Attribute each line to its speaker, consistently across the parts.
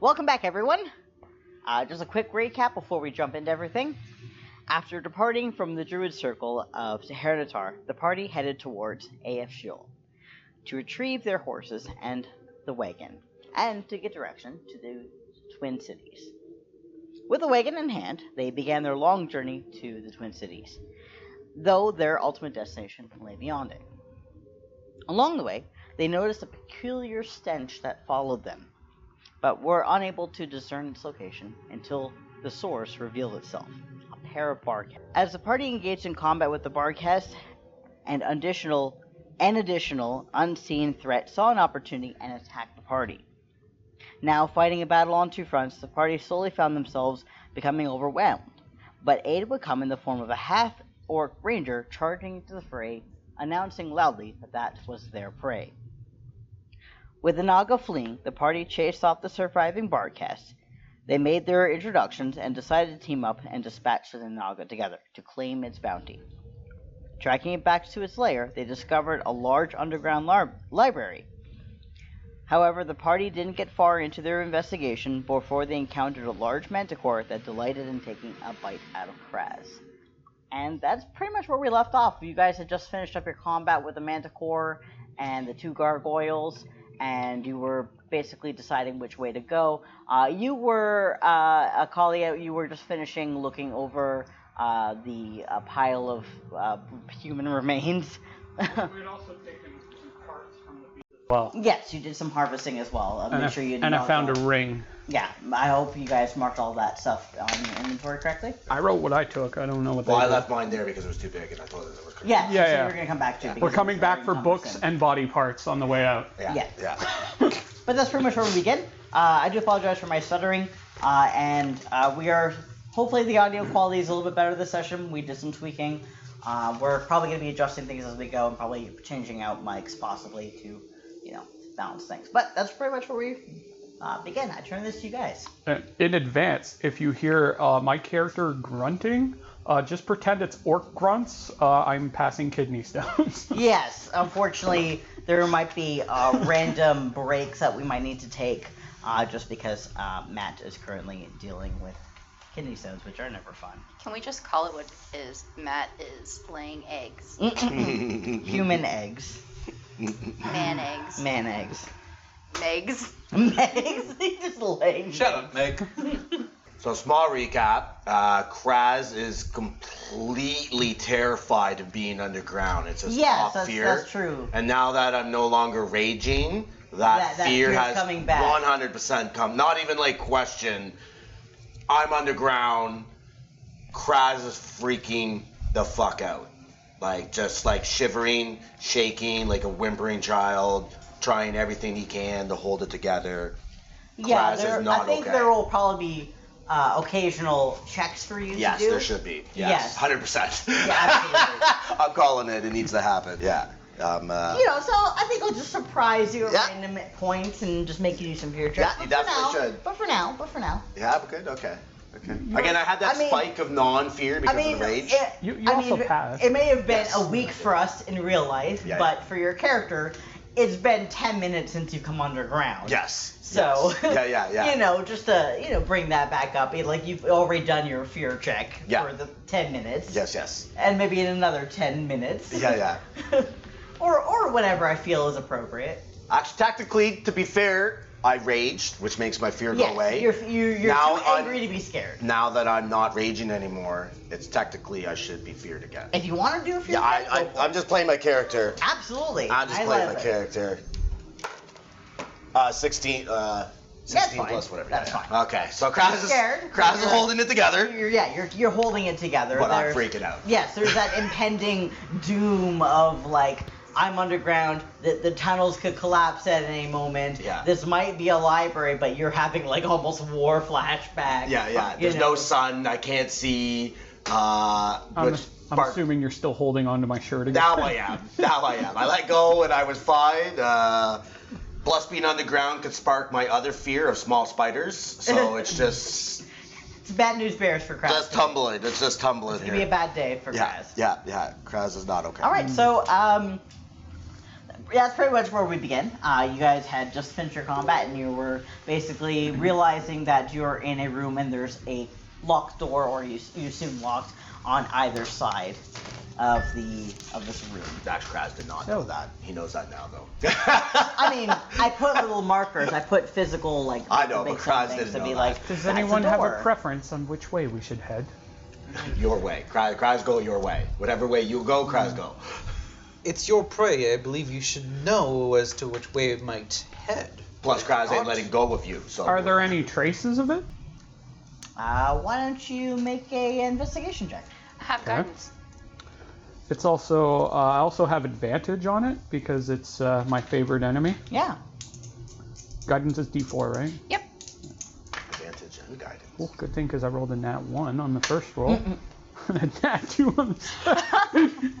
Speaker 1: Welcome back, everyone. Uh, just a quick recap before we jump into everything. After departing from the Druid Circle of Hernitar, the party headed towards AF Shield to retrieve their horses and the wagon, and to get direction to the Twin Cities. With the wagon in hand, they began their long journey to the Twin Cities, though their ultimate destination lay beyond it. Along the way, they noticed a peculiar stench that followed them, but were unable to discern its location until the source revealed itself a pair of bark. As the party engaged in combat with the barkhest, an additional, an additional unseen threat saw an opportunity and attacked the party. Now fighting a battle on two fronts, the party slowly found themselves becoming overwhelmed, but aid would come in the form of a half orc ranger charging into the fray, announcing loudly that that was their prey. With the Naga fleeing, the party chased off the surviving barcast. They made their introductions and decided to team up and dispatch the Naga together to claim its bounty. Tracking it back to its lair, they discovered a large underground lar- library. However, the party didn't get far into their investigation before they encountered a large manticore that delighted in taking a bite out of Kraz. And that's pretty much where we left off. You guys had just finished up your combat with the manticore and the two gargoyles, and you were basically deciding which way to go. Uh, you were, uh, Akalia, you were just finishing looking over uh, the uh, pile of uh, human remains.
Speaker 2: we had also taken some parts from the beach. Well,
Speaker 1: yes, you did some harvesting as well. Uh,
Speaker 2: and,
Speaker 1: make
Speaker 2: I,
Speaker 1: sure you
Speaker 2: and I
Speaker 1: mark
Speaker 2: found a
Speaker 1: all-
Speaker 2: ring.
Speaker 1: Yeah, I hope you guys marked all that stuff on your inventory correctly.
Speaker 2: I wrote what I took. I don't know what
Speaker 3: Well,
Speaker 2: they
Speaker 3: I
Speaker 2: did.
Speaker 3: left mine there because it was too big, and I told her that was correct.
Speaker 1: Yeah,
Speaker 2: Yeah,
Speaker 1: so
Speaker 2: yeah.
Speaker 1: we're gonna come back to. it
Speaker 2: We're
Speaker 1: because
Speaker 2: coming
Speaker 1: it's
Speaker 2: back
Speaker 1: very
Speaker 2: for books
Speaker 1: encompassing.
Speaker 2: and body parts on the way out.
Speaker 3: Yeah.
Speaker 1: Yeah.
Speaker 3: yeah.
Speaker 1: But that's pretty much where we begin. Uh, I do apologize for my stuttering, uh, and uh, we are hopefully the audio quality is a little bit better this session. We did some tweaking. Uh, we're probably going to be adjusting things as we go, and probably changing out mics possibly to, you know, balance things. But that's pretty much where we uh, begin. I turn this to you guys.
Speaker 2: Uh, In advance, if you hear uh, my character grunting, uh, just pretend it's orc grunts. Uh, I'm passing kidney stones.
Speaker 1: Yes, unfortunately, there might be uh, random breaks that we might need to take uh, just because uh, Matt is currently dealing with kidney stones, which are never fun.
Speaker 4: Can we just call it what it is? Matt is laying eggs,
Speaker 1: Human eggs,
Speaker 4: man eggs,
Speaker 1: man eggs,
Speaker 4: megs.
Speaker 1: eggs. He just laid.
Speaker 3: Shut up, Meg. so, small recap uh, Kraz is completely terrified of being underground. It's his
Speaker 1: Yes,
Speaker 3: top
Speaker 1: that's,
Speaker 3: fear.
Speaker 1: that's true.
Speaker 3: And now that I'm no longer raging, that,
Speaker 1: That- that
Speaker 3: fear
Speaker 1: fear's
Speaker 3: has
Speaker 1: coming back.
Speaker 3: 100% come. Not even like question. I'm underground. Kraz is freaking the fuck out. Like, just like shivering, shaking, like a whimpering child, trying everything he can to hold it together.
Speaker 1: Yeah,
Speaker 3: Kraz is
Speaker 1: there, I
Speaker 3: not
Speaker 1: think
Speaker 3: okay.
Speaker 1: there will probably be uh, occasional checks for you
Speaker 3: Yes,
Speaker 1: to do.
Speaker 3: there should be.
Speaker 1: Yes.
Speaker 3: Yes, hundred percent.
Speaker 1: absolutely.
Speaker 3: I'm calling it. It needs to happen. Yeah. Um, uh,
Speaker 1: You know, so I think I'll just surprise you at
Speaker 3: Yeah.
Speaker 1: random points and just make you do some fear checks.
Speaker 3: Yeah, you
Speaker 1: But for
Speaker 3: definitely
Speaker 1: now-
Speaker 3: should.
Speaker 1: But for now, but for now.
Speaker 3: yeah. I'm Good. Okay. Okay. Again, I had that
Speaker 1: I mean-
Speaker 3: spike of non-fear because
Speaker 1: I mean,
Speaker 3: of the rage.
Speaker 1: It,
Speaker 2: You- you
Speaker 1: I
Speaker 2: also
Speaker 1: mean,
Speaker 2: passed.
Speaker 1: It may have been
Speaker 3: Yes.
Speaker 1: a week for us in real life,
Speaker 3: Yeah,
Speaker 1: but
Speaker 3: yeah.
Speaker 1: for your character, it's been 10 minutes since you've come underground.
Speaker 3: yes.
Speaker 1: So,
Speaker 3: Yes. Yeah. Yeah. Yeah.
Speaker 1: you know, just to, you know, bring that back up, it- like you've already done your fear check
Speaker 3: Yeah.
Speaker 1: for the 10 minutes.
Speaker 3: Yes. Yes.
Speaker 1: And maybe in another 10 minutes.
Speaker 3: Yeah. Yeah.
Speaker 1: or, or whenever I feel is appropriate.
Speaker 3: Actually, tactically, to be fair, I raged, which makes my fear
Speaker 1: yes,
Speaker 3: go away.
Speaker 1: You're, you you're
Speaker 3: Now
Speaker 1: too
Speaker 3: I'm-
Speaker 1: angry to be scared.
Speaker 3: Now that I'm not raging anymore, it's technically I should be feared again.
Speaker 1: If you want to do a fear
Speaker 3: Yeah.
Speaker 1: check,
Speaker 3: I,
Speaker 1: go for
Speaker 3: I, I'm
Speaker 1: it.
Speaker 3: just playing my character.
Speaker 1: Absolutely.
Speaker 3: I'm just
Speaker 1: I
Speaker 3: playing
Speaker 1: love
Speaker 3: my
Speaker 1: it.
Speaker 3: character. Uh, 16, uh, 16
Speaker 1: fine.
Speaker 3: plus whatever.
Speaker 1: That's
Speaker 3: yeah.
Speaker 1: fine.
Speaker 3: Okay, so Kraz is,
Speaker 1: scared.
Speaker 3: Kraz is
Speaker 1: You're-
Speaker 3: holding it together,
Speaker 1: You're, yeah, you're, you're holding it together.
Speaker 3: but I'm
Speaker 1: There's-
Speaker 3: freaking out.
Speaker 1: Yes, there's that impending doom of like I'm underground. The, the tunnels could collapse at any moment.
Speaker 3: Yeah.
Speaker 1: This might be a library, but you're having like almost war flashbacks.
Speaker 3: Yeah, yeah.
Speaker 1: you
Speaker 3: There's
Speaker 1: know.
Speaker 3: no sun. I can't see. Uh,
Speaker 2: I'm,
Speaker 3: which
Speaker 2: I'm
Speaker 3: part-
Speaker 2: assuming you're still holding on to my shirt again.
Speaker 3: Now I am. Now I am. I let go and I was fine. Uh, plus, being on the ground could spark my other fear of small spiders. So it's just
Speaker 1: It's bad news bears for Kraz.
Speaker 3: just tumbling. It's just tumbling
Speaker 1: It's
Speaker 3: here.
Speaker 1: gonna be a bad day for
Speaker 3: yeah,
Speaker 1: Kraz.
Speaker 5: Hmm.
Speaker 3: yeah, yeah. Kraz is not okay.
Speaker 1: All right, so um, yeah, that's pretty much where we begin. Uh, you guys had just finished your combat, and you were basically
Speaker 5: Hmm.
Speaker 1: realizing that you're in a room and there's a locked door, or you, you assume locked, on either side of the of this room.
Speaker 5: Dax Kraz did not know that. He knows that now, though.
Speaker 1: I mean, I put little markers. I put physical like.
Speaker 5: I know, but
Speaker 1: bits
Speaker 5: Kraz
Speaker 1: on things
Speaker 5: didn't
Speaker 1: to
Speaker 5: know
Speaker 1: be
Speaker 5: that.
Speaker 1: like.
Speaker 2: Does
Speaker 1: "That's
Speaker 2: anyone have a
Speaker 1: door."
Speaker 2: preference on which way we should head?
Speaker 5: your way. Kraz, Kraz, go your way. Whatever way you go, Kraz, go.
Speaker 6: It's your prey. I believe you should know as to which way it might head.
Speaker 5: Plus, Kraz ain't
Speaker 6: Aren't-
Speaker 5: letting go with you. So
Speaker 2: Are there any traces of it?
Speaker 1: Uh, why don't you make a investigation check?
Speaker 4: I have guidance.
Speaker 2: It's also uh, I also have advantage on it because it's uh, my favorite enemy.
Speaker 1: Yeah.
Speaker 2: Guidance is D4, right?
Speaker 4: Yep.
Speaker 5: advantage and guidance?
Speaker 2: Well, good thing because I rolled a nat one on the first roll, and a nat two on the second.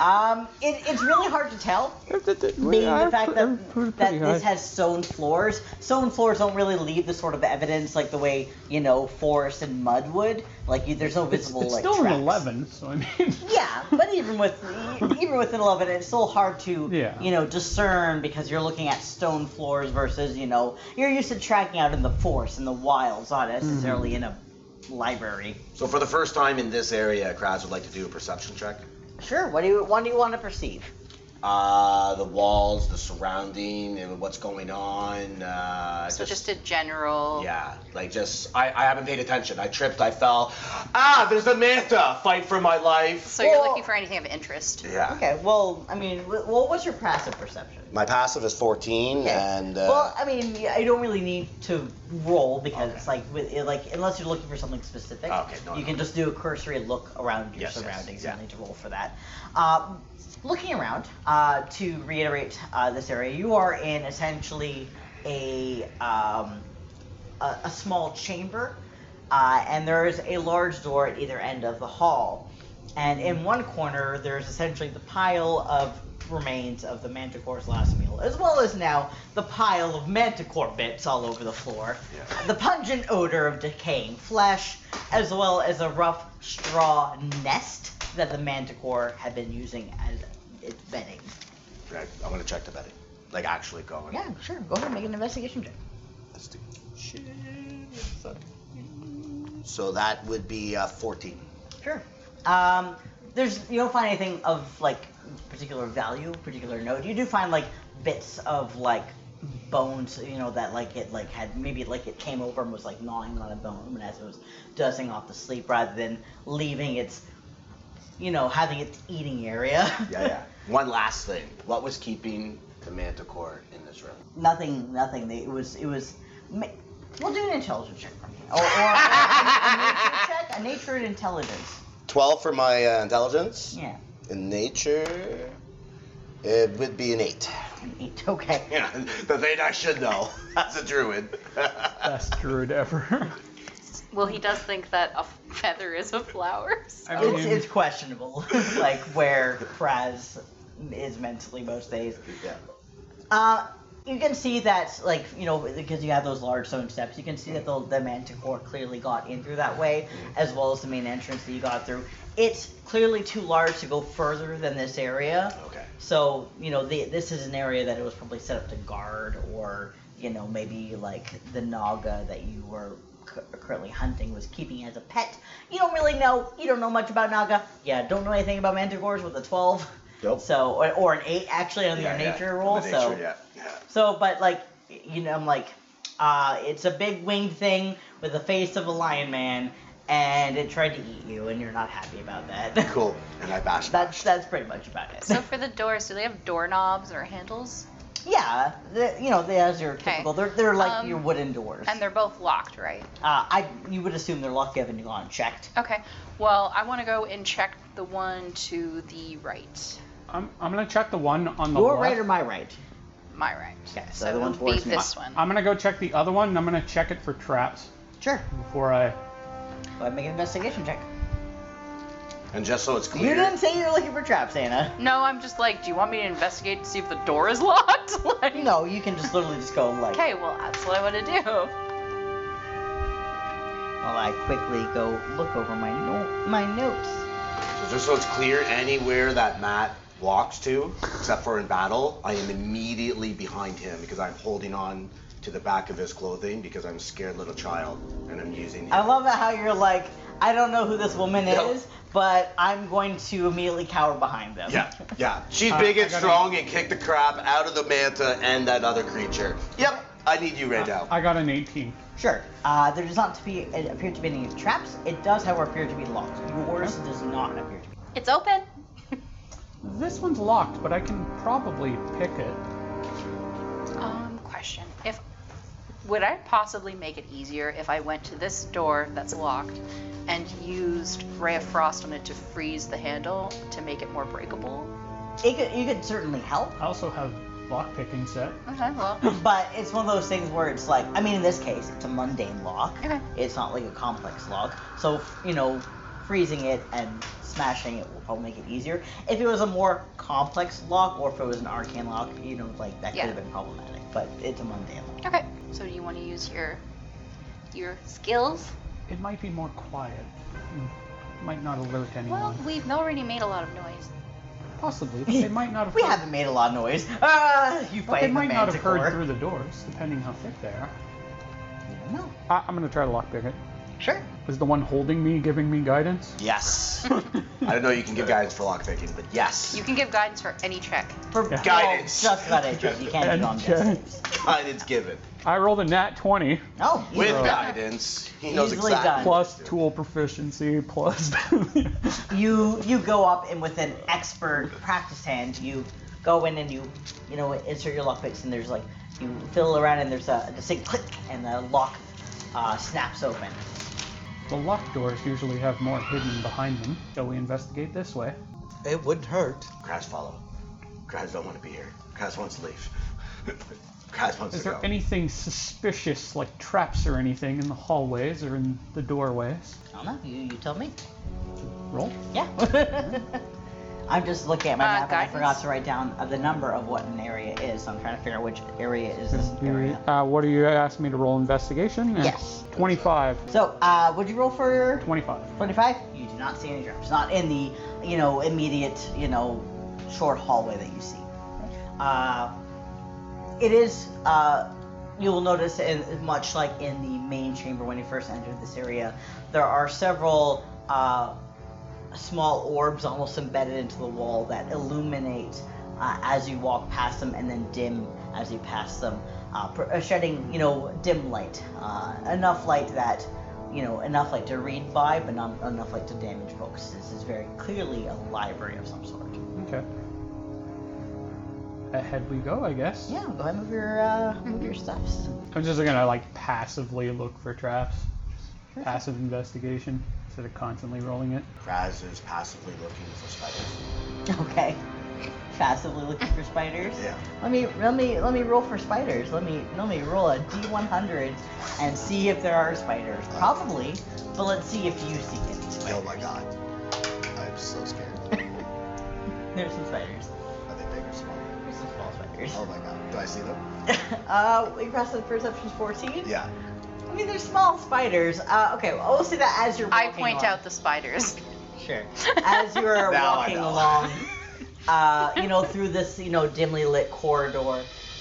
Speaker 1: Um, it, it's really hard to tell being the fact that, that this has stone floors. Stone floors don't really leave the sort of evidence like the way you know forest and mud would. Like you, there's no
Speaker 2: it's,
Speaker 1: visible
Speaker 2: it's
Speaker 1: like
Speaker 2: still
Speaker 1: tracks.
Speaker 2: an eleven, so I mean.
Speaker 1: Yeah, but even with even with an eleven, it's still hard to
Speaker 2: Yeah.
Speaker 1: you know discern because you're looking at stone floors versus you know you're used to tracking out in the forest in the wilds, not necessarily
Speaker 2: Mm-hmm.
Speaker 1: in a library.
Speaker 5: So for the first time in this area, Kraz would like to do a perception check.
Speaker 1: Sure. What do you what do you want to perceive?
Speaker 5: Uh, the walls, the surrounding, and what's going on. Uh,
Speaker 4: So just a general.
Speaker 5: yeah, like just I, I haven't paid attention. I tripped, I fell. Ah, there's a manta. Fight for my life.
Speaker 4: So you're
Speaker 1: Well-
Speaker 4: looking for anything of interest.
Speaker 5: Yeah.
Speaker 2: Ah.
Speaker 1: Okay. Well, I mean, wh- what was your passive perception?
Speaker 5: My passive is 14,
Speaker 1: Okay.
Speaker 5: and uh,
Speaker 1: well, I mean, yeah, you don't really need to roll because it's like, with, it- like unless you're looking for something specific,
Speaker 5: Okay, no,
Speaker 1: you
Speaker 5: no.
Speaker 1: can just do a cursory look around your
Speaker 5: Yes, yes,
Speaker 1: surroundings.
Speaker 5: yeah.
Speaker 1: You don't need to roll for that. Um, looking around, uh, to reiterate uh, this area, you are in essentially a um, a, a small chamber, uh, and there is a large door at either end of the hall. And in one corner, there's essentially the pile of remains of the manticore's last meal, as well as now the pile of manticore bits all over the floor, the pungent odor of decaying flesh, as well as a rough straw nest that the manticore had been using as its bedding.
Speaker 5: Right, I'm gonna check the bedding. Like actually going.
Speaker 1: Yeah, sure. Go ahead and make an investigation check.
Speaker 5: Let's do shit. So that would be uh, 14.
Speaker 1: Sure. Um, there's you don't find anything of like particular value, particular note. You do find like bits of like bones, you know, that like it like had maybe like it came over and was like gnawing on a bone as it was dozing off to sleep, rather than leaving its, you know, having its eating area.
Speaker 5: Yeah, yeah. One last thing. What was keeping the manticore in this room?
Speaker 1: nothing, nothing. They- It was it was. ma- We'll do an intelligence check from here, or, or a, a nature check, a nature and intelligence.
Speaker 7: 12 for my uh, intelligence.
Speaker 1: Yeah,
Speaker 7: In nature, it would be an 8.
Speaker 1: an eight. Okay.
Speaker 5: Yeah, the thing I should know as a druid.
Speaker 2: best druid ever.
Speaker 4: Well, he does think that a feather is a flower. so-
Speaker 2: I
Speaker 1: It's,
Speaker 2: mean,
Speaker 1: it's questionable, like where Kraz is mentally most days.
Speaker 5: yeah.
Speaker 1: Uh, you can see that, like you know, because you have those large stone steps, you can see that the, the Manticore clearly got in through that way, as well as the main entrance that you got through. It's clearly too large to go further than this area,
Speaker 5: Okay.
Speaker 1: so you know the, this is an area that it was probably set up to guard, or you know maybe like the Naga that you were cu- currently hunting was keeping as a pet. You don't really know. You don't know much about Naga. Yeah, don't know anything about Manticores with a twelve.
Speaker 5: Nope.
Speaker 1: So or, or an eight actually on
Speaker 5: Yeah,
Speaker 1: your
Speaker 5: yeah.
Speaker 1: nature roll.
Speaker 5: The
Speaker 1: so
Speaker 5: nature, yeah. yeah.
Speaker 1: so but like you know I'm like, uh, it's a big winged thing with the face of a lion man, and it tried to eat you, and you're not happy about that.
Speaker 5: Cool. And I bashed.
Speaker 1: that's that's pretty much about it.
Speaker 4: So for the doors, do they have doorknobs or handles?
Speaker 1: Yeah, the, you know, they as your typical. They're they're like
Speaker 4: Um,
Speaker 1: your wooden doors.
Speaker 4: And they're both locked, right?
Speaker 1: uh, I you would assume they're locked. You haven't gone checked.
Speaker 4: Okay. Well, I want to go and check the one to the right.
Speaker 2: I'm, I'm gonna check the one
Speaker 5: Oh,
Speaker 2: on the
Speaker 1: Your
Speaker 2: left.
Speaker 1: right or my right?
Speaker 4: My right.
Speaker 1: Okay, so
Speaker 4: so
Speaker 1: the
Speaker 4: it'll
Speaker 1: one
Speaker 4: be
Speaker 1: towards me.
Speaker 4: this one.
Speaker 2: I'm gonna go check the other one. and I'm gonna check it for traps
Speaker 1: Sure.
Speaker 2: before I.
Speaker 1: Go ahead, and make an investigation check.
Speaker 5: And just so it's
Speaker 1: You
Speaker 5: clear.
Speaker 1: didn't say you're looking for traps, Anna.
Speaker 4: No, I'm just like, do you want me to investigate to see if the door is locked? like,
Speaker 1: No, you can just literally just go like.
Speaker 4: Okay, well, that's what I want to do.
Speaker 1: While I quickly go look over my no- my notes.
Speaker 5: So just so it's clear, anywhere that Matt walks to, except for in battle, I am immediately behind him because I'm holding on to the back of his clothing because I'm a scared little child and I'm using.
Speaker 1: I love that how you're like, I don't know who this woman is, but I'm going to immediately cower behind them.
Speaker 5: Yeah, yeah. She's
Speaker 2: Uh,
Speaker 5: big
Speaker 2: I
Speaker 5: and
Speaker 2: gotta-
Speaker 5: strong and kicked the crap out of the manta and that other creature. Yep, I need you right now.
Speaker 2: Uh, I got an 18.
Speaker 1: Sure. Uh, there does not be, it appear to be any traps. It does, however, appear to be locked. Yours does not appear to be.
Speaker 4: It's open.
Speaker 2: This one's locked, but I can probably pick it.
Speaker 4: Um, question. If would I possibly make it easier if I went to this door that's locked and used Ray of Frost on it to freeze the handle to make it more breakable?
Speaker 1: It could, you could certainly help,
Speaker 2: I also have lock picking set.
Speaker 4: Okay, well,
Speaker 2: Hmm.
Speaker 1: but it's one of those things where it's like, I mean, in this case, it's a mundane lock.
Speaker 4: okay.
Speaker 1: It's not like a complex lock. So, you know, freezing it and smashing it will probably make it easier. If it was a more complex lock or if it was an arcane lock, you know, like that
Speaker 4: Yeah.
Speaker 1: could have been problematic, but it's a mundane lock.
Speaker 4: Okay. So do you want to use your your skills?
Speaker 2: It might be more quiet. Hmm. Might not alert anyone.
Speaker 4: Well, we've already made a lot of noise.
Speaker 2: Possibly. but They might not have.
Speaker 1: We
Speaker 2: heard-
Speaker 1: haven't made a lot of noise. Ah, you
Speaker 2: But they
Speaker 1: fight the
Speaker 2: might not have heard
Speaker 1: manticore.
Speaker 2: through the doors, depending how thick they are.
Speaker 1: No.
Speaker 2: I- I'm gonna try to lockpick it.
Speaker 1: Sure.
Speaker 2: Is the one holding me giving me guidance?
Speaker 5: Yes. I don't know. You can give guidance for lock picking, but yes,
Speaker 4: You can give guidance for any check.
Speaker 1: For
Speaker 2: Yeah.
Speaker 5: Guidance.
Speaker 1: well, just about it. You can't do it on
Speaker 2: Okay.
Speaker 1: this.
Speaker 5: guidance given
Speaker 2: I rolled a nat 20
Speaker 1: No.
Speaker 5: with
Speaker 1: easily.
Speaker 5: guidance. He knows
Speaker 1: Easily done.
Speaker 5: exactly.
Speaker 2: plus tool proficiency plus.
Speaker 1: you you go up and with an expert practice hand, you go in and you you know insert your lockpicks and there's like you fiddle around and there's a distinct click and the lock uh, snaps open.
Speaker 2: the lock doors usually have more hidden behind them. Shall we investigate this way?
Speaker 6: It wouldn't hurt.
Speaker 5: Kraz follow. Kraz don't want to be here. Kraz wants to leave. Kraz wants
Speaker 2: Is
Speaker 5: to
Speaker 2: there
Speaker 5: go.
Speaker 2: anything suspicious, like traps or anything, in the hallways or in the doorways?
Speaker 1: I don't know. You you tell me.
Speaker 2: Roll.
Speaker 1: Yeah. I'm just looking at my
Speaker 4: Uh,
Speaker 1: map and I
Speaker 4: guidance?
Speaker 1: forgot to write down uh, the number of what an area is. So I'm trying to figure out which area is this area.
Speaker 2: Uh, what are you asking me to roll? Investigation. And
Speaker 1: Yes.
Speaker 2: 25.
Speaker 1: So, uh, would you roll for your
Speaker 2: 25.
Speaker 1: 25? You do not see any traps. Not in the, you know, immediate, you know, short hallway that you see. Uh, it is, uh, you will notice, in, much like in the main chamber when you first entered this area, there are several uh, small orbs almost embedded into the wall that illuminate uh, as you walk past them and then dim as you pass them, uh, pr- uh, shedding, you know, dim light. Uh, enough light that, you know, enough light to read by, but not enough light to damage folks. This is very clearly a library of some sort.
Speaker 2: Okay. Ahead we go, I guess.
Speaker 1: Yeah, go ahead and move your, uh, move your stuffs.
Speaker 2: I'm just gonna like passively look for traps. Passive investigation instead of constantly rolling it.
Speaker 5: Kraz is passively looking for spiders.
Speaker 1: Okay. Passively looking for spiders.
Speaker 5: Yeah.
Speaker 1: Let me let me let me roll for spiders. Let me let me roll a d100 and see if there are spiders. Probably, but let's see if you see any.
Speaker 7: Oh my god. I'm so scared.
Speaker 1: There's some spiders.
Speaker 7: Are they big or small?
Speaker 1: There's some small spiders.
Speaker 7: Oh my god. Do I see them?
Speaker 1: uh, we passed the perception's 14.
Speaker 7: Yeah.
Speaker 1: I mean, they're small spiders. Uh, okay, well, we'll see that as you're.
Speaker 4: I
Speaker 1: walking
Speaker 4: point
Speaker 1: along.
Speaker 4: out the spiders.
Speaker 1: Sure. As you are
Speaker 7: Now I
Speaker 1: walking
Speaker 7: know.
Speaker 1: along, uh, you know, through this, you know, dimly lit corridor,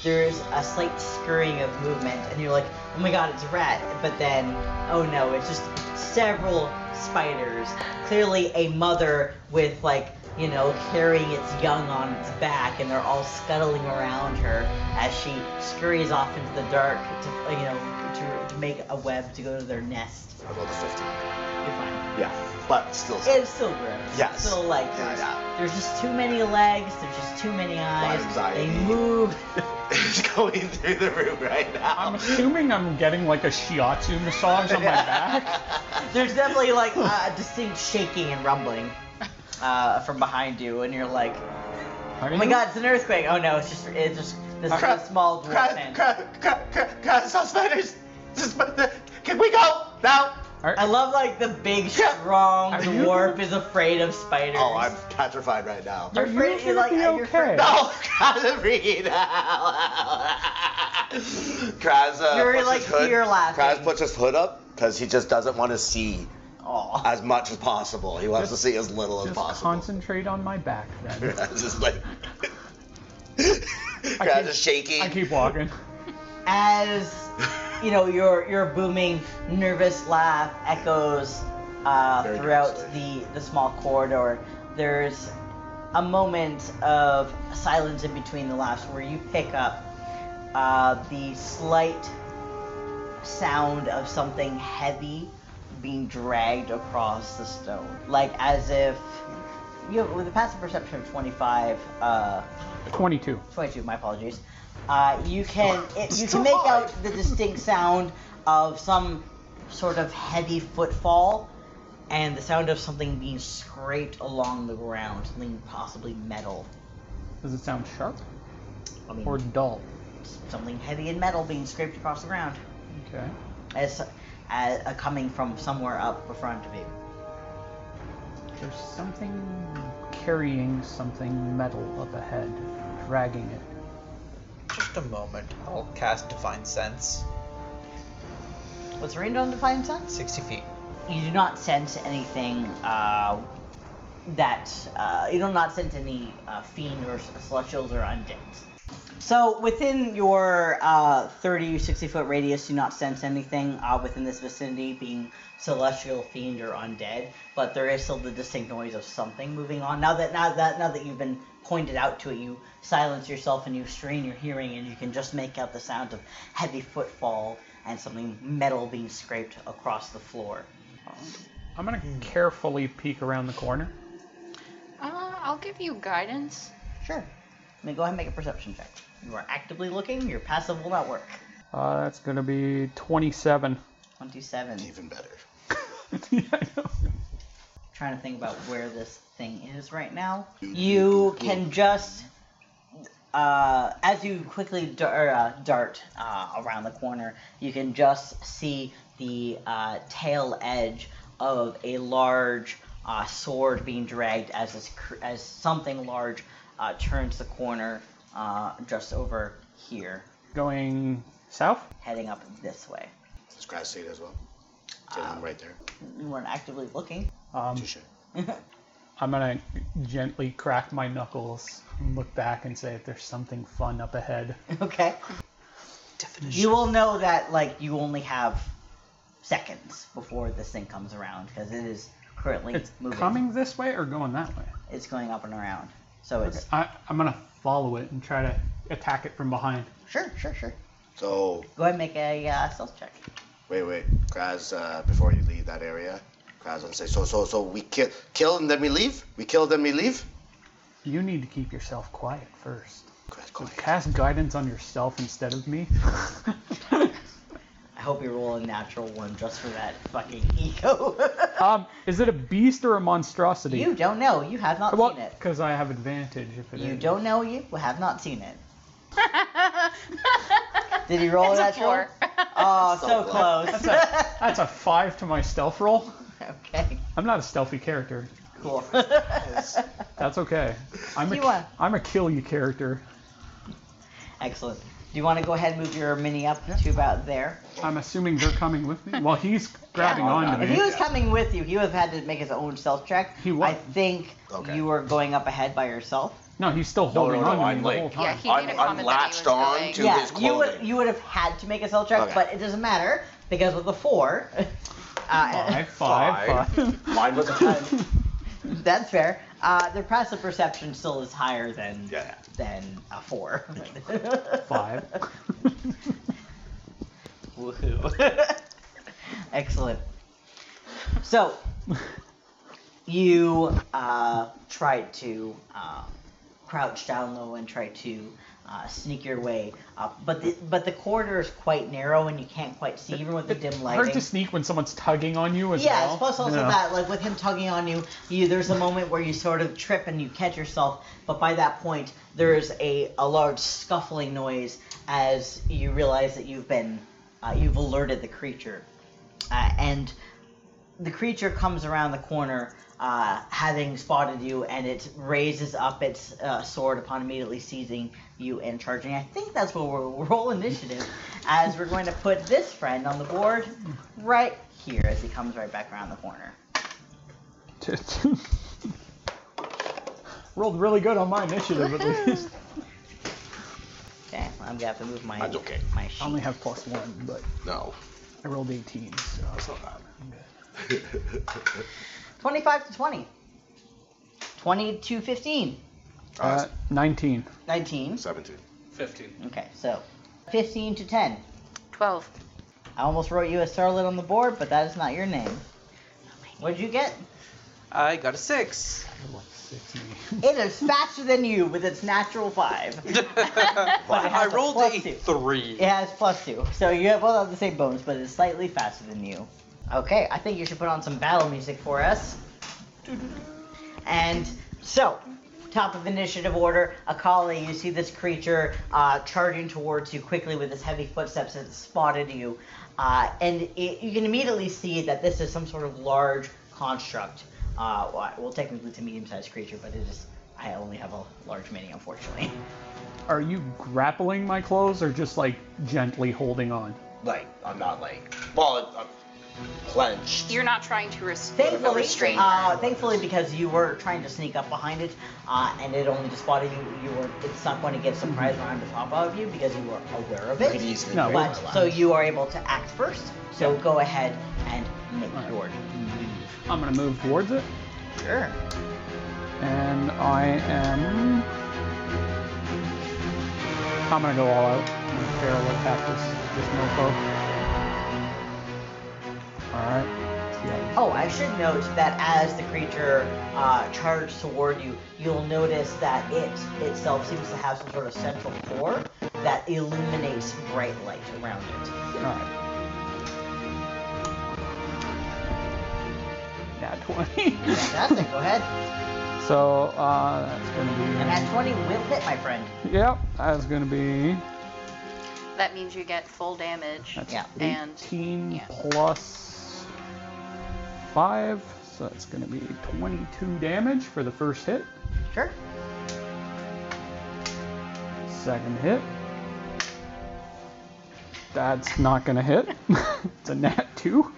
Speaker 1: there's a slight scurrying of movement, and you're like, oh my god, it's a rat. But then, oh no, it's just several spiders. Clearly, a mother with, like, you know, carrying its young on its back, and they're all scuttling around her as she scurries off into the dark to, you know, to, to make a web to go to their nest.
Speaker 7: I rolled a 15.
Speaker 1: You're fine.
Speaker 7: Yeah. But still.
Speaker 1: It's still gross.
Speaker 7: Yes.
Speaker 1: Still like
Speaker 7: Yeah,
Speaker 1: there's,
Speaker 7: yeah.
Speaker 1: there's just too many legs. There's just too many eyes.
Speaker 7: anxiety.
Speaker 1: They move.
Speaker 7: it's going through the room right now.
Speaker 2: I'm assuming I'm getting like a shiatsu massage on my back.
Speaker 1: There's definitely like a distinct shaking and rumbling uh, from behind you, and you're like, oh my god, it's an earthquake. Oh no, it's just it's just this
Speaker 7: Crap,
Speaker 1: small dwarf
Speaker 7: Kraz,
Speaker 1: man.
Speaker 7: Kraz, Kraz, Kraz, Kraz, I saw spiders. This is- but the- Can we go now?
Speaker 2: Are-
Speaker 1: I love like the big strong
Speaker 2: Are you-
Speaker 1: dwarf is afraid of spiders.
Speaker 7: Oh, I'm petrified right now.
Speaker 1: You're
Speaker 2: Are you
Speaker 1: afraid-
Speaker 2: gonna
Speaker 1: like,
Speaker 2: be
Speaker 1: you're afraid-
Speaker 2: okay?
Speaker 7: No, Kraz, I'm freaking out. Kraz, uh,
Speaker 1: You're,
Speaker 7: puts
Speaker 1: like,
Speaker 7: his hood.
Speaker 1: fear laughing.
Speaker 7: Kraz puts his hood up because he just doesn't want to see
Speaker 1: Aw.
Speaker 5: as much as possible. He wants
Speaker 2: Just-
Speaker 5: to see as little as
Speaker 2: Just
Speaker 5: possible.
Speaker 2: concentrate on my back then.
Speaker 5: It's just like
Speaker 2: I
Speaker 5: Kraz
Speaker 2: keep-
Speaker 5: is shaking.
Speaker 2: I keep walking.
Speaker 1: As you know, your your booming, nervous laugh echoes uh,
Speaker 5: Very
Speaker 1: throughout
Speaker 5: nervously.
Speaker 1: the the small corridor. There's a moment of silence in between the laughs where you pick up uh, the slight sound of something heavy being dragged across the stone, like as if you with a passive perception of 25. Uh,
Speaker 2: 22.
Speaker 1: 22. My apologies. Uh, you can it, you can make out the distinct sound of some sort of heavy footfall, and the sound of something being scraped along the ground, something possibly metal.
Speaker 2: Does it sound sharp
Speaker 1: I mean,
Speaker 2: or dull?
Speaker 1: something heavy and metal being scraped across the ground,
Speaker 2: Okay.
Speaker 1: as, as uh, coming from somewhere up in front of you.
Speaker 2: There's something carrying something metal up ahead, dragging it.
Speaker 6: Just a moment. I'll cast Divine Sense.
Speaker 1: What's range on divine sense?
Speaker 6: 60 feet.
Speaker 1: you do not sense anything uh, that uh, you do not sense any uh, fiend or s- celestials or undead. So within your uh, 30 60 foot radius, you do not sense anything uh, within this vicinity being celestial, fiend, or undead. But there is still the distinct noise of something moving on. Now that now that now that you've been pointed out to it, you silence yourself and you strain your hearing, and you can just make out the sound of heavy footfall and something metal being scraped across the floor.
Speaker 2: I'm gonna carefully peek around the corner.
Speaker 4: Uh, I'll give you guidance.
Speaker 1: Sure. I mean, go ahead and make a perception check. You are actively looking. Your passive will not work.
Speaker 2: Uh, that's gonna be 27.
Speaker 1: 27.
Speaker 5: Even better.
Speaker 2: yeah, I know.
Speaker 1: Trying to think about where this thing is right now. You can just, uh, as you quickly dar- uh, dart uh, around the corner, you can just see the uh, tail edge of a large uh, sword being dragged as this cr- as something large uh, turns the corner uh, just over here,
Speaker 2: Going south?
Speaker 1: heading up this way.
Speaker 5: Does Kraz see it as well? Get
Speaker 4: Ah.
Speaker 5: him right there.
Speaker 1: You weren't actively looking.
Speaker 2: Um,
Speaker 5: Touche.
Speaker 2: I'm gonna gently crack my knuckles and look back and say if there's something fun up ahead.
Speaker 1: Okay. You will know that like you only have seconds before this thing comes around because it is currently
Speaker 2: It's
Speaker 1: moving.
Speaker 2: coming this way or going that way?
Speaker 1: It's going up and around. So it's
Speaker 2: I, I'm gonna follow it and try to attack it from behind.
Speaker 1: sure, sure, sure.
Speaker 5: So
Speaker 1: Go ahead and make a uh, stealth check.
Speaker 5: wait, wait, Kraz. Uh, before you leave that area, Kraz will say, "So, so, so we kill, kill, and then we leave. We kill, then we leave."
Speaker 2: You need to keep yourself quiet first.
Speaker 5: Kraz, go ahead.
Speaker 2: Cast guidance on yourself instead of me.
Speaker 1: I hope you roll a natural one just for that fucking ego.
Speaker 2: um, is it a beast or a monstrosity?
Speaker 1: you don't know. You have not
Speaker 2: well,
Speaker 1: seen it.
Speaker 2: because I have advantage if it
Speaker 1: You
Speaker 2: is.
Speaker 1: don't know. You have not seen it. Did you roll
Speaker 4: It's
Speaker 1: a
Speaker 4: a
Speaker 1: natural?
Speaker 4: four.
Speaker 1: Oh, so,
Speaker 5: So
Speaker 1: close.
Speaker 2: That's a five to my stealth roll.
Speaker 1: okay,
Speaker 2: I'm not a stealthy character.
Speaker 1: cool.
Speaker 2: That's okay. I'm
Speaker 1: You
Speaker 2: a
Speaker 1: are.
Speaker 2: I'm a kill you character.
Speaker 1: Excellent. Do you want to go ahead and move your mini up to about there?
Speaker 2: I'm assuming they're coming with me. Well, he's grabbing
Speaker 1: Yeah.
Speaker 2: on to
Speaker 1: If he
Speaker 2: me.
Speaker 1: was coming with you, he would have had to make his own stealth check.
Speaker 2: He wa-
Speaker 1: I think
Speaker 5: Okay.
Speaker 1: you were going up ahead by yourself.
Speaker 2: No, he's still holding
Speaker 5: no,
Speaker 2: on to
Speaker 5: I'm
Speaker 2: me
Speaker 5: like-
Speaker 2: the whole time.
Speaker 4: Yeah, he
Speaker 5: I'm-
Speaker 4: made a
Speaker 5: I'm
Speaker 4: comment that he
Speaker 5: latched
Speaker 4: was
Speaker 5: on
Speaker 4: going-
Speaker 5: to-
Speaker 1: yeah,
Speaker 5: his
Speaker 1: you would
Speaker 5: clothing.
Speaker 1: you would have had to make a stealth check,
Speaker 5: Okay.
Speaker 1: but it doesn't matter because with the four, uh,
Speaker 2: Five, five, five.
Speaker 5: Mine was a ten.
Speaker 1: that's fair. Uh, their passive perception still is higher than
Speaker 5: Yeah.
Speaker 1: than a four.
Speaker 2: five.
Speaker 1: Woohoo. Excellent. So, you uh, tried to uh, crouch down low and try to uh, sneak your way up, but the, but the corridor is quite narrow and you can't quite see even with the dim lighting.
Speaker 2: Hard to sneak when someone's tugging on you as
Speaker 1: Yes,
Speaker 2: well.
Speaker 1: plus also
Speaker 2: No.
Speaker 1: that, like with him tugging on you, you there's a moment where you sort of trip and you catch yourself, but by that point there is a, a large scuffling noise as you realize that you've been uh, you've alerted the creature, uh, and the creature comes around the corner, uh, having spotted you, and it raises up its uh, sword upon immediately seizing you and charging. I think that's where we'll roll initiative, as we're going to put this friend on the board right here as he comes right back around the corner.
Speaker 2: Rolled really good on my initiative at least.
Speaker 1: Okay, I'm gonna have to move my
Speaker 5: That's okay.
Speaker 1: my
Speaker 2: I only
Speaker 1: sheet.
Speaker 2: have plus one, but
Speaker 5: No,
Speaker 2: I rolled 18. So.
Speaker 5: that's not bad.
Speaker 1: Twenty-five to twenty. Twenty to fifteen.
Speaker 2: Uh, 19.
Speaker 1: Nineteen.
Speaker 5: 17.
Speaker 8: 15.
Speaker 1: Okay, so fifteen to ten.
Speaker 4: 12.
Speaker 1: I almost wrote you a starlet on the board, but that is not your name. What'd you get?
Speaker 6: I got a six.
Speaker 1: It is faster than you with its natural five. But it
Speaker 6: I
Speaker 1: has a
Speaker 6: rolled
Speaker 1: plus
Speaker 6: a
Speaker 1: two.
Speaker 6: three.
Speaker 1: It has plus two, so you have both have the same bonus, but it's slightly faster than you. Okay, I think you should put on some battle music for us. And so, top of initiative order, Akali, you see this creature uh, charging towards you quickly with its heavy footsteps as it spotted you. Uh, and it, you can immediately see that this is some sort of large construct. Uh, well, well, technically it's a medium-sized creature, but it is. I only have a large mini, unfortunately.
Speaker 2: Are you grappling my clothes or just like gently holding on?
Speaker 5: Like, I'm not like, well, I'm clenched.
Speaker 4: You're not trying to restrain.
Speaker 1: Thankfully,
Speaker 4: restrain.
Speaker 1: uh, thankfully, because you were trying to sneak up behind it, uh, and it only spotted you, you were. It's not going to get surprised around the top of you because you were aware of
Speaker 5: Could
Speaker 1: it.
Speaker 5: easily
Speaker 2: No,
Speaker 5: break
Speaker 1: But
Speaker 5: my
Speaker 1: so
Speaker 5: leg.
Speaker 1: you are able to act first. So
Speaker 2: Yeah.
Speaker 1: go ahead and make your
Speaker 2: I'm gonna move towards it,
Speaker 1: sure.
Speaker 2: and I am. I'm gonna go all out. I'm gonna feral attack this this mofo. All right. Yeah.
Speaker 1: Oh, I should note that as the creature uh, charged toward you, you'll notice that it itself seems to have some sort of central core that illuminates bright light around it.
Speaker 2: All right. Nat 20.
Speaker 1: Fantastic. go ahead.
Speaker 2: so uh, that's gonna be.
Speaker 1: And that 20 will hit, my friend.
Speaker 2: Yep, that's gonna be
Speaker 4: That means you get full damage.
Speaker 2: that's
Speaker 1: Yeah.
Speaker 4: And-
Speaker 2: 18
Speaker 4: yeah.
Speaker 2: plus 5, so that's gonna be 22 damage for the first hit.
Speaker 1: Sure.
Speaker 2: Second hit. That's not gonna hit. it's a nat 2.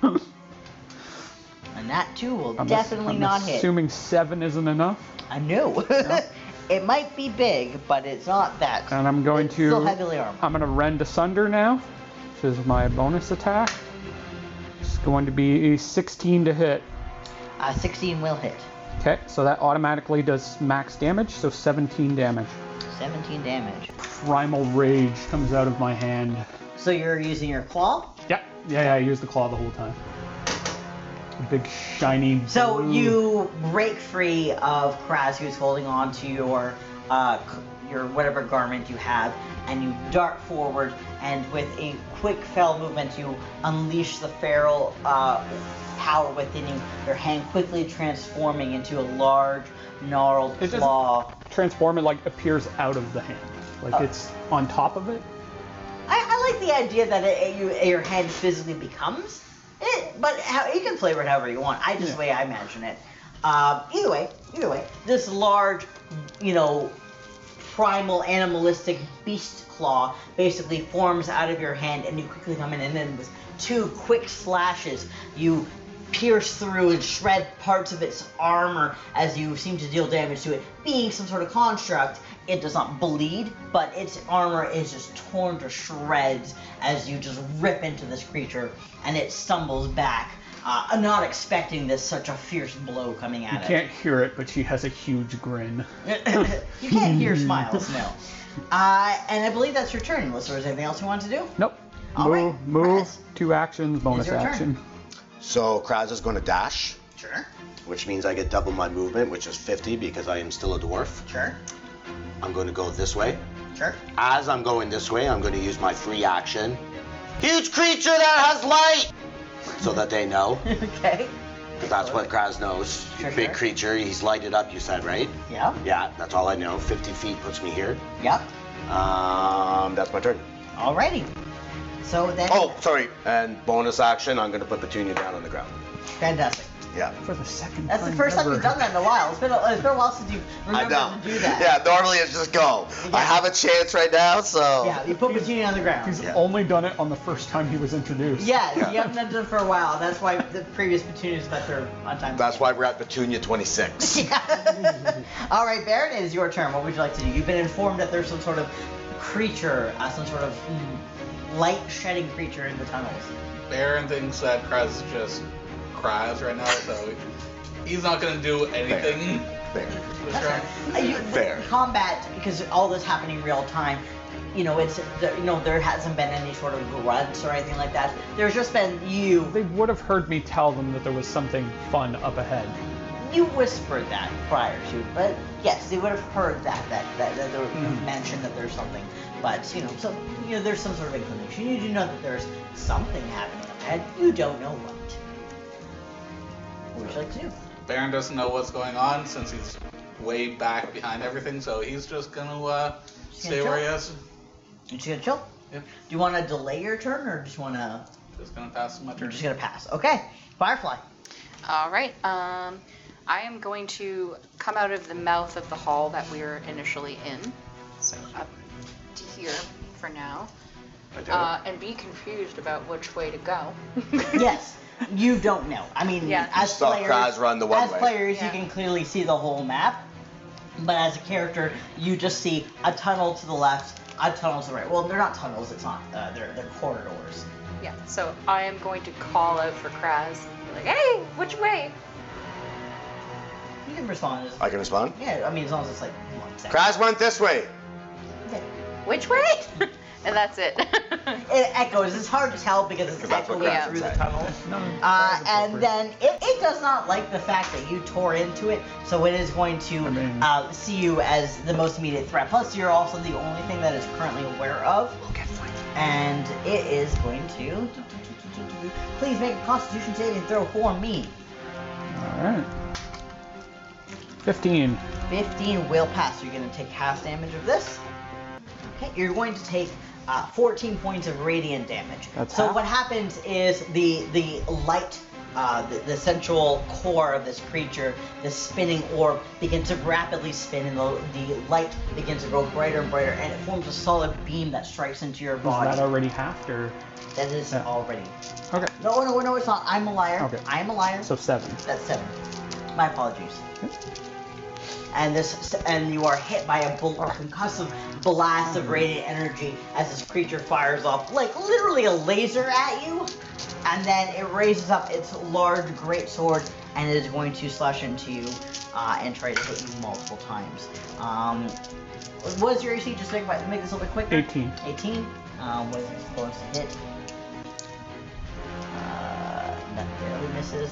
Speaker 1: And that too will
Speaker 2: I'm ass-
Speaker 1: definitely
Speaker 2: I'm
Speaker 1: not
Speaker 2: assuming 7 isn't enough.
Speaker 1: hit. I knew. it might be big, but it's not that.
Speaker 2: And I'm going
Speaker 1: It's
Speaker 2: to.
Speaker 1: still heavily armored.
Speaker 2: I'm going to rend asunder now, which is my bonus attack. It's going to be a 16 to hit.
Speaker 1: Uh, 16 will hit.
Speaker 2: Okay, so that automatically does max damage, so 17 damage.
Speaker 1: 17 damage.
Speaker 2: Primal Rage comes out of my hand.
Speaker 1: So you're using your claw.
Speaker 2: Yeah, yeah, yeah, I used the claw the whole time. Big shiny.
Speaker 1: So
Speaker 2: blue-
Speaker 1: you break free of Kraz, who's holding on to your uh, c- your whatever garment you have, and you dart forward, and with a quick fell movement, you unleash the feral uh, power within you. Your hand quickly transforming into a large, gnarled
Speaker 2: It doesn't-
Speaker 1: claw.
Speaker 2: Transform it like appears out of the hand. Like
Speaker 1: Oh.
Speaker 2: it's on top of it.
Speaker 1: I, I like the idea that it, it- you, your hand physically becomes it, but how, you can flavor it however you want. I just the way I imagine it. Um, either way, either way, this large, you know, primal animalistic beast claw basically forms out of your hand, and you quickly come in, and then with two quick slashes, you pierce through and shred parts of its armor as you seem to deal damage to it. Being some sort of construct, it does not bleed, but its armor is just torn to shreds as you just rip into this creature, and it stumbles back, uh, not expecting this such a fierce blow coming at
Speaker 2: You
Speaker 1: it.
Speaker 2: can't hear it, but she has a huge grin.
Speaker 1: you can't hear smiles, no. Uh, and I believe that's your turn, unless there's anything else you want to do.
Speaker 2: Nope.
Speaker 1: All
Speaker 2: move,
Speaker 1: right,
Speaker 2: move.
Speaker 1: Kraz.
Speaker 2: Two actions, bonus
Speaker 1: your turn.
Speaker 2: action.
Speaker 5: So Kraz is going to dash,
Speaker 1: Sure,
Speaker 5: which means I get double my movement, which is 50 because I am still a dwarf.
Speaker 1: sure,
Speaker 5: I'm going to go this way.
Speaker 1: sure.
Speaker 5: As I'm going this way, I'm going to use my free action. Huge creature that has light! So that they know.
Speaker 1: okay.
Speaker 5: 'cause That's what Kraz knows.
Speaker 1: Sure,
Speaker 5: Big
Speaker 1: sure.
Speaker 5: creature. He's lighted up, you said, right?
Speaker 1: Yep,
Speaker 5: Yeah, that's all I know. 50 feet puts me here.
Speaker 1: yep.
Speaker 5: Um, that's my turn.
Speaker 1: Alrighty. So then,
Speaker 5: Oh, sorry. And bonus action, I'm going to put Petunia down on the ground.
Speaker 1: fantastic.
Speaker 5: Yeah.
Speaker 2: For the second
Speaker 1: That's the first time
Speaker 2: ever.
Speaker 1: you've done that in a while. It's been a, it's been a while since you've
Speaker 5: I
Speaker 1: remembered
Speaker 5: know.
Speaker 1: to do that.
Speaker 5: Yeah, normally it's just go. I
Speaker 1: Yeah.
Speaker 5: have a chance right now, so.
Speaker 1: Yeah, you put Puccini on the ground.
Speaker 2: He's
Speaker 5: Yeah.
Speaker 2: only done it on the first time he was introduced.
Speaker 1: Yeah,
Speaker 5: Yeah.
Speaker 1: you haven't done it for a while. That's why the previous Petunias got their on time.
Speaker 5: That's why we're at Petunia 26.
Speaker 1: Yeah. All right, Baron, it is your turn. What would you like to do? You've been informed that there's some sort of creature, uh, some sort of mm, light-shedding creature in the tunnels.
Speaker 8: Baron thinks that Kraz is just Kraz right now, so he's not gonna do anything.
Speaker 5: There.
Speaker 8: This round.
Speaker 1: Uh, you-
Speaker 5: Fair.
Speaker 1: Combat, because all this happening real time. You know, it's the, you know there hasn't been any sort of grunts or anything like that. There's just been you.
Speaker 2: They would have heard me tell them that there was something fun up ahead.
Speaker 1: You whispered that prior to, but yes, they would have heard that that that, that there was
Speaker 8: Hmm.
Speaker 1: mention that there's something. But you know, so you know, there's some sort of inclination. You do know that there's something happening up ahead. You don't know what. What would you like to do?
Speaker 8: Baron doesn't know what's going on since he's way back behind everything, so he's just gonna uh, stay where he is.
Speaker 1: You just gonna chill?
Speaker 8: Yep.
Speaker 1: Do you want to delay your turn, or just want to?
Speaker 8: Just gonna pass my
Speaker 1: You're
Speaker 8: turn.
Speaker 1: just gonna pass. Okay, Firefly.
Speaker 4: All right. Um, I am going to come out of the mouth of the hall that we were initially in, so up to here for now, uh, and be confused about which way to go.
Speaker 1: yes, you don't know. I mean,
Speaker 4: Yeah.
Speaker 1: as
Speaker 5: saw
Speaker 1: players,
Speaker 5: Kraz run the one
Speaker 1: as
Speaker 5: way.
Speaker 1: players,
Speaker 4: Yeah.
Speaker 1: you can clearly see the whole map, but as a character, you just see a tunnel to the left, a tunnel to the right. Well, they're not tunnels. It's not. Uh, they're they're corridors.
Speaker 4: Yeah. So I am going to call out for Kraz. Like, hey, which way?
Speaker 1: You can respond as.
Speaker 5: I can respond.
Speaker 1: yeah, I mean, as long as it's like one second.
Speaker 5: Kraz went this way.
Speaker 1: Okay.
Speaker 4: Which way? and that's it.
Speaker 1: It echoes. It's hard to tell because it's
Speaker 5: Because that's what
Speaker 1: echoing
Speaker 4: Kraz
Speaker 1: through
Speaker 5: would
Speaker 1: the
Speaker 5: say.
Speaker 1: tunnel.
Speaker 2: No,
Speaker 1: Uh, and then it, it does not like the fact that you tore into it, so it is going to
Speaker 2: mean-
Speaker 1: uh, see you as the most immediate threat. Plus, you're also the only thing that it's currently aware of. And it is going to. Please make a Constitution saving throw for me.
Speaker 2: All right. Fifteen.
Speaker 1: 15 will pass. You're going to take half damage of this. Okay, you're going to take uh, 14 points of radiant damage.
Speaker 2: That's
Speaker 1: so
Speaker 2: half.
Speaker 1: what happens is the the light, uh, the, the central core of this creature, this spinning orb, begins to rapidly spin, and the, the light begins to grow brighter and brighter, and it forms a solid beam that strikes into your
Speaker 2: Was
Speaker 1: body.
Speaker 2: that already halved or?
Speaker 1: that is
Speaker 2: Yeah.
Speaker 1: already.
Speaker 2: Okay.
Speaker 1: No, no, no, it's not. I'm a liar.
Speaker 2: Okay.
Speaker 1: I'm a liar.
Speaker 2: So seven.
Speaker 1: That's seven. My apologies. And this, and you are hit by a, bl- a concussive blast of radiant energy as this creature fires off, like literally a laser at you. And then it raises up its large great sword and it is going to slash into you uh, and try to hit you multiple times. Um, what is your AC? Just make, my- make this a little bit quicker.
Speaker 2: 18.
Speaker 1: 18. Um, what is it supposed to hit? Uh, that barely misses.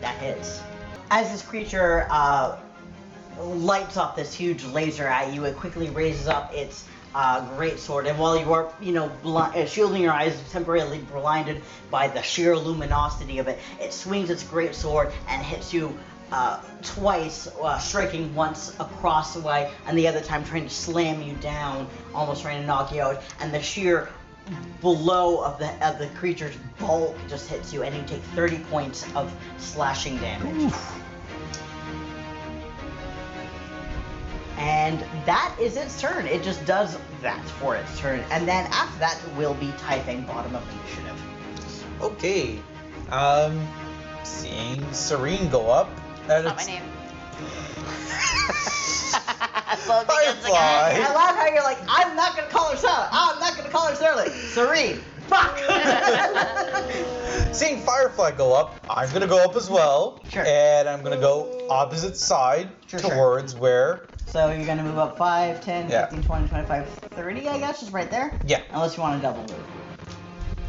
Speaker 1: That hits. As this creature uh, lights off this huge laser at you, it quickly raises up its uh, great sword, and while you are, you know, bli- uh, shielding your eyes, temporarily blinded by the sheer luminosity of it, it swings its great sword and hits you. Uh, twice, uh, striking once across the way, and the other time trying to slam you down, almost trying to knock you out. And the sheer below of the of the creature's bulk just hits you, and you take 30 points of slashing damage. And that is its turn. It just does that for its turn, and then after that will be Typhang bottom of initiative.
Speaker 6: Okay. Um, seeing Serene go up. That
Speaker 4: That's not my
Speaker 6: it's-
Speaker 4: name.
Speaker 1: And I
Speaker 6: Firefly.
Speaker 1: love how you're like, I'm not gonna call her Sarah. I'm not gonna call her Sterling. Serene. Fuck.
Speaker 6: Seeing Firefly go up, I'm gonna go up as well.
Speaker 1: Sure.
Speaker 6: And I'm gonna go opposite side
Speaker 1: Sure, sure.
Speaker 6: towards where.
Speaker 1: so you're gonna move up 5, 10,
Speaker 6: Yeah.
Speaker 1: 15, 20, 25, 30, I guess, just right there.
Speaker 6: Yeah.
Speaker 1: Unless you want to double move.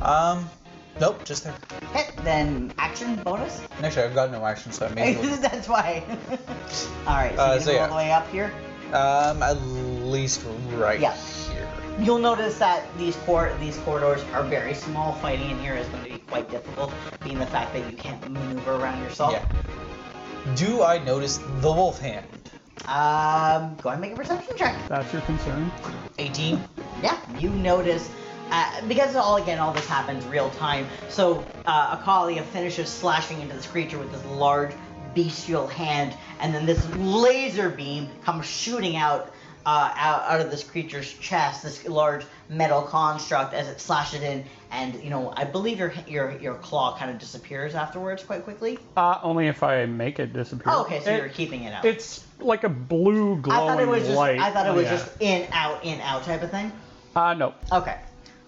Speaker 6: Um. Nope, just there.
Speaker 1: Okay, then action bonus.
Speaker 6: And Actually, I've got no action, so I may. as well-
Speaker 1: That's why. All right, so
Speaker 6: Uh,
Speaker 1: you can
Speaker 6: so
Speaker 1: go
Speaker 6: yeah.
Speaker 1: all the way up here.
Speaker 6: um, at least right
Speaker 1: Yeah.
Speaker 6: here.
Speaker 1: You'll notice that these cor- these corridors are very small. Fighting in here is going to be quite difficult, being the fact that you can't maneuver around yourself.
Speaker 6: Yeah. Do I notice the wolf hand?
Speaker 1: Um, go ahead and make a perception check.
Speaker 2: That's your concern.
Speaker 6: 18.
Speaker 1: Yeah, you notice Uh, because all again, all this happens real time. So uh, Akalia finishes slashing into this creature with this large bestial hand, and then this laser beam comes shooting out. Uh, out, out of this creature's chest, this large metal construct, as it slashes in, and you know, I believe your your your claw kind of disappears afterwards quite quickly.
Speaker 2: Uh, only if I make it disappear.
Speaker 1: Oh, okay, so
Speaker 2: It-
Speaker 1: you're keeping it up.
Speaker 2: It's like a blue
Speaker 1: I
Speaker 2: glowing
Speaker 1: thought it was just
Speaker 2: light.
Speaker 1: I thought it was
Speaker 2: Yeah.
Speaker 1: just in out in out type of thing.
Speaker 2: Uh, no.
Speaker 1: Okay.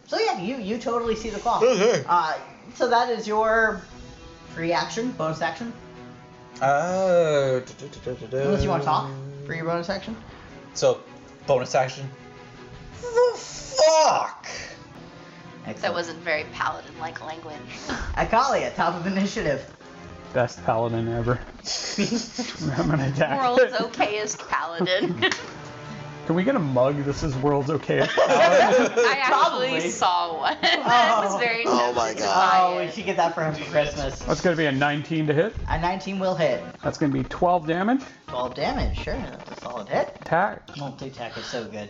Speaker 1: So yeah, you you totally see the claw. Uh, so that is your free action, bonus action.
Speaker 6: Oh.
Speaker 1: Unless you want to talk for your bonus action.
Speaker 6: So, bonus action. The fuck?
Speaker 4: That
Speaker 1: Excellent.
Speaker 4: wasn't very paladin-like language.
Speaker 1: Akalia, top of initiative.
Speaker 2: Best paladin ever. I'm gonna attack.
Speaker 4: World's
Speaker 2: it.
Speaker 4: okayest paladin.
Speaker 2: Can we get a mug? This is world's okay.
Speaker 4: I actually
Speaker 1: Probably.
Speaker 4: saw one. I was very
Speaker 5: Oh my
Speaker 4: tempted to
Speaker 5: God.
Speaker 4: buy
Speaker 1: Oh, we
Speaker 4: it.
Speaker 1: should get that for him for Christmas.
Speaker 2: That's gonna be a 19 to hit.
Speaker 1: A 19 will hit.
Speaker 2: That's gonna be 12 damage.
Speaker 1: 12 damage, sure. That's a solid hit.
Speaker 2: Attack.
Speaker 1: Multi-attack is so good.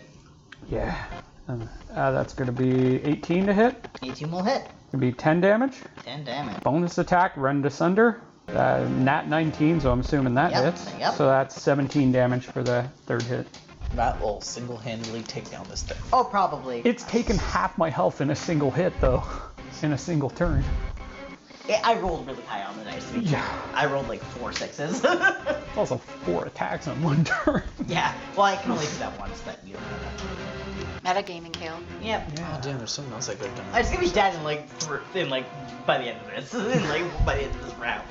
Speaker 2: Yeah. Um, Uh, that's gonna be 18 to hit.
Speaker 1: 18 will hit.
Speaker 2: Gonna be 10 damage.
Speaker 1: 10 damage.
Speaker 2: Bonus attack, rend asunder. Uh, nat 19, so I'm assuming that
Speaker 1: Yep,
Speaker 2: hits.
Speaker 1: yep.
Speaker 2: So that's 17 damage for the third hit.
Speaker 6: That will single-handedly take down this thing.
Speaker 1: Oh, probably.
Speaker 2: It's taken half my health in a single hit, though. In a single turn.
Speaker 1: I- I rolled really high on the dice. To be
Speaker 2: Yeah.
Speaker 1: sure. I rolled like four sixes.
Speaker 2: It's also four attacks on one turn.
Speaker 1: yeah. Well, I can only do that once, but you don't know that.
Speaker 4: Metagaming kill.
Speaker 1: Yep.
Speaker 6: Oh damn, there's something else I could have done.
Speaker 1: It's gonna be dead in like thr- in like by the end of this, in like by the end of this round.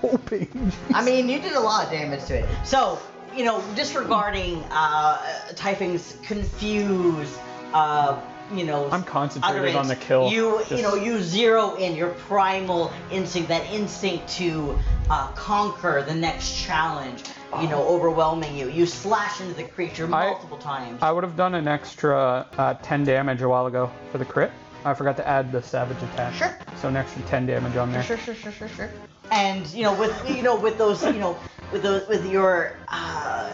Speaker 2: Hoping.
Speaker 1: I mean, you did a lot of damage to it. So, you know, disregarding uh, Typhing's confused, uh, you know,
Speaker 2: I'm concentrated
Speaker 1: utterance,
Speaker 2: on the kill.
Speaker 1: You, you
Speaker 2: Just-
Speaker 1: know, you zero in your primal instinct, that instinct to uh, conquer the next challenge. You know, overwhelming you. You slash into the creature
Speaker 2: Oh. I-
Speaker 1: multiple times.
Speaker 2: I would have done an extra uh, 10 damage a while ago for the crit. I forgot to add the savage attack.
Speaker 1: Sure.
Speaker 2: So an extra 10 damage on there.
Speaker 1: Sure, sure, sure, sure, sure. And you know, with you know, with those, you know, with those, with your, uh,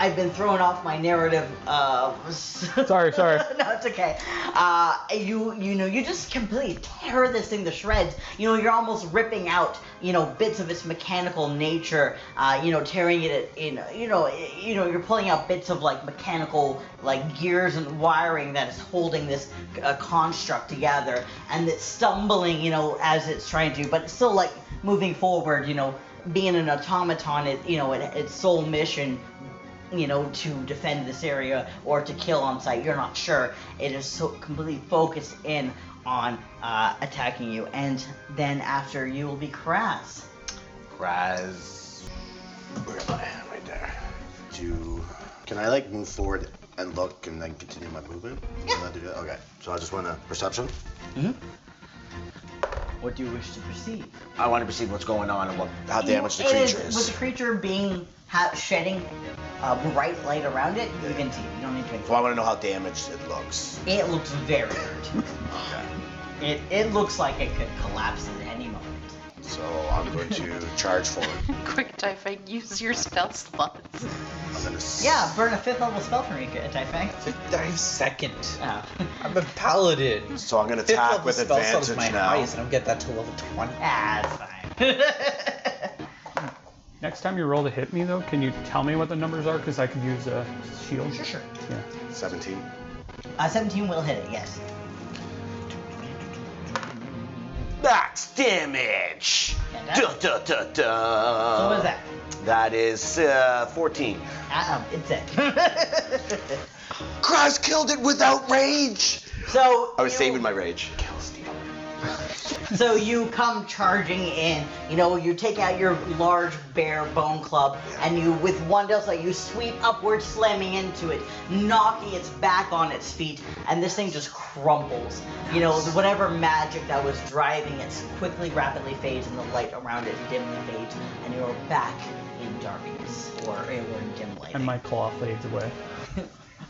Speaker 1: I've been thrown off my narrative. Uh,
Speaker 2: Sorry, sorry.
Speaker 1: no, it's okay. Uh, you you know, you just completely tear this thing to shreds. You know, you're almost ripping out, you know, bits of its mechanical nature. Uh, you know, tearing it in. You know, you know, you're pulling out bits of like mechanical like gears and wiring that is holding this uh, construct together, and it's stumbling, you know, as it's trying to, but it's still like moving forward. You know, being an automaton, it you know, it, its sole mission you know, to defend this area or to kill on sight. You're not sure. It is so completely focused in on uh, attacking you, and then after you will be Kras.
Speaker 5: Raz. Where am I? Right there. Do can I like move forward and look and then continue my movement?
Speaker 1: Yeah.
Speaker 5: Can I do that? Okay. So I just want to perception.
Speaker 1: What do you wish to perceive?
Speaker 5: I want to perceive what's going on and what how damaged the
Speaker 1: It is-
Speaker 5: creature is.
Speaker 1: With the creature being ha- shedding uh, bright light around it, you can see. You don't need to make.
Speaker 5: So I want to know how damaged it looks.
Speaker 1: It looks very hurt. It it looks like it could collapse at any moment.
Speaker 5: So I'm going to charge forward.
Speaker 4: Quick typing, use your spell slots.
Speaker 5: I'm gonna. s-
Speaker 1: Yeah, burn a fifth level spell for me, Typhang.
Speaker 6: I have second.
Speaker 1: Oh.
Speaker 6: I'm a paladin.
Speaker 5: So I'm gonna
Speaker 6: Fifth
Speaker 5: attack
Speaker 6: level
Speaker 5: with
Speaker 6: spell slot is
Speaker 5: advantage
Speaker 6: my
Speaker 5: now.
Speaker 6: highest, and I don't get that till level 20.
Speaker 1: Ah, it's fine.
Speaker 2: Next time you roll to hit me, though, can you tell me what the numbers are? Because I could use a shield.
Speaker 1: sure, sure.
Speaker 2: Yeah.
Speaker 5: 17.
Speaker 1: Uh, 17 will hit it, yes.
Speaker 5: That's damage. Duh,
Speaker 1: Fantastic.
Speaker 5: duh, duh, duh. Uh.
Speaker 1: So what is that?
Speaker 5: That is uh, 14.
Speaker 1: Uh, it's it.
Speaker 5: Kras killed it without rage.
Speaker 1: so
Speaker 5: I was
Speaker 1: you-
Speaker 5: saving my rage.
Speaker 1: So you come charging in. You know, you take out your large bare bone club, and you, with one del slice, you sweep upward, slamming into it, knocking its back on its feet, and this thing just crumbles. You know, whatever magic that was driving it quickly, rapidly fades, and the light around it dimly fades, and you're back in darkness or, or in dim light.
Speaker 2: And my claw fades away.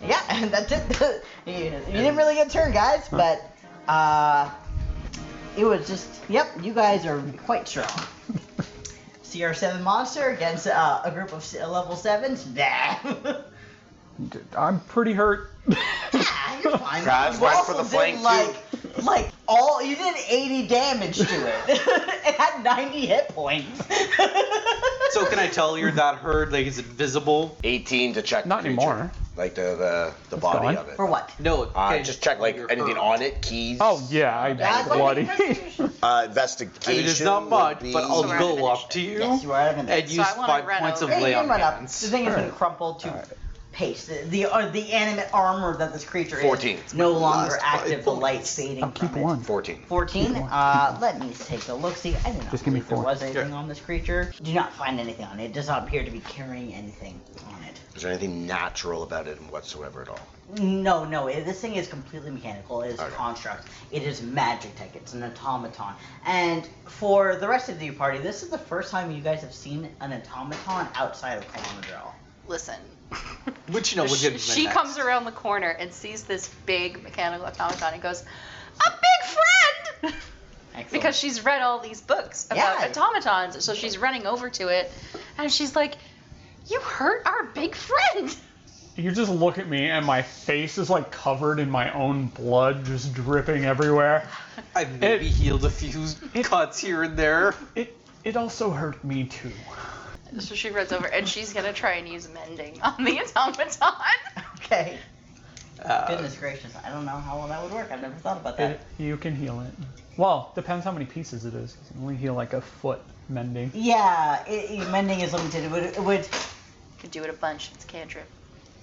Speaker 1: Yeah, and that's it. you, you didn't really get a turn, guys, but uh, it was just. Yep, you guys are quite strong. CR7 monster against uh, a group of s- level sevens. Nah.
Speaker 2: I'm pretty hurt.
Speaker 1: Ah, you're fine.
Speaker 5: Kraz
Speaker 1: you
Speaker 5: went
Speaker 1: also
Speaker 5: for the flank,
Speaker 1: did
Speaker 5: too.
Speaker 1: like, like all you did 80 damage to it. it had 90 hit points.
Speaker 6: So can I tell you're not hurt? Like, is it visible?
Speaker 5: 18 to check.
Speaker 2: Not
Speaker 5: the creature.
Speaker 2: anymore.
Speaker 5: Like the the, the body
Speaker 2: gone.
Speaker 5: of it.
Speaker 1: For what?
Speaker 6: No.
Speaker 5: Uh,
Speaker 6: okay,
Speaker 5: just check like
Speaker 6: you're
Speaker 5: anything
Speaker 6: hurt.
Speaker 5: on it, keys.
Speaker 2: Oh yeah, I
Speaker 1: That's
Speaker 2: bloody.
Speaker 5: Uh, investigation.
Speaker 6: I mean, it's not much,
Speaker 5: would be-
Speaker 6: but I'll
Speaker 4: So we're out of
Speaker 6: go up to
Speaker 4: initiative.
Speaker 6: you
Speaker 1: Yes, you are out of
Speaker 6: and
Speaker 1: initiative.
Speaker 6: use
Speaker 4: I wanna
Speaker 6: five
Speaker 4: run
Speaker 6: points
Speaker 4: over.
Speaker 6: of
Speaker 1: Hey,
Speaker 6: lay
Speaker 1: you
Speaker 6: on
Speaker 1: run up. The
Speaker 6: hands.
Speaker 1: thing has been crumpled to paste. The the, uh, the animate armor that this creature is
Speaker 5: 14.
Speaker 1: no longer
Speaker 6: Lost by
Speaker 1: active. The light fading.
Speaker 2: I'll keep
Speaker 1: from it.
Speaker 2: one.
Speaker 5: 14.
Speaker 1: 14. Uh, let me take a look. See, I did not
Speaker 2: Just give me
Speaker 1: believe there
Speaker 2: four.
Speaker 1: was anything on this creature. Do not find anything on it. It does not appear to be carrying anything on it.
Speaker 5: Is there anything natural about it whatsoever at all?
Speaker 1: No, no. It, this thing is completely mechanical. It is a
Speaker 5: Okay.
Speaker 1: construct. It is magic tech. It's an automaton. And for the rest of the party, this is the first time you guys have seen an automaton outside of Chronomodrel.
Speaker 4: Listen.
Speaker 6: Which you know, we're
Speaker 4: she
Speaker 6: good.
Speaker 4: she comes around the corner and sees this big mechanical automaton and goes, "A big friend!"
Speaker 1: Excellent.
Speaker 4: Because she's read all these books about
Speaker 1: Yeah.
Speaker 4: automatons, so she's running over to it, and she's like, "You hurt our big friend!"
Speaker 2: You just look at me, and my face is like covered in my own blood, just dripping everywhere.
Speaker 6: I maybe
Speaker 2: It-
Speaker 6: healed a few cuts here and there.
Speaker 2: It it also hurt me too.
Speaker 4: So she runs over and she's gonna try and use mending on the automaton.
Speaker 1: Okay.
Speaker 6: Uh,
Speaker 1: Goodness gracious, I don't know how well that would work. I've never thought about that.
Speaker 2: It, you can heal it. Well, depends how many pieces it is. You can only heal like a foot mending.
Speaker 1: Yeah, it, it- mending is limited. It would, it would,
Speaker 4: Could do it a bunch. It's a cantrip.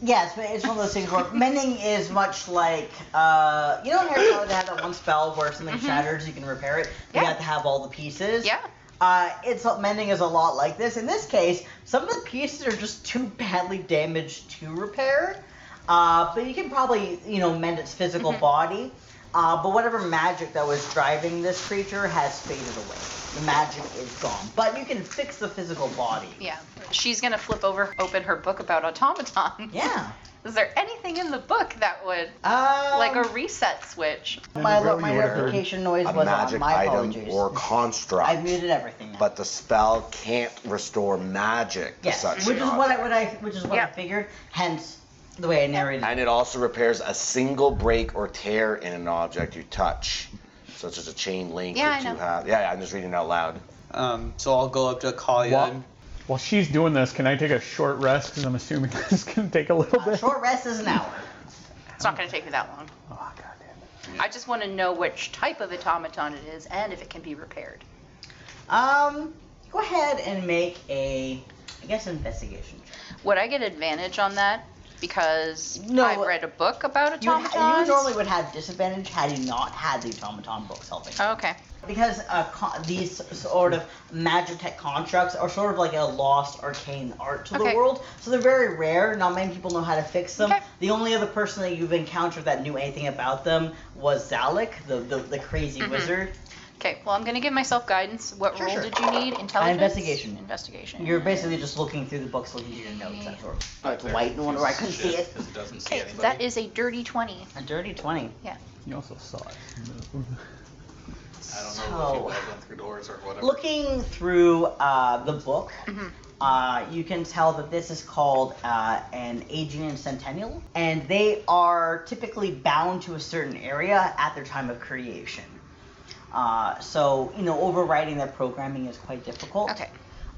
Speaker 1: yes, but it's one of those things where mending is much like, uh, you know, in Harry Potter they have that one spell where something shatters, you can repair it. You
Speaker 4: Mm-hmm. Yeah.
Speaker 1: have to have all the pieces.
Speaker 4: Yeah.
Speaker 1: Uh, it's mending is a lot like this. In this case, some of the pieces are just too badly damaged to repair. Uh, but you can probably, you know, mend its physical
Speaker 4: Mm-hmm.
Speaker 1: body. Uh, but whatever magic that was driving this creature has faded away. The magic is gone. But you can fix the physical body.
Speaker 4: Yeah. She's gonna flip over, open her book about automatons.
Speaker 1: Yeah.
Speaker 4: Is there anything in the book that would
Speaker 1: Um,
Speaker 4: Uh, like a reset switch?
Speaker 1: my,
Speaker 2: Really
Speaker 1: my
Speaker 2: would have heard.
Speaker 1: replication noise
Speaker 5: A
Speaker 1: was on.
Speaker 5: magic
Speaker 1: My
Speaker 5: item
Speaker 1: apologies.
Speaker 5: or construct.
Speaker 1: I muted everything. Now.
Speaker 5: But the spell can't restore magic to
Speaker 1: yes,
Speaker 5: such
Speaker 1: which
Speaker 5: an
Speaker 1: is what I,
Speaker 5: object.
Speaker 1: what I which is what I
Speaker 4: Yeah.
Speaker 1: figured. Hence the way I narrated.
Speaker 5: And it also repairs a single break or tear in an object you touch, such as a chain link
Speaker 4: Yeah,
Speaker 5: or
Speaker 4: I
Speaker 5: two
Speaker 4: know.
Speaker 5: halves. Yeah, yeah, I'm just reading out loud.
Speaker 6: um, so I'll go up to Kalia.
Speaker 2: What?
Speaker 6: and-
Speaker 2: While she's doing this, can I take a short rest? Because I'm assuming this can take a little
Speaker 1: A
Speaker 2: bit.
Speaker 1: short rest is an hour.
Speaker 4: It's not gonna take me that long.
Speaker 2: Oh, God damn
Speaker 4: I just want to know which type of automaton it is and if it can be repaired.
Speaker 1: Um, go ahead and make a, I guess, investigation. check.
Speaker 4: Would I get advantage on that because
Speaker 1: No,
Speaker 4: I read a book about
Speaker 1: You, would ha- you
Speaker 4: automatons?
Speaker 1: normally would have disadvantage had you not had the automaton books helping.
Speaker 4: okay.
Speaker 1: Because uh, con- these sort of magic tech constructs are sort of like a lost arcane art to the
Speaker 4: Okay.
Speaker 1: world, so they're very rare. Not many people know how to fix them.
Speaker 4: Okay.
Speaker 1: The only other person that you've encountered that knew anything about them was Zalek, the the, the crazy
Speaker 4: Mm-hmm.
Speaker 1: wizard.
Speaker 4: Okay. Well, I'm gonna give myself guidance. What
Speaker 1: Sure,
Speaker 4: role
Speaker 1: sure.
Speaker 4: did you need? Intelligence.
Speaker 1: investigation.
Speaker 4: Investigation.
Speaker 1: You're basically just looking through the books, looking through your notes, that sort of
Speaker 8: Right there.
Speaker 1: white and one where I couldn't
Speaker 8: Shit,
Speaker 1: see it.
Speaker 8: 'cause it doesn't see
Speaker 4: Okay,
Speaker 8: anybody.
Speaker 4: that is a dirty 20.
Speaker 1: a dirty twenty.
Speaker 2: it. You also saw it.
Speaker 8: I don't know
Speaker 1: so-
Speaker 8: if people have gone through doors or whatever.
Speaker 1: Looking through uh, the book,
Speaker 4: Mhm.
Speaker 1: uh, you can tell that this is called uh, an Aegean Centennial, and they are typically bound to a certain area at their time of creation. Uh, so, you know, overriding their programming is quite difficult.
Speaker 4: Okay.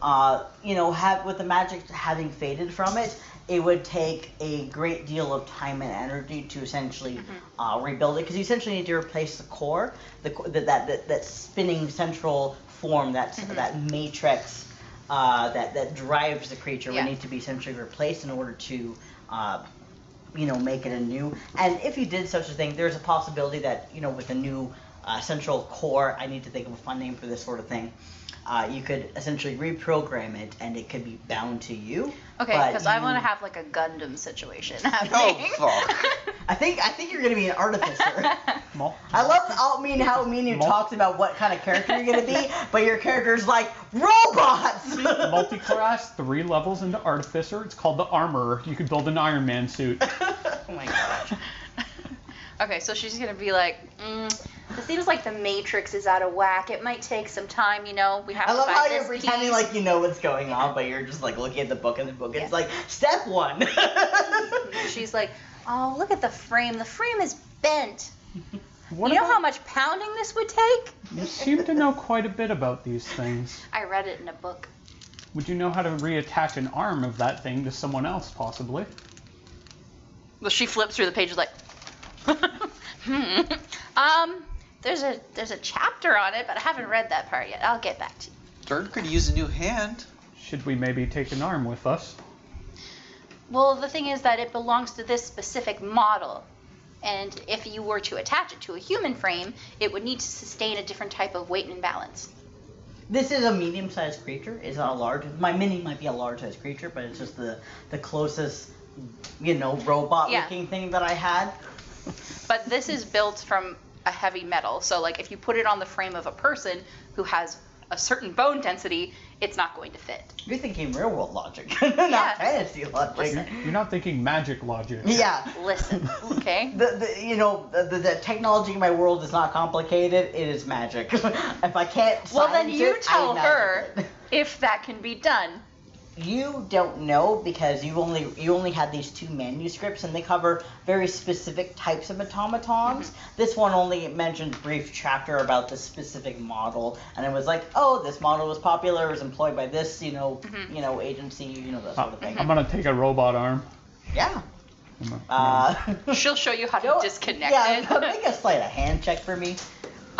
Speaker 1: Uh, you know, have, with the magic having faded from it, it would take a great deal of time and energy to essentially uh, rebuild it because you essentially need to replace the core, the, co- that, that that that spinning central form, that that matrix uh, that that drives the creature
Speaker 4: Yeah.
Speaker 1: would need to be essentially replaced in order to. Uh, you know, make it anew. And if you did such a thing, there's a possibility that, you know, with a new uh, central core, I need to think of a fun name for this sort of thing, uh, you could essentially reprogram it and it could be bound to you.
Speaker 4: Okay,
Speaker 1: but
Speaker 4: because I
Speaker 1: you-
Speaker 4: want to have like a Gundam situation happening.
Speaker 1: I think I think you're gonna be an artificer.
Speaker 2: Small.
Speaker 1: I love how mean how mean you
Speaker 2: Mul-
Speaker 1: talked about what kind of character you're gonna be, but your character's like robots.
Speaker 2: Multi-class, three levels into artificer. It's called the armorer. You could build an Iron Man suit.
Speaker 1: oh my gosh.
Speaker 4: okay, so she's gonna be like, mm, "It seems like the Matrix is out of whack. It might take some time. You know, we have
Speaker 1: I
Speaker 4: to
Speaker 1: love
Speaker 4: buy
Speaker 1: how
Speaker 4: this
Speaker 1: you're pretending
Speaker 4: piece.
Speaker 1: like you know what's going on, but you're just like looking at the book and the book. It's
Speaker 4: Yeah.
Speaker 1: like step one.
Speaker 4: She's like,
Speaker 9: Oh, look at the frame. The frame is bent.
Speaker 2: What
Speaker 9: you know
Speaker 2: about-
Speaker 9: how much pounding this would take?
Speaker 2: you seem to know quite a bit about these things.
Speaker 9: I read it in a book.
Speaker 2: Would you know how to reattach an arm of that thing to someone else, possibly?
Speaker 4: Well, she flips through the pages like, hmm.
Speaker 9: Um, there's a there's a chapter on it, but I haven't read that part yet. I'll get back to you.
Speaker 6: Dern could use a new hand.
Speaker 2: Should we maybe take an arm with us?
Speaker 9: Well, the thing is that it belongs to this specific model. And if you were to attach it to a human frame, it would need to sustain a different type of weight and balance.
Speaker 1: This is a medium-sized creature. It's not a large. My mini might be a large-sized creature, but it's just the the closest, you know, robot-looking thing that I had.
Speaker 4: But this is built from a heavy metal. So, like, if you put it on the frame of a person who has a certain bone density, it's not going to fit.
Speaker 1: You're thinking real world logic, not
Speaker 4: Yeah.
Speaker 1: fantasy logic.
Speaker 2: You're, you're not thinking magic logic.
Speaker 1: Yeah.
Speaker 4: Listen, okay?
Speaker 1: The, the, you know the, the, the technology in my world is not complicated. It is magic. if I can't,
Speaker 4: Well, then
Speaker 1: science
Speaker 4: you
Speaker 1: it, I
Speaker 4: tell
Speaker 1: magic
Speaker 4: her
Speaker 1: it.
Speaker 4: if that can be done.
Speaker 1: You don't know because you only you only had these two manuscripts and they cover very specific types of automatons. This one only mentioned brief chapter about this specific model and it was like, oh, this model was popular, was employed by this, you know, you know, agency, you know, that sort
Speaker 2: Uh,
Speaker 1: of thing.
Speaker 2: I'm gonna take a robot arm.
Speaker 1: Yeah.
Speaker 2: I'm gonna-
Speaker 1: Uh,
Speaker 4: She'll show you how to
Speaker 1: don't-
Speaker 4: disconnect
Speaker 1: Yeah,
Speaker 4: it.
Speaker 1: make a slight a hand check for me.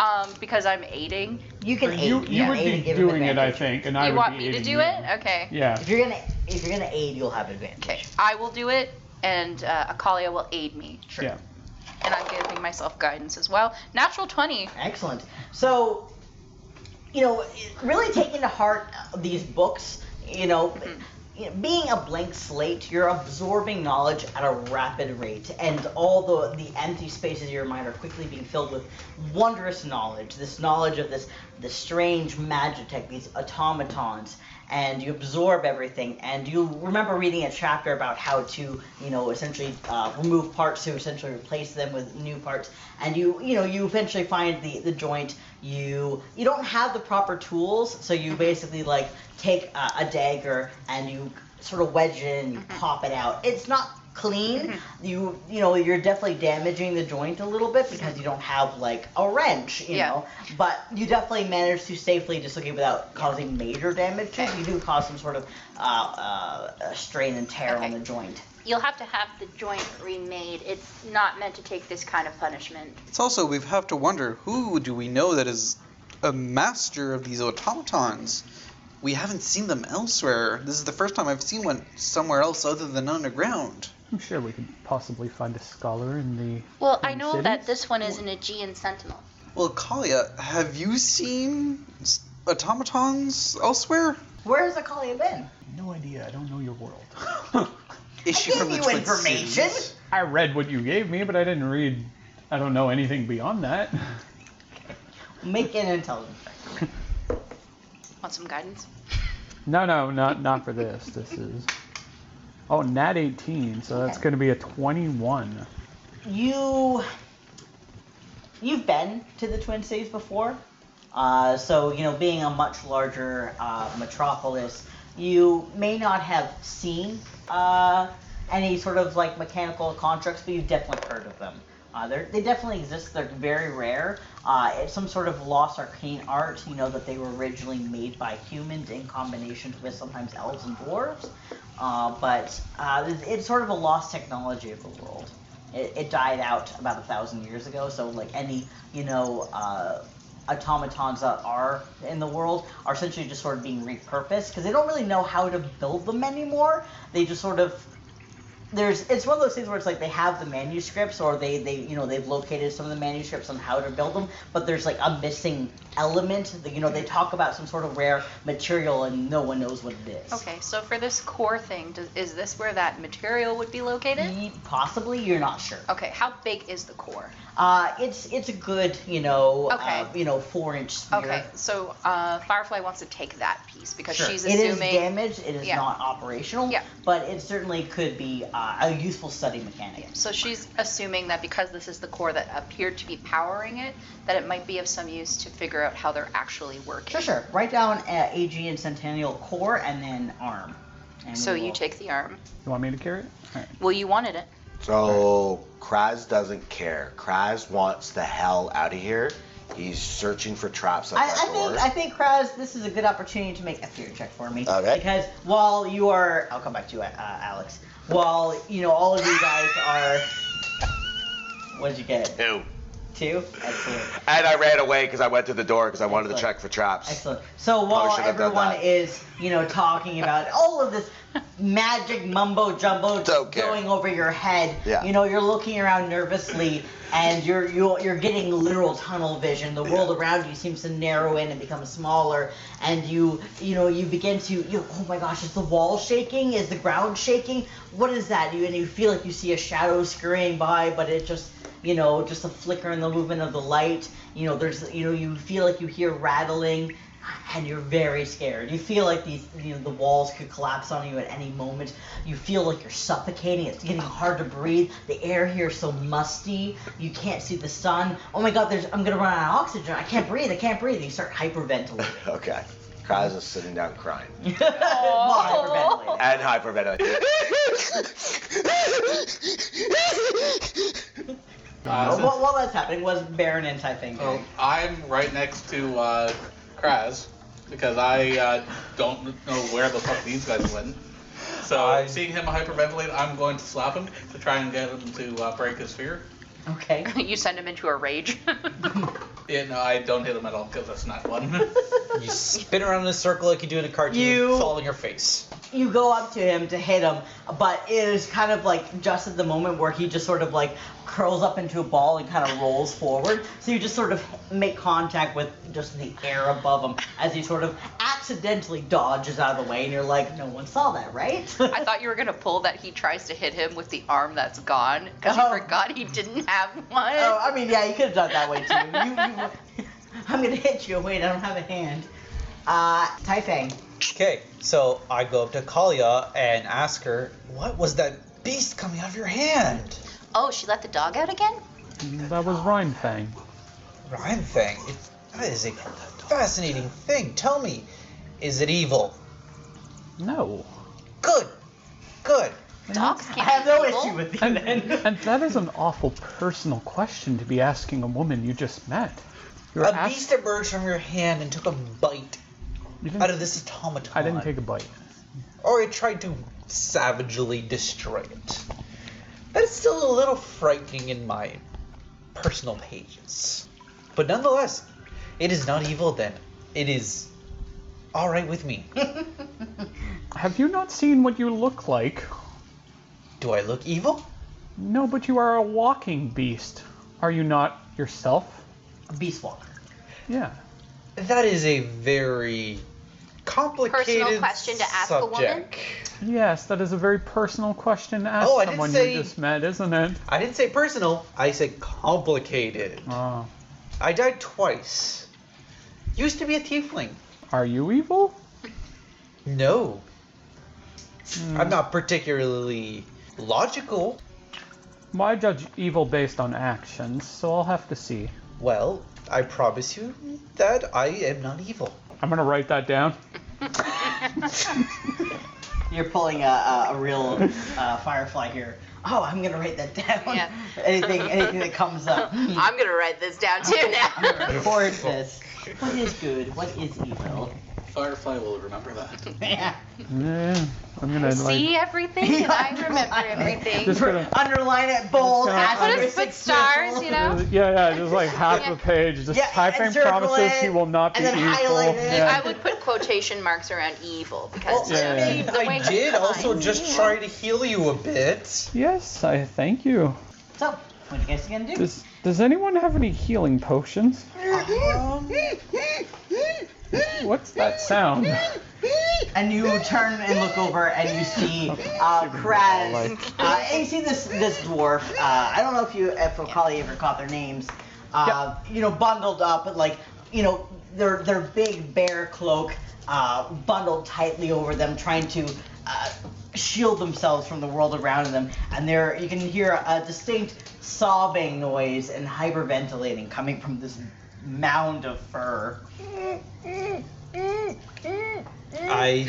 Speaker 4: um, because I'm aiding.
Speaker 1: You
Speaker 2: you
Speaker 1: can aid.
Speaker 2: you would
Speaker 1: aid
Speaker 2: be
Speaker 1: and give him
Speaker 2: doing it, I
Speaker 1: advantage.
Speaker 2: think, and I
Speaker 4: you
Speaker 2: would
Speaker 4: want
Speaker 2: be
Speaker 4: me to
Speaker 2: aiding
Speaker 4: do
Speaker 2: you.
Speaker 4: it? Okay.
Speaker 2: Yeah.
Speaker 1: If you're gonna if you're gonna aid, you'll have advantage.
Speaker 4: Okay. I will do it, and uh, Akalia will aid me.
Speaker 1: Sure.
Speaker 2: Yeah.
Speaker 4: And I'm giving myself guidance as well. Natural 20.
Speaker 1: Excellent. So, you know, really taking to heart these books, you know, you know, being a blank slate, you're absorbing knowledge at a rapid rate, and all the the empty spaces in your mind are quickly being filled with wondrous knowledge. This knowledge of this this strange magitech, these automatons, and you absorb everything. And you remember reading a chapter about how to, you know, essentially uh, remove parts to essentially replace them with new parts. And you, you know, you eventually find the the joint. You you don't have the proper tools, so you basically like take a, a dagger and you sort of wedge it in, and you pop it out. It's not clean. You you know you're definitely damaging the joint a little bit because you don't have like a wrench, you
Speaker 4: Yeah.
Speaker 1: know. But you definitely managed to safely dislocate without causing major damage. to it. You do cause some sort of uh, uh, strain and tear on
Speaker 9: Okay.
Speaker 1: the joint.
Speaker 9: You'll have to have the joint remade. It's not meant to take this kind of punishment.
Speaker 6: It's also we have to wonder who do we know that is a master of these automatons. We haven't seen them elsewhere. This is the first time I've seen one somewhere else other than underground.
Speaker 2: I'm sure we could possibly find a scholar in the.
Speaker 9: Well, I
Speaker 2: in
Speaker 9: know
Speaker 2: cities.
Speaker 9: that this one is an Aegean sentinel.
Speaker 6: Well, Kalia, have you seen s- automatons elsewhere?
Speaker 1: Where has Akalia been?
Speaker 2: No idea. I don't know your world.
Speaker 6: Is she
Speaker 1: I
Speaker 6: from
Speaker 1: gave
Speaker 6: the
Speaker 1: you
Speaker 6: Twin
Speaker 1: information.
Speaker 6: Cities?
Speaker 2: I read what you gave me, but I didn't read. I don't know anything beyond that.
Speaker 1: Make an intelligence. check.
Speaker 4: Want some guidance?
Speaker 2: No, no, not not for this. This is. Oh, nat 18, so that's
Speaker 1: Okay.
Speaker 2: going to be a 21.
Speaker 1: You you've been to the Twin Cities before, uh, so you know being a much larger uh, metropolis, you may not have seen uh, any sort of like mechanical constructs, but you've definitely heard of them. Uh, they're- they definitely exist. They're very rare. Uh, it's some sort of lost arcane art. You know that they were originally made by humans in combination with sometimes elves and dwarves, uh, but uh, it's, it's sort of a lost technology of the world it, it died out about a thousand years ago. So like any you know uh, automatons that are in the world are essentially just sort of being repurposed because they don't really know how to build them anymore. They just sort of there's it's one of those things where it's like they have the manuscripts or they they you know they've located some of the manuscripts on how to build them but there's like a missing element that you know they talk about some sort of rare material and no one knows what it is
Speaker 4: Okay, so for this core thing, does, is this where that material would be located?
Speaker 1: Ye- possibly you're not sure
Speaker 4: Okay, how big is the core?
Speaker 1: Uh, it's it's a good, you know,
Speaker 4: Okay.
Speaker 1: uh, you know, four inch sphere.
Speaker 4: Okay, so uh, Firefly wants to take that piece because
Speaker 1: Sure.
Speaker 4: she's
Speaker 1: It is
Speaker 4: assuming.
Speaker 1: damaged. It is
Speaker 4: Yeah.
Speaker 1: not operational.
Speaker 4: Yeah.
Speaker 1: But it certainly could be uh, a useful study mechanic.
Speaker 4: so she's assuming that because this is the core that appeared to be powering it, that it might be of some use to figure out how they're actually
Speaker 1: Sure,
Speaker 4: working.
Speaker 1: sure. Write down uh, AG and Centennial core and then arm. And
Speaker 4: So
Speaker 1: we
Speaker 4: you
Speaker 1: will-
Speaker 4: take the arm.
Speaker 2: You want me to carry it? All right.
Speaker 4: Well, you wanted it.
Speaker 3: So Kraz doesn't care. Kraz wants the hell out of here. He's searching for traps at
Speaker 1: I,
Speaker 3: that
Speaker 1: I think
Speaker 3: door.
Speaker 1: I think Kraz, this is a good opportunity to make a fear check for me.
Speaker 3: Okay.
Speaker 1: Because while you are, I'll come back to you, uh, Alex. While you know all of you guys are, what did you get?
Speaker 3: Ew.
Speaker 1: Two. Excellent.
Speaker 3: And I ran away because I went to the door because I wanted to
Speaker 1: Excellent.
Speaker 3: check for traps.
Speaker 1: Excellent. So while
Speaker 3: shouldn't have done
Speaker 1: everyone
Speaker 3: that.
Speaker 1: is, you know, talking about all of this magic mumbo jumbo just
Speaker 3: Don't care.
Speaker 1: going over your head,
Speaker 3: Yeah.
Speaker 1: you know, you're looking around nervously, and you're you're, you're getting literal tunnel vision. The world around you seems to narrow in and become smaller, and you you know you begin to you oh my gosh, is the wall shaking? Is the ground shaking? What is that? You and you feel like you see a shadow scurrying by, but it just you know, just a flicker in the movement of the light. You know, there's, you know, you feel like you hear rattling, and you're very scared. You feel like these, you know, the walls could collapse on you at any moment. You feel like you're suffocating. It's getting hard to breathe. The air here is so musty. You can't see the sun. Oh my God, there's, I'm gonna run out of oxygen. I can't breathe. I can't breathe. And you start hyperventilating.
Speaker 3: Okay. Kraz is sitting down crying
Speaker 1: Well, hyperventilating.
Speaker 3: and hyperventilating.
Speaker 8: Uh,
Speaker 1: Uh,
Speaker 8: since-
Speaker 1: while, while that's happening, was Baron anti thing?
Speaker 8: So I'm right next to uh, Kraz because I uh, don't know where the fuck these guys went. So
Speaker 2: I-
Speaker 8: seeing him hyperventilate, I'm going to slap him to try and get him to uh, break his fear.
Speaker 1: Okay.
Speaker 4: you send him into a rage.
Speaker 8: Yeah, no, I don't hit him at all because that's not one.
Speaker 6: You spin around in a circle like you do in a cartoon,
Speaker 1: You-
Speaker 6: fall on your face.
Speaker 1: you go up to him to hit him, but it is kind of like just at the moment where he just sort of like curls up into a ball and kind of rolls forward. So you just sort of make contact with just the air above him as he sort of accidentally dodges out of the way, and you're like, no one saw that, right?
Speaker 4: I thought you were gonna pull that he tries to hit him with the arm that's gone because
Speaker 1: Oh.
Speaker 4: he forgot he didn't have one.
Speaker 1: oh, I mean, yeah, you could have done it that way too. You, you, I'm gonna hit you. Wait, I don't have a hand. Uh, Taifang.
Speaker 6: Okay, so I go up to Kalia and ask her, "What was that beast coming out of your hand?"
Speaker 10: Oh, she let the dog out again?
Speaker 2: That was Rhyme Fang.
Speaker 6: Rhyme thing. It, that is a fascinating thing. Tell me, is it evil?
Speaker 2: No.
Speaker 6: Good, good.
Speaker 10: Dogs can't
Speaker 1: I have no
Speaker 10: be evil.
Speaker 1: issue with you
Speaker 2: And,
Speaker 1: then.
Speaker 2: and that is an awful personal question to be asking a woman you just met. You're
Speaker 6: a
Speaker 2: ask-
Speaker 6: beast emerged from your hand and took a bite
Speaker 2: you didn't-
Speaker 6: out of this automaton.
Speaker 2: I didn't take a bite.
Speaker 6: Or it tried to savagely destroy it. That is still a little frightening in my personal pages. But nonetheless, it is not evil then. It is alright with me.
Speaker 2: Have you not seen what you look like?
Speaker 6: Do I look evil?
Speaker 2: No, but you are a walking beast. Are you not yourself?
Speaker 1: Beast Walker.
Speaker 2: Yeah.
Speaker 6: That is a very complicated
Speaker 10: Personal question to ask a woman?
Speaker 6: subject.
Speaker 2: Yes, that is a very personal question to ask
Speaker 6: Oh, I didn't
Speaker 2: someone
Speaker 6: say-
Speaker 2: you just met, isn't it?
Speaker 6: I didn't say personal, I said complicated.
Speaker 2: Oh.
Speaker 6: I died twice. Used to be a tiefling.
Speaker 2: Are you evil?
Speaker 6: No.
Speaker 2: Hmm.
Speaker 6: I'm not particularly logical.
Speaker 2: Well, I judge evil based on actions, so I'll have to see.
Speaker 6: Well, I promise you that I am not evil.
Speaker 2: I'm gonna write that down.
Speaker 1: You're pulling a, a, a real uh, firefly here. Oh, I'm gonna write that down.
Speaker 4: Yeah.
Speaker 1: anything, anything that comes up. Hmm,
Speaker 4: I'm gonna write this down too
Speaker 1: I'm gonna
Speaker 4: now.
Speaker 1: record this. What is good? What is evil?
Speaker 8: Firefly will remember that.
Speaker 1: Yeah.
Speaker 2: Yeah, I'm gonna
Speaker 4: See
Speaker 2: like.
Speaker 4: everything?
Speaker 10: And I remember everything.
Speaker 2: Just gonna,
Speaker 1: Underline it bold.
Speaker 2: Just gonna-
Speaker 1: ask
Speaker 2: Put
Speaker 1: for
Speaker 2: us
Speaker 10: with
Speaker 1: six
Speaker 10: stars,
Speaker 1: people.
Speaker 10: you know?
Speaker 2: yeah, yeah, just like half a page. Just
Speaker 1: Yeah,
Speaker 2: type
Speaker 1: and
Speaker 2: in
Speaker 1: circle it,
Speaker 2: promises he will not be
Speaker 1: and then
Speaker 2: evil.
Speaker 1: highlight it.
Speaker 2: Yeah.
Speaker 4: I would put quotation marks around evil because
Speaker 2: Well, Yeah.
Speaker 4: I mean, the way
Speaker 6: I did
Speaker 4: it's
Speaker 6: also
Speaker 4: designed.
Speaker 6: just try to heal you a bit.
Speaker 2: Yes, I thank you.
Speaker 1: So, what do you guys gonna do?
Speaker 2: Does Does anyone have any healing potions?
Speaker 1: Um,
Speaker 2: What's that sound?
Speaker 1: and you turn and look over and you see uh, Kraz. Uh, and you see this this dwarf. Uh, I don't know if you if Okali ever caught their names. Uh, You know, bundled up, but like you know, their their big bear cloak uh, bundled tightly over them, trying to. Uh, shield themselves from the world around them and there you can hear a distinct sobbing noise and hyperventilating coming from this mound of fur
Speaker 6: I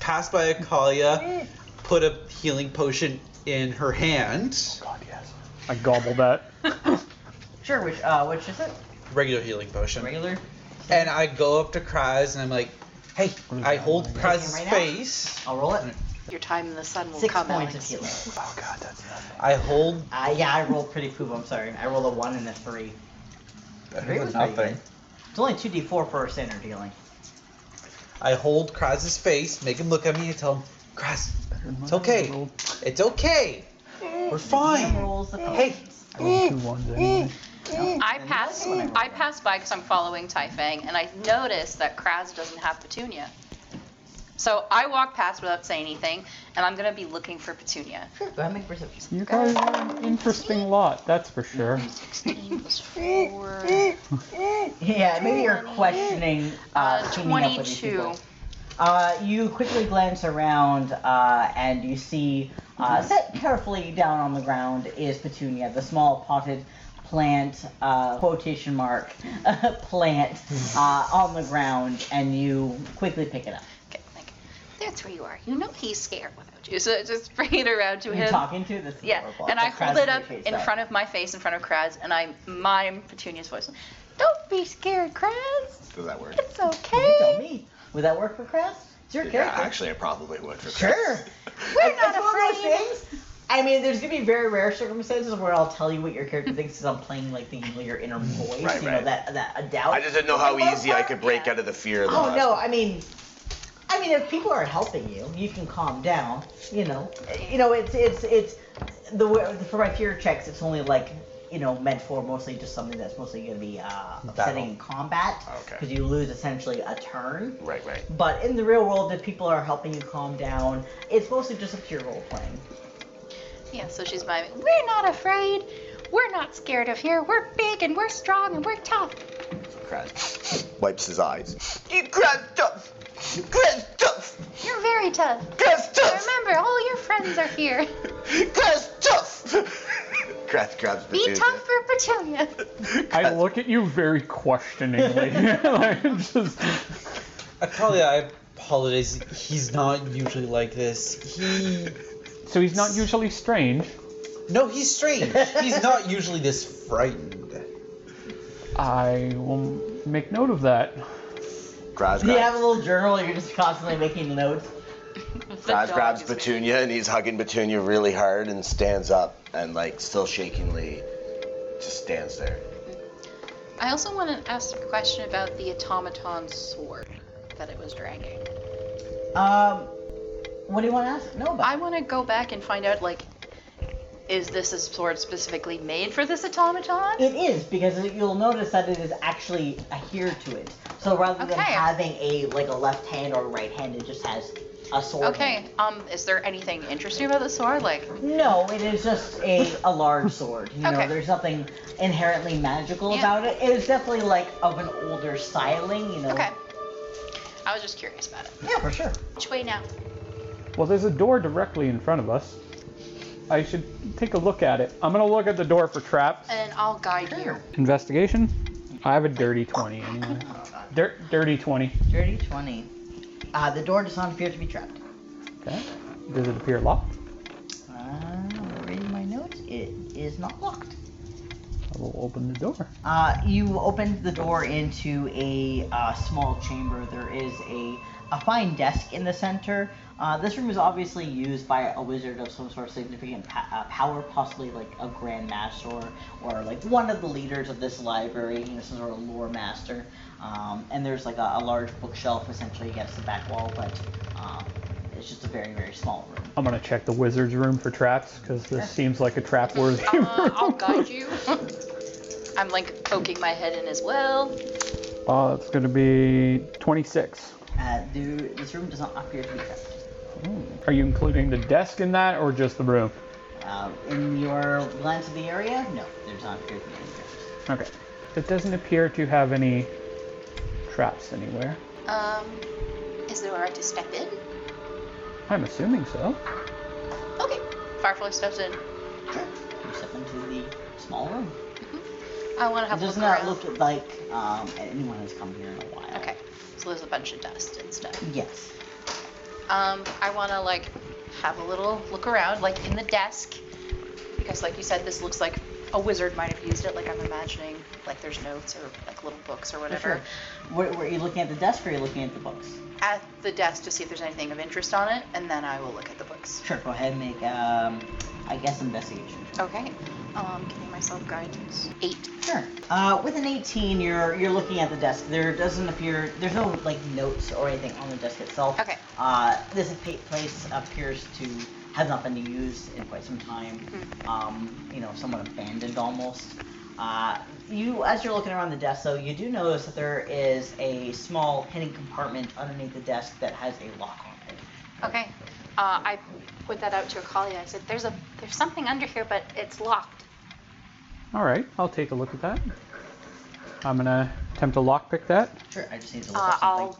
Speaker 6: pass by Akalia, put a healing potion
Speaker 11: in her hand.
Speaker 2: God, yes. I gobble that.
Speaker 1: Sure, which uh, which is it?
Speaker 11: Regular healing potion.
Speaker 1: Regular?
Speaker 11: And I go up to Kraz and I'm like, hey, I hold Kraz's
Speaker 1: Right now?
Speaker 11: face.
Speaker 1: I'll roll it.
Speaker 4: Your time in the sun will
Speaker 1: Six
Speaker 4: come,
Speaker 1: points
Speaker 4: Alex.
Speaker 1: of healing.
Speaker 11: Oh god, that's nothing. I hold.
Speaker 1: Uh, yeah, I rolled pretty poop, I'm sorry. I rolled a 1 and a 3. Three was pretty good. It's only 2d4 for standard healing.
Speaker 11: I hold Kraz's face, make him look at me, and tell him, Kraz, it's okay. It's okay. We're fine.
Speaker 1: Rolls the
Speaker 11: Hey,
Speaker 2: Two ones anyway.
Speaker 4: I pass, I pass by because I'm following Taifang, and I notice that Kraz doesn't have Petunia. So I walk past without saying anything, and I'm gonna be looking for Petunia.
Speaker 1: Go ahead and make a perception.
Speaker 2: You guys are an interesting lot, that's for sure.
Speaker 4: 16 plus
Speaker 1: Uh,
Speaker 4: 4,
Speaker 1: Yeah, maybe you're questioning uh,
Speaker 4: uh,
Speaker 1: teaming up with these
Speaker 4: 22.
Speaker 1: people. Uh, you quickly glance around uh, and you see uh, set carefully down on the ground is petunia, the small potted plant uh, quotation mark plant uh, on the ground, and you quickly pick it up.
Speaker 4: Okay, like, that's where you are. You know he's scared without you, so I just bring it around to
Speaker 1: You're
Speaker 4: him.
Speaker 1: talking to this. is
Speaker 4: Yeah,
Speaker 1: horrible.
Speaker 4: and
Speaker 1: The
Speaker 4: I hold
Speaker 1: crowd's
Speaker 4: it up
Speaker 1: really
Speaker 4: in
Speaker 1: out.
Speaker 4: front of my face, in front of Kraz, and I mime Petunia's voice. Don't be scared, Kraz.
Speaker 5: Does that work?
Speaker 4: It's
Speaker 1: You tell
Speaker 4: okay.
Speaker 1: me. Would that work for Kras? It's your
Speaker 5: Yeah,
Speaker 1: character.
Speaker 5: actually, I probably would for
Speaker 1: Sure.
Speaker 4: We're
Speaker 1: It's-
Speaker 4: not
Speaker 1: it's one of those
Speaker 4: afraid.
Speaker 1: things. I mean, there's gonna be very rare circumstances where I'll tell you what your character thinks because I'm playing like the your inner voice,
Speaker 5: Right,
Speaker 1: you know
Speaker 5: right.
Speaker 1: that that a doubt.
Speaker 5: I just didn't know how
Speaker 1: For the most
Speaker 5: easy I
Speaker 1: part,
Speaker 5: could break
Speaker 4: yeah.
Speaker 5: out of the fear. Of the
Speaker 1: Oh
Speaker 5: last
Speaker 1: no,
Speaker 5: one.
Speaker 1: I mean, I mean, if people are helping you, you can calm down. You know, you know, it's it's it's the way- for my fear checks, it's only like you know meant for mostly just something that's mostly gonna be uh, upsetting in combat
Speaker 5: Okay.
Speaker 1: because you lose essentially a turn.
Speaker 5: Right, right.
Speaker 1: But in the real world, if people are helping you calm down, it's mostly just a pure role playing.
Speaker 4: Yeah, so she's miming. We're not afraid. We're not scared of here. We're big and we're strong and we're tough.
Speaker 5: Kraz wipes his eyes.
Speaker 4: You're very tough.
Speaker 5: Kraz tough.
Speaker 4: Remember, all your friends are here.
Speaker 5: Kraz tough. Kraz grabs the
Speaker 4: Be
Speaker 5: dude.
Speaker 4: tough for Petunia.
Speaker 2: I look at you very questioningly. like, just,
Speaker 11: I probably I apologize. He's not usually like this. He
Speaker 2: so he's not usually strange.
Speaker 11: no, he's strange. He's not usually this frightened.
Speaker 2: I will make note of that.
Speaker 5: Kraz
Speaker 1: Do you have
Speaker 5: grabs,
Speaker 1: a little journal? Where you're just constantly making notes.
Speaker 5: Kraz grabs Petunia and he's hugging Petunia really hard and stands up and like still shakingly just stands there.
Speaker 4: I also want to ask a question about the automaton sword that it was dragging.
Speaker 1: Um, what do you want to ask? No,
Speaker 4: I want to go back and find out, like, is this a sword specifically made for this automaton?
Speaker 1: It is because it- you'll notice that it is actually adhered to it. So rather than
Speaker 4: Okay.
Speaker 1: having a like a left hand or right hand, it just has a sword.
Speaker 4: Okay.
Speaker 1: hand.
Speaker 4: Um, is there anything interesting about the sword? Like,
Speaker 1: No, it is just a, a large sword. You know,
Speaker 4: Okay.
Speaker 1: there's nothing inherently magical
Speaker 4: Yeah.
Speaker 1: about it. It is definitely like of an older styling. You know.
Speaker 4: okay. I was just curious about it.
Speaker 1: Yeah, for sure.
Speaker 4: Which way now?
Speaker 2: Well, there's a door directly in front of us. I should take a look at it. I'm gonna look at the door for traps.
Speaker 4: And I'll guide you.
Speaker 2: Investigation. I have a dirty 20 anyway. Dir- dirty 20.
Speaker 1: Dirty twenty. Uh, the door does not appear to be trapped.
Speaker 2: Okay. Does it appear locked?
Speaker 1: Uh, reading my notes, it is not locked.
Speaker 2: I will open the door.
Speaker 1: Uh, you opened the door into a uh, small chamber. There is a, a fine desk in the center. Uh, this room is obviously used by a wizard of some sort of significant pa- uh, power, possibly like a grand master or, or like one of the leaders of this library, you know, some sort of lore master. Um, and there's like a, a large bookshelf essentially against the back wall, but um, it's just a very, very small room.
Speaker 2: I'm gonna check the wizard's room for traps because this seems like a trap worthy.
Speaker 4: Uh, I'll guide you. I'm like poking my head in as well.
Speaker 2: Uh, it's gonna be 26.
Speaker 1: Uh, the, this room does not appear to be trapped.
Speaker 2: Hmm. Are you including the desk in that or just the room?
Speaker 1: Uh, in your glance of the area, no, there's not appear to be any traps.
Speaker 2: Okay. It doesn't appear to have any traps anywhere.
Speaker 9: Um, is it alright to step in?
Speaker 2: I'm assuming so.
Speaker 4: Okay. Firefly steps in.
Speaker 1: You step into the small room.
Speaker 4: Mm-hmm. I want to
Speaker 1: It
Speaker 4: have a
Speaker 1: does
Speaker 4: look
Speaker 1: not
Speaker 4: around.
Speaker 1: look like um, anyone has come here in a while.
Speaker 4: Okay. So there's a bunch of dust and stuff.
Speaker 1: Yes.
Speaker 4: Um, I want to like have a little look around, like in the desk, because like you said, this looks like a wizard might have used it. Like I'm imagining, like there's notes or like little books or whatever
Speaker 1: Sure. Were, were you looking at the desk or are you looking at the books?
Speaker 4: at the desk to see if there's anything of interest on it, and then I will look at the books.
Speaker 1: Sure, go ahead and make, um, I guess, investigation.
Speaker 4: Okay. Um, giving myself guidance. Eight.
Speaker 1: Sure. Uh, with an 18, you're you're looking at the desk. There doesn't appear there's no like notes or anything on the desk itself.
Speaker 4: Okay.
Speaker 1: Uh, this pa- place appears to have not been used in quite some time.
Speaker 4: Mm-hmm.
Speaker 1: Um, you know, somewhat abandoned almost. Uh, you, as you're looking around the desk, though, you do notice that there is a small hidden compartment underneath the desk that has a lock on it.
Speaker 12: Okay. Uh, I put that out to a colleague. I said, "There's a there's something under here, but it's locked."
Speaker 2: All right, I'll take a look at that. I'm gonna attempt to lockpick that.
Speaker 1: Sure. I just need to look
Speaker 4: Uh,
Speaker 1: up something.
Speaker 4: I'll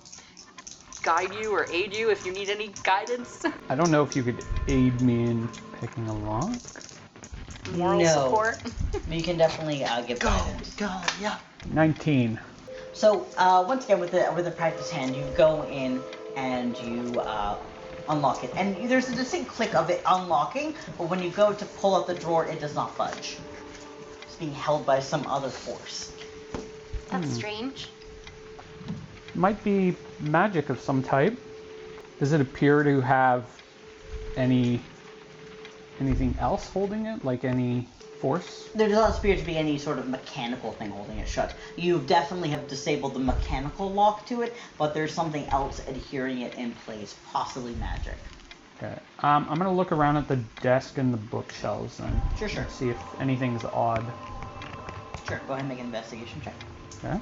Speaker 4: guide you or aid you if you need any guidance.
Speaker 2: I don't know if you could aid me in picking a lock.
Speaker 4: Moral
Speaker 1: No.
Speaker 4: support.
Speaker 1: You can definitely uh, give guidance.
Speaker 13: Go, yeah.
Speaker 2: 19.
Speaker 1: So uh, once again, with the with the practice hand, you go in and you uh, unlock it, and there's a distinct click of it unlocking. But when you go to pull out the drawer, it does not budge. It's being held by some other force.
Speaker 4: Hmm.
Speaker 12: That's strange.
Speaker 2: Might be magic of some type. Does it appear to have any anything else holding it, like any force?
Speaker 1: There does not appear to be any sort of mechanical thing holding it shut. You definitely have disabled the mechanical lock to it, but there's something else adhering it in place, possibly magic.
Speaker 2: Okay. Um, I'm gonna look around at the desk and the bookshelves and
Speaker 1: Sure, sure,
Speaker 2: see if anything's odd.
Speaker 1: sure. Go ahead and make an investigation check.
Speaker 2: Okay.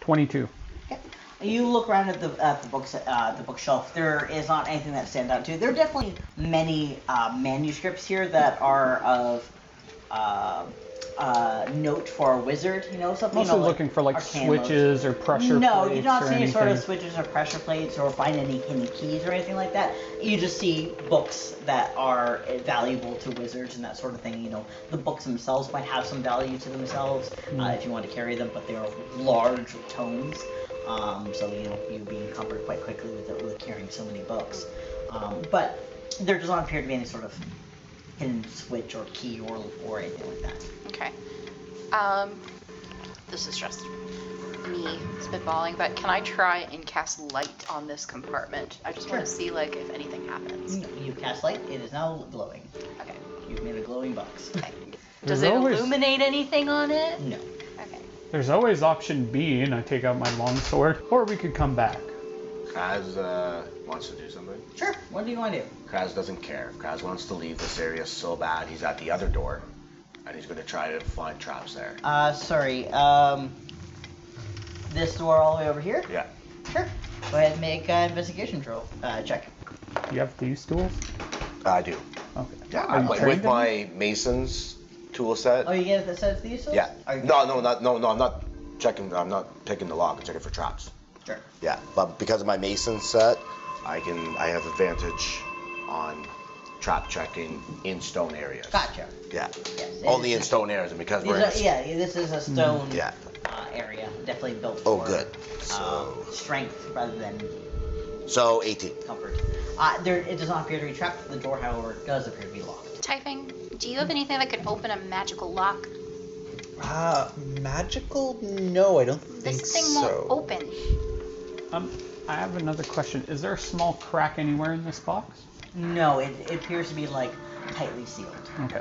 Speaker 2: 22.
Speaker 1: Yep. You look around at the at the books uh, the bookshelf. There is not anything that stands out to you. There are definitely many uh, manuscripts here that are of uh, uh, note for a wizard. You know, something.
Speaker 2: Mostly
Speaker 1: you know,
Speaker 2: looking for like
Speaker 1: arcane modes.
Speaker 2: switches or pressure
Speaker 1: no,
Speaker 2: plates
Speaker 1: you do not
Speaker 2: or
Speaker 1: see any sort of
Speaker 2: anything.
Speaker 1: switches or pressure plates or find any hidden keys or anything like that. You just see books that are uh, valuable to wizards and that sort of thing. You know, the books themselves might have some value to themselves
Speaker 2: Hmm.
Speaker 1: uh, if you want to carry them, but they are large tomes, um, so you know you'd be encumbered quite quickly with, with carrying so many books. Um, but there does not appear to be any sort of hidden switch or key or or anything like that.
Speaker 4: Okay. Um, this is just me spitballing, but can I try and cast light on this compartment? I just want to
Speaker 1: Sure. Mm.
Speaker 4: see like if anything happens.
Speaker 2: Hmm.
Speaker 1: You cast light; it is now glowing.
Speaker 4: Okay.
Speaker 1: You've made a glowing box.
Speaker 4: okay.
Speaker 2: There's
Speaker 4: Does it
Speaker 2: always-
Speaker 4: illuminate anything on it?
Speaker 1: No.
Speaker 4: Okay.
Speaker 2: There's always option B, and I take out my longsword, or we could come back.
Speaker 3: Kraz uh, wants to do something.
Speaker 1: Sure. What do you want to do?
Speaker 3: Kraz doesn't care. Kraz wants to leave this area so bad. He's at the other door, and he's gonna try to find traps there.
Speaker 1: Uh, sorry. Um, this door all the way over here.
Speaker 3: Yeah.
Speaker 1: Sure. Go ahead and make uh, investigation drill. Uh, check.
Speaker 2: You have these tools?
Speaker 3: I do.
Speaker 2: Okay.
Speaker 3: Yeah,
Speaker 2: Are you
Speaker 3: like
Speaker 2: trained
Speaker 3: with
Speaker 2: in
Speaker 3: my mason's tool set.
Speaker 1: Oh, you get it that says these. tools?
Speaker 3: yeah.
Speaker 1: Okay.
Speaker 3: No, no, not, no, no. I'm not checking. I'm not picking the lock. I'm checking for traps.
Speaker 1: Sure.
Speaker 3: Yeah, but because of my mason set, I can. I have advantage on trap checking in stone areas.
Speaker 1: Gotcha.
Speaker 3: Yeah.
Speaker 1: Yes. it
Speaker 3: Only
Speaker 1: is-
Speaker 3: in stone areas, and because
Speaker 1: These
Speaker 3: we're
Speaker 1: are,
Speaker 3: in. s-
Speaker 1: yeah, this is a stone
Speaker 3: Mm, Yeah.
Speaker 1: uh, area, definitely built
Speaker 3: Oh,
Speaker 1: for
Speaker 3: good.
Speaker 1: uh,
Speaker 3: So,
Speaker 1: strength rather than
Speaker 3: so 18.
Speaker 1: comfort. Uh, there, it does not appear to be trapped. The door, however, does appear to be locked.
Speaker 12: Typing. Do you have anything that could open a magical lock?
Speaker 11: Ah,
Speaker 6: Uh, magical? No, I don't think
Speaker 12: This thing
Speaker 6: so.
Speaker 12: won't open.
Speaker 2: Um, I have another question. Is there a small crack anywhere in this box?
Speaker 1: No, it, it appears to be like tightly sealed.
Speaker 2: Okay.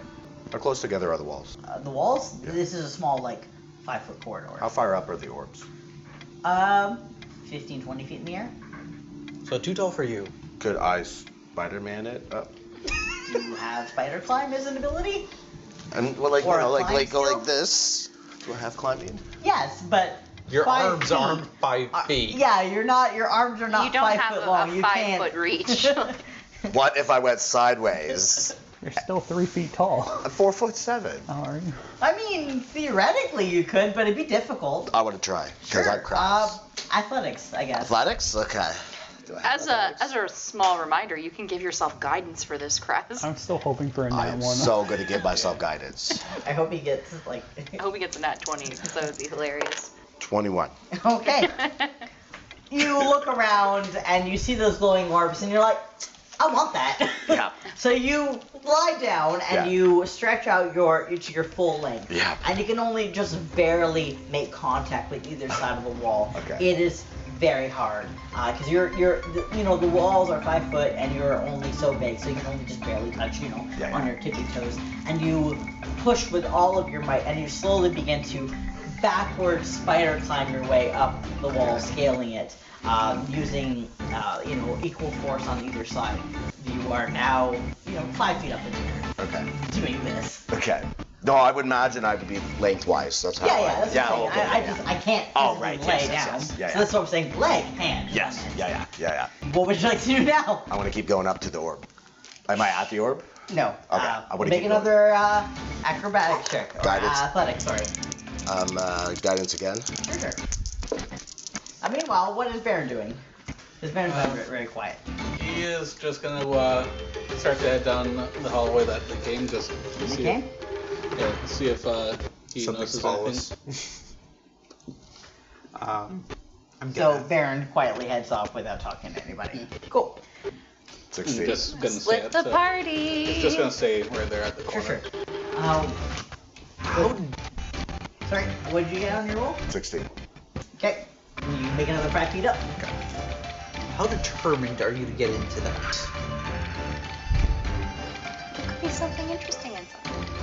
Speaker 3: How close together are the walls?
Speaker 1: Uh, the walls. This is a small, like five foot corridor.
Speaker 3: How far up are the orbs?
Speaker 1: Um, 15, 20 feet in the air.
Speaker 6: So too tall for you.
Speaker 3: Could I Spider-Man it up?
Speaker 1: Do you have spider climb as an ability?
Speaker 3: And well, like
Speaker 1: Or
Speaker 3: you
Speaker 1: a
Speaker 3: know, like
Speaker 1: climb
Speaker 3: like go
Speaker 1: skill?
Speaker 3: like this. Do I have climbing?
Speaker 1: Yes, but
Speaker 6: Your
Speaker 1: five
Speaker 6: arms
Speaker 1: feet-
Speaker 6: aren't five
Speaker 1: uh,
Speaker 6: feet.
Speaker 1: Yeah, you're not. Your arms are not
Speaker 12: you don't
Speaker 1: five
Speaker 12: have
Speaker 1: foot
Speaker 12: a,
Speaker 1: long.
Speaker 12: a
Speaker 1: you
Speaker 12: five
Speaker 1: can't.
Speaker 12: foot reach.
Speaker 3: What if I went sideways?
Speaker 2: You're still three feet tall.
Speaker 3: I'm four foot seven.
Speaker 2: How are you?
Speaker 1: I mean, theoretically you could, but it'd be difficult.
Speaker 3: I want to try because
Speaker 1: Sure.
Speaker 3: I'm crass.
Speaker 1: Uh, athletics, I guess.
Speaker 3: Athletics? Okay. Do I have
Speaker 4: As a
Speaker 3: athletics?
Speaker 4: as a small reminder, you can give yourself guidance for this, Kraz.
Speaker 2: I'm still hoping for a
Speaker 3: I
Speaker 2: nat
Speaker 3: am
Speaker 2: one.
Speaker 3: so good at give myself guidance.
Speaker 1: I hope he gets like.
Speaker 4: I hope he gets a nat 20, because that would be hilarious.
Speaker 3: 21.
Speaker 12: Oh.
Speaker 1: okay. you look around and you see those glowing orbs, and you're like, I want that.
Speaker 14: Yeah.
Speaker 1: so you lie down
Speaker 14: Yeah.
Speaker 1: and you stretch out your to your full length.
Speaker 14: Yeah.
Speaker 1: And you can only just barely make contact with either side of the wall.
Speaker 14: Okay.
Speaker 1: It is very hard because you're you're the, you know the walls are five foot and you're only so big, so you can only just barely touch you know
Speaker 14: Yeah, yeah.
Speaker 1: on your tippy toes. And you push with all of your might, and you slowly begin to backward spider climb your way up the wall, scaling it, um, using uh, you know equal force on either side. You are now you know five feet up in the air
Speaker 3: Okay.
Speaker 1: doing this.
Speaker 3: Okay. No, I would imagine I would be lengthwise. That's how.
Speaker 1: Yeah,
Speaker 3: I,
Speaker 1: yeah, that's
Speaker 3: Oh, yeah,
Speaker 1: what I'm saying.
Speaker 3: okay,
Speaker 1: I, I
Speaker 3: yeah,
Speaker 1: just I can't
Speaker 3: Oh,
Speaker 1: physically
Speaker 3: right,
Speaker 1: lay
Speaker 3: yes,
Speaker 1: down.
Speaker 3: yes,
Speaker 1: So
Speaker 3: yes. Yeah, yeah.
Speaker 1: that's what I'm saying. Leg, hand.
Speaker 3: Yes. Yeah, yeah, yeah, yeah.
Speaker 1: What would you like to do now?
Speaker 3: I want to keep going up to the orb. Am I at the orb?
Speaker 1: No. Uh,
Speaker 3: I wanna
Speaker 1: make
Speaker 3: keep going.
Speaker 1: another uh, acrobatic check. Or,
Speaker 3: Guidance.
Speaker 1: Uh, athletic, sorry.
Speaker 3: Um, uh, guidance again.
Speaker 1: Sure, sure. Uh, meanwhile, what is Baron doing? Is Baron
Speaker 8: Um,
Speaker 1: very, very quiet?
Speaker 8: He is just gonna uh, start to head down the hallway that they came just to see,
Speaker 1: Okay.
Speaker 8: If, yeah, see if uh, he notices anything.
Speaker 6: um, I'm
Speaker 1: So
Speaker 6: gonna,
Speaker 1: Baron quietly heads off without talking to anybody. Cool.
Speaker 8: He's
Speaker 3: Sixteen.
Speaker 8: just gonna stay
Speaker 4: Split
Speaker 8: at
Speaker 4: the
Speaker 8: the-
Speaker 4: party.
Speaker 8: He's just gonna stay where they're at the
Speaker 1: Sure,
Speaker 8: corner.
Speaker 1: sure. Um,
Speaker 6: how
Speaker 1: sorry, what did you get on your roll?
Speaker 3: Sixteen.
Speaker 1: Okay. You make another five feet up.
Speaker 6: how determined are you to get into that?
Speaker 4: There could be something interesting in something.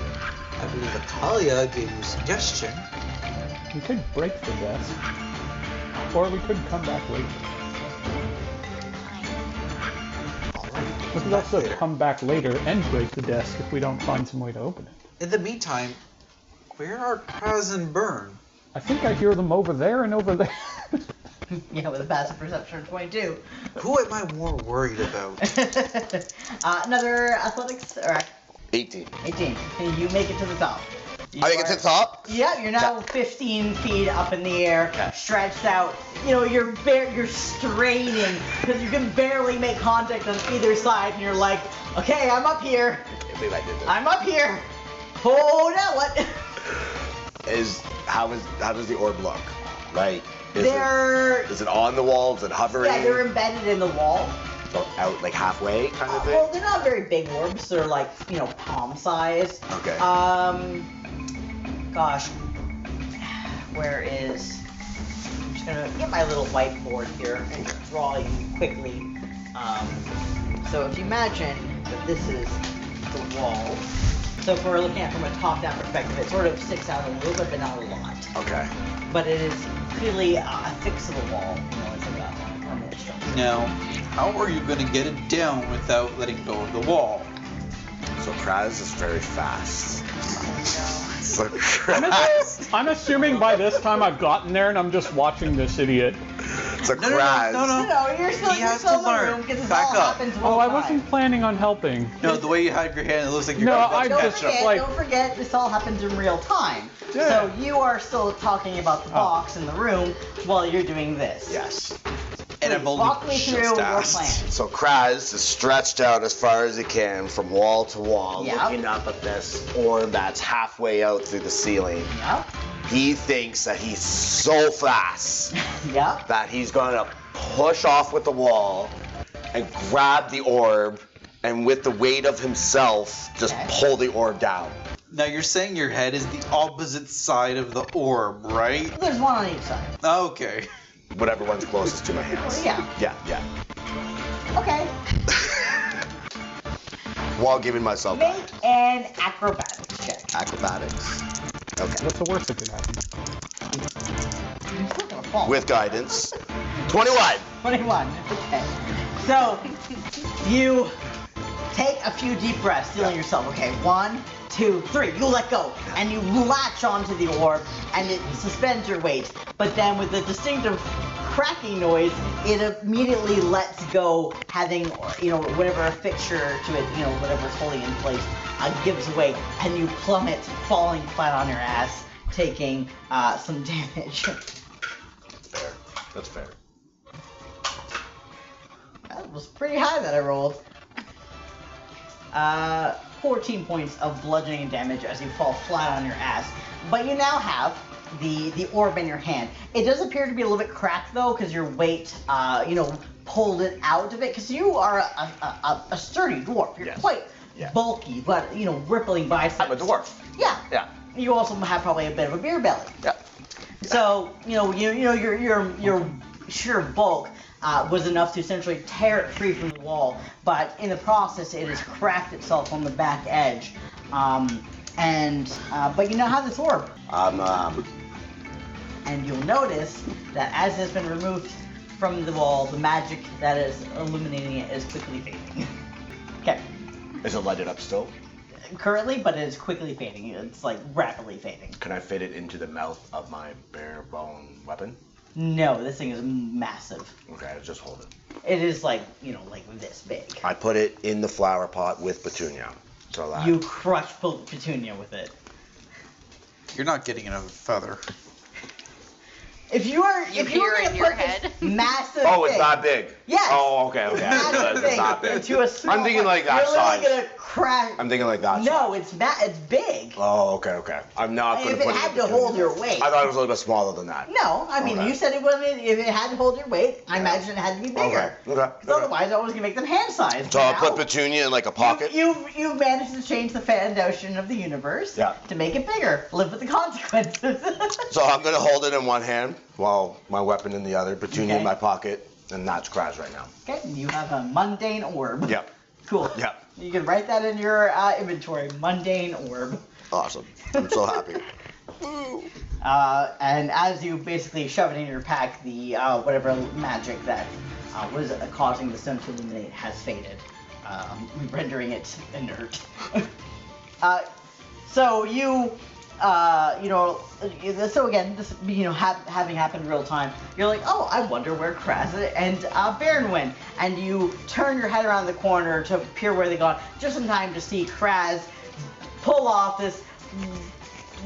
Speaker 6: I believe Atalia gave you a suggestion.
Speaker 2: We could break the desk. Or we could come back later. We could also
Speaker 6: Later.
Speaker 2: come back later and break the desk if we don't find some way to open it.
Speaker 6: In the meantime, where are Kraz and Burn?
Speaker 2: I think I hear them over there and over there.
Speaker 1: yeah, with a passive perception of 22.
Speaker 6: Who am I more worried about?
Speaker 1: uh, another athletics, or ac-
Speaker 3: Eighteen.
Speaker 1: 18. You make it to the top. You
Speaker 3: I make it
Speaker 1: are-
Speaker 3: to the top.
Speaker 1: Yeah, you're now 15 feet up in the air, stretched out. You know, you're bare, you're straining because you can barely make contact on either side, and you're like, okay, I'm up here,
Speaker 3: If they like it.
Speaker 1: I'm up here. Hold out, what?
Speaker 3: Is how is how does the orb look? Like is it
Speaker 1: They're
Speaker 3: is it on the wall? Is it hovering?
Speaker 1: yeah, they're embedded in the wall.
Speaker 3: Or out like halfway kind
Speaker 1: Uh,
Speaker 3: of
Speaker 1: well,
Speaker 3: thing.
Speaker 1: they're not very big orbs. They're like you know palm size.
Speaker 3: Okay.
Speaker 1: Um, gosh, where is? I'm just gonna get my little whiteboard here and draw you quickly. Um, so if you imagine that this is the wall. So if we're looking at it from a top-down perspective, it sort of sticks out a little bit, but not a lot.
Speaker 3: Okay.
Speaker 1: But it is clearly uh, a fixable wall. You know, it's like a permanent structure.
Speaker 6: Now, how are you gonna get it down without letting go of the wall?
Speaker 3: So Kraz is very fast. Mm-hmm. So Kraz,
Speaker 2: I'm assuming by this time I've gotten there and I'm just watching this idiot.
Speaker 3: so
Speaker 6: No, no, no,
Speaker 3: Kraz.
Speaker 6: no, no.
Speaker 1: No, no, you're still,
Speaker 6: He
Speaker 1: you're
Speaker 6: has
Speaker 1: still
Speaker 6: to
Speaker 1: in the
Speaker 6: learn.
Speaker 1: room because this
Speaker 6: Back
Speaker 1: all
Speaker 6: up.
Speaker 1: happens
Speaker 2: Oh,
Speaker 1: all
Speaker 2: I
Speaker 1: the
Speaker 2: wasn't
Speaker 1: time.
Speaker 2: planning on helping.
Speaker 6: No, the way you hide your hand, it looks like you're.
Speaker 2: No,
Speaker 6: gonna-
Speaker 2: I
Speaker 1: Don't
Speaker 2: just
Speaker 1: forget,
Speaker 2: like-
Speaker 1: don't forget, this all happens in real time.
Speaker 2: Yeah. Oh.
Speaker 1: So you are still talking about the box in the room while you're doing this.
Speaker 3: Yes.
Speaker 6: and I've only
Speaker 1: Walk me through
Speaker 6: just
Speaker 1: your
Speaker 6: asked.
Speaker 1: plan.
Speaker 3: So Kraz is stretched out as far as he can from wall to wall,
Speaker 1: Yeah.
Speaker 3: looking up at this orb that's halfway out through the ceiling.
Speaker 1: Yep.
Speaker 3: He thinks that he's so fast
Speaker 1: Yep.
Speaker 3: that he's gonna push off with the wall and grab the orb and with the weight of himself just
Speaker 1: Okay.
Speaker 3: pull the orb down.
Speaker 6: Now you're saying your head is the opposite side of the orb, right?
Speaker 1: There's one on each side.
Speaker 6: Okay.
Speaker 3: Whatever one's closest to my hands.
Speaker 1: Oh, Yeah.
Speaker 3: Yeah, yeah.
Speaker 1: Okay.
Speaker 3: While giving myself
Speaker 1: Make an acrobatics check.
Speaker 3: acrobatics. Okay.
Speaker 2: What's the worst that could happen?
Speaker 1: You're still gonna fall.
Speaker 3: With guidance. 21.
Speaker 1: 21. Okay. So you take a few deep breaths, feeling yourself. Okay, one, two, three. You let go, and you latch onto the orb, and it suspends your weight. But then, with a distinctive cracking noise, it immediately lets go, having you know whatever fixture to it, you know whatever's holding in place, uh, gives way, and you plummet, falling flat on your ass, taking uh, some damage.
Speaker 3: Fair. That's fair.
Speaker 1: That was pretty high that I rolled. Uh, 14 points of bludgeoning damage as you fall flat on your ass. But you now have the the orb in your hand. It does appear to be a little bit cracked though, because your weight, uh, you know, pulled it out of it. Because you are a, a, a, a sturdy dwarf. You're
Speaker 3: Yes.
Speaker 1: quite
Speaker 3: Yeah.
Speaker 1: bulky, but you know, rippling biceps.
Speaker 3: I'm a dwarf.
Speaker 1: Yeah.
Speaker 3: Yeah.
Speaker 1: You also have probably a bit of a beer belly.
Speaker 3: Yeah.
Speaker 1: So you know, you, you know, your your your sheer bulk uh, was enough to essentially tear it free from the wall, but in the process, it has cracked itself on the back edge. Um, and uh, but you now have this orb,
Speaker 3: Um, um,
Speaker 1: and you'll notice that as it's been removed from the wall, the magic that is illuminating it is quickly fading. okay,
Speaker 3: is it lighted up still?
Speaker 1: currently, but it is quickly fading. It's like rapidly fading.
Speaker 3: Can I fit it into the mouth of my bare bone weapon?
Speaker 1: No, this thing is massive.
Speaker 3: Okay, I'll just hold it.
Speaker 1: It is like you know, like this big.
Speaker 3: I put it in the flower pot with petunia. So that
Speaker 1: You crush Pet- Petunia with it.
Speaker 6: You're not getting another feather.
Speaker 1: If you are,
Speaker 4: You
Speaker 1: if you
Speaker 4: hear
Speaker 1: are
Speaker 4: in
Speaker 1: gonna
Speaker 4: your
Speaker 1: put this
Speaker 4: head.
Speaker 1: massive.
Speaker 3: Oh, it's
Speaker 1: thing-
Speaker 3: not big.
Speaker 1: Yes.
Speaker 3: Oh, okay, okay. I realized
Speaker 1: Massive
Speaker 3: it's
Speaker 1: thing
Speaker 3: not big.
Speaker 1: into a small.
Speaker 3: I'm thinking like
Speaker 1: you're
Speaker 3: that
Speaker 1: literally
Speaker 3: size.
Speaker 1: gonna crash.
Speaker 3: I'm thinking like that. size.
Speaker 1: no, it's ma- It's big.
Speaker 3: Oh, okay, okay. I'm not
Speaker 1: If
Speaker 3: gonna
Speaker 1: it
Speaker 3: put
Speaker 1: had
Speaker 3: in
Speaker 1: to
Speaker 3: Petunia.
Speaker 1: hold your weight.
Speaker 3: I thought it was a little bit smaller than that.
Speaker 1: no, I mean
Speaker 3: Okay.
Speaker 1: you said it wasn't. If it had to hold your weight, I imagine it had to be
Speaker 3: Okay.
Speaker 1: bigger.
Speaker 3: Okay.
Speaker 1: Because Otherwise, I was gonna make them hand sized.
Speaker 3: So I'll put Petunia in like a pocket.
Speaker 1: You you you managed to change the fan notion of the universe
Speaker 3: Yeah.
Speaker 1: to make it bigger. Live with the consequences.
Speaker 3: So I'm gonna hold it in one hand while my weapon in the other, Petunia
Speaker 1: Okay.
Speaker 3: in my pocket, and that's Kraz right now.
Speaker 1: okay, you have a mundane orb.
Speaker 3: Yep.
Speaker 1: Cool.
Speaker 3: Yep.
Speaker 1: You can write that in your uh, inventory, mundane orb.
Speaker 3: Awesome. I'm so happy.
Speaker 1: Uh, and as you basically shove it in your pack, the uh, whatever magic that uh, was causing the stone to illuminate has faded, um, rendering it inert. uh, so you, uh, you know, uh, so again, this you know hap having happened in real time, you're like, oh, I wonder where Kraz and uh, Baron went, and you turn your head around the corner to peer where they gone, just in time to see Kraz pull off this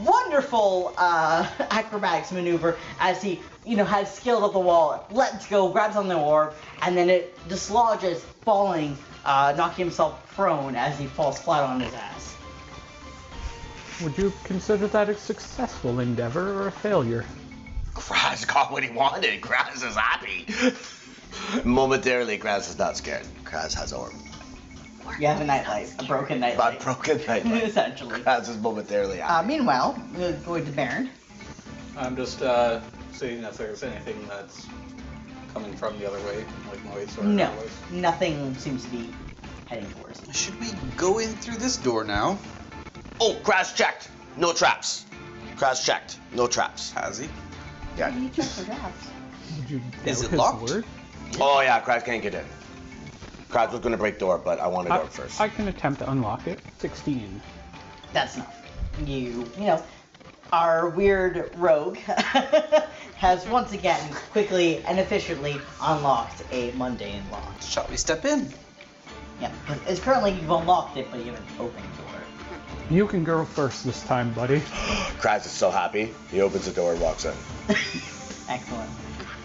Speaker 1: wonderful uh, acrobatics maneuver as he, you know, has skilled up the wall, lets go, grabs on the orb, and then it dislodges, falling, uh, knocking himself prone as he falls flat on his ass.
Speaker 2: Would you consider that a successful endeavor or a failure?
Speaker 3: Kraz got what he wanted. Kraz is happy. Momentarily, Kraz is not scared. Kraz has orb.
Speaker 1: You have a nightlight, a broken
Speaker 3: My
Speaker 1: nightlight,
Speaker 3: broken nightlight.
Speaker 1: essentially.
Speaker 3: Kraz is momentarily
Speaker 1: Uh,
Speaker 3: happy.
Speaker 1: meanwhile, we're going to Baron.
Speaker 8: I'm just uh, seeing if there's anything that's coming from the other way, like noise or
Speaker 1: No,
Speaker 8: noise.
Speaker 1: nothing seems to be heading towards. him.
Speaker 6: Should we go in through this door now?
Speaker 3: oh, Kraz checked. No traps. Kraz checked. No traps.
Speaker 6: Has he?
Speaker 3: Yeah.
Speaker 2: Would you
Speaker 6: Is
Speaker 2: doubt
Speaker 6: it
Speaker 2: his
Speaker 6: locked?
Speaker 2: word?
Speaker 3: Oh yeah, Kraz can't get in. Kraz was gonna break door, but I wanted
Speaker 2: I,
Speaker 3: out first.
Speaker 2: I can attempt to unlock it. 16.
Speaker 1: That's enough. You, you know, our weird rogue has once again quickly and efficiently unlocked a mundane lock.
Speaker 6: Shall we step in?
Speaker 1: Yeah, it's currently you've unlocked it, but you haven't opened the door.
Speaker 2: You can go first this time, buddy.
Speaker 3: Kraz is so happy. He opens the door and walks in.
Speaker 1: Excellent.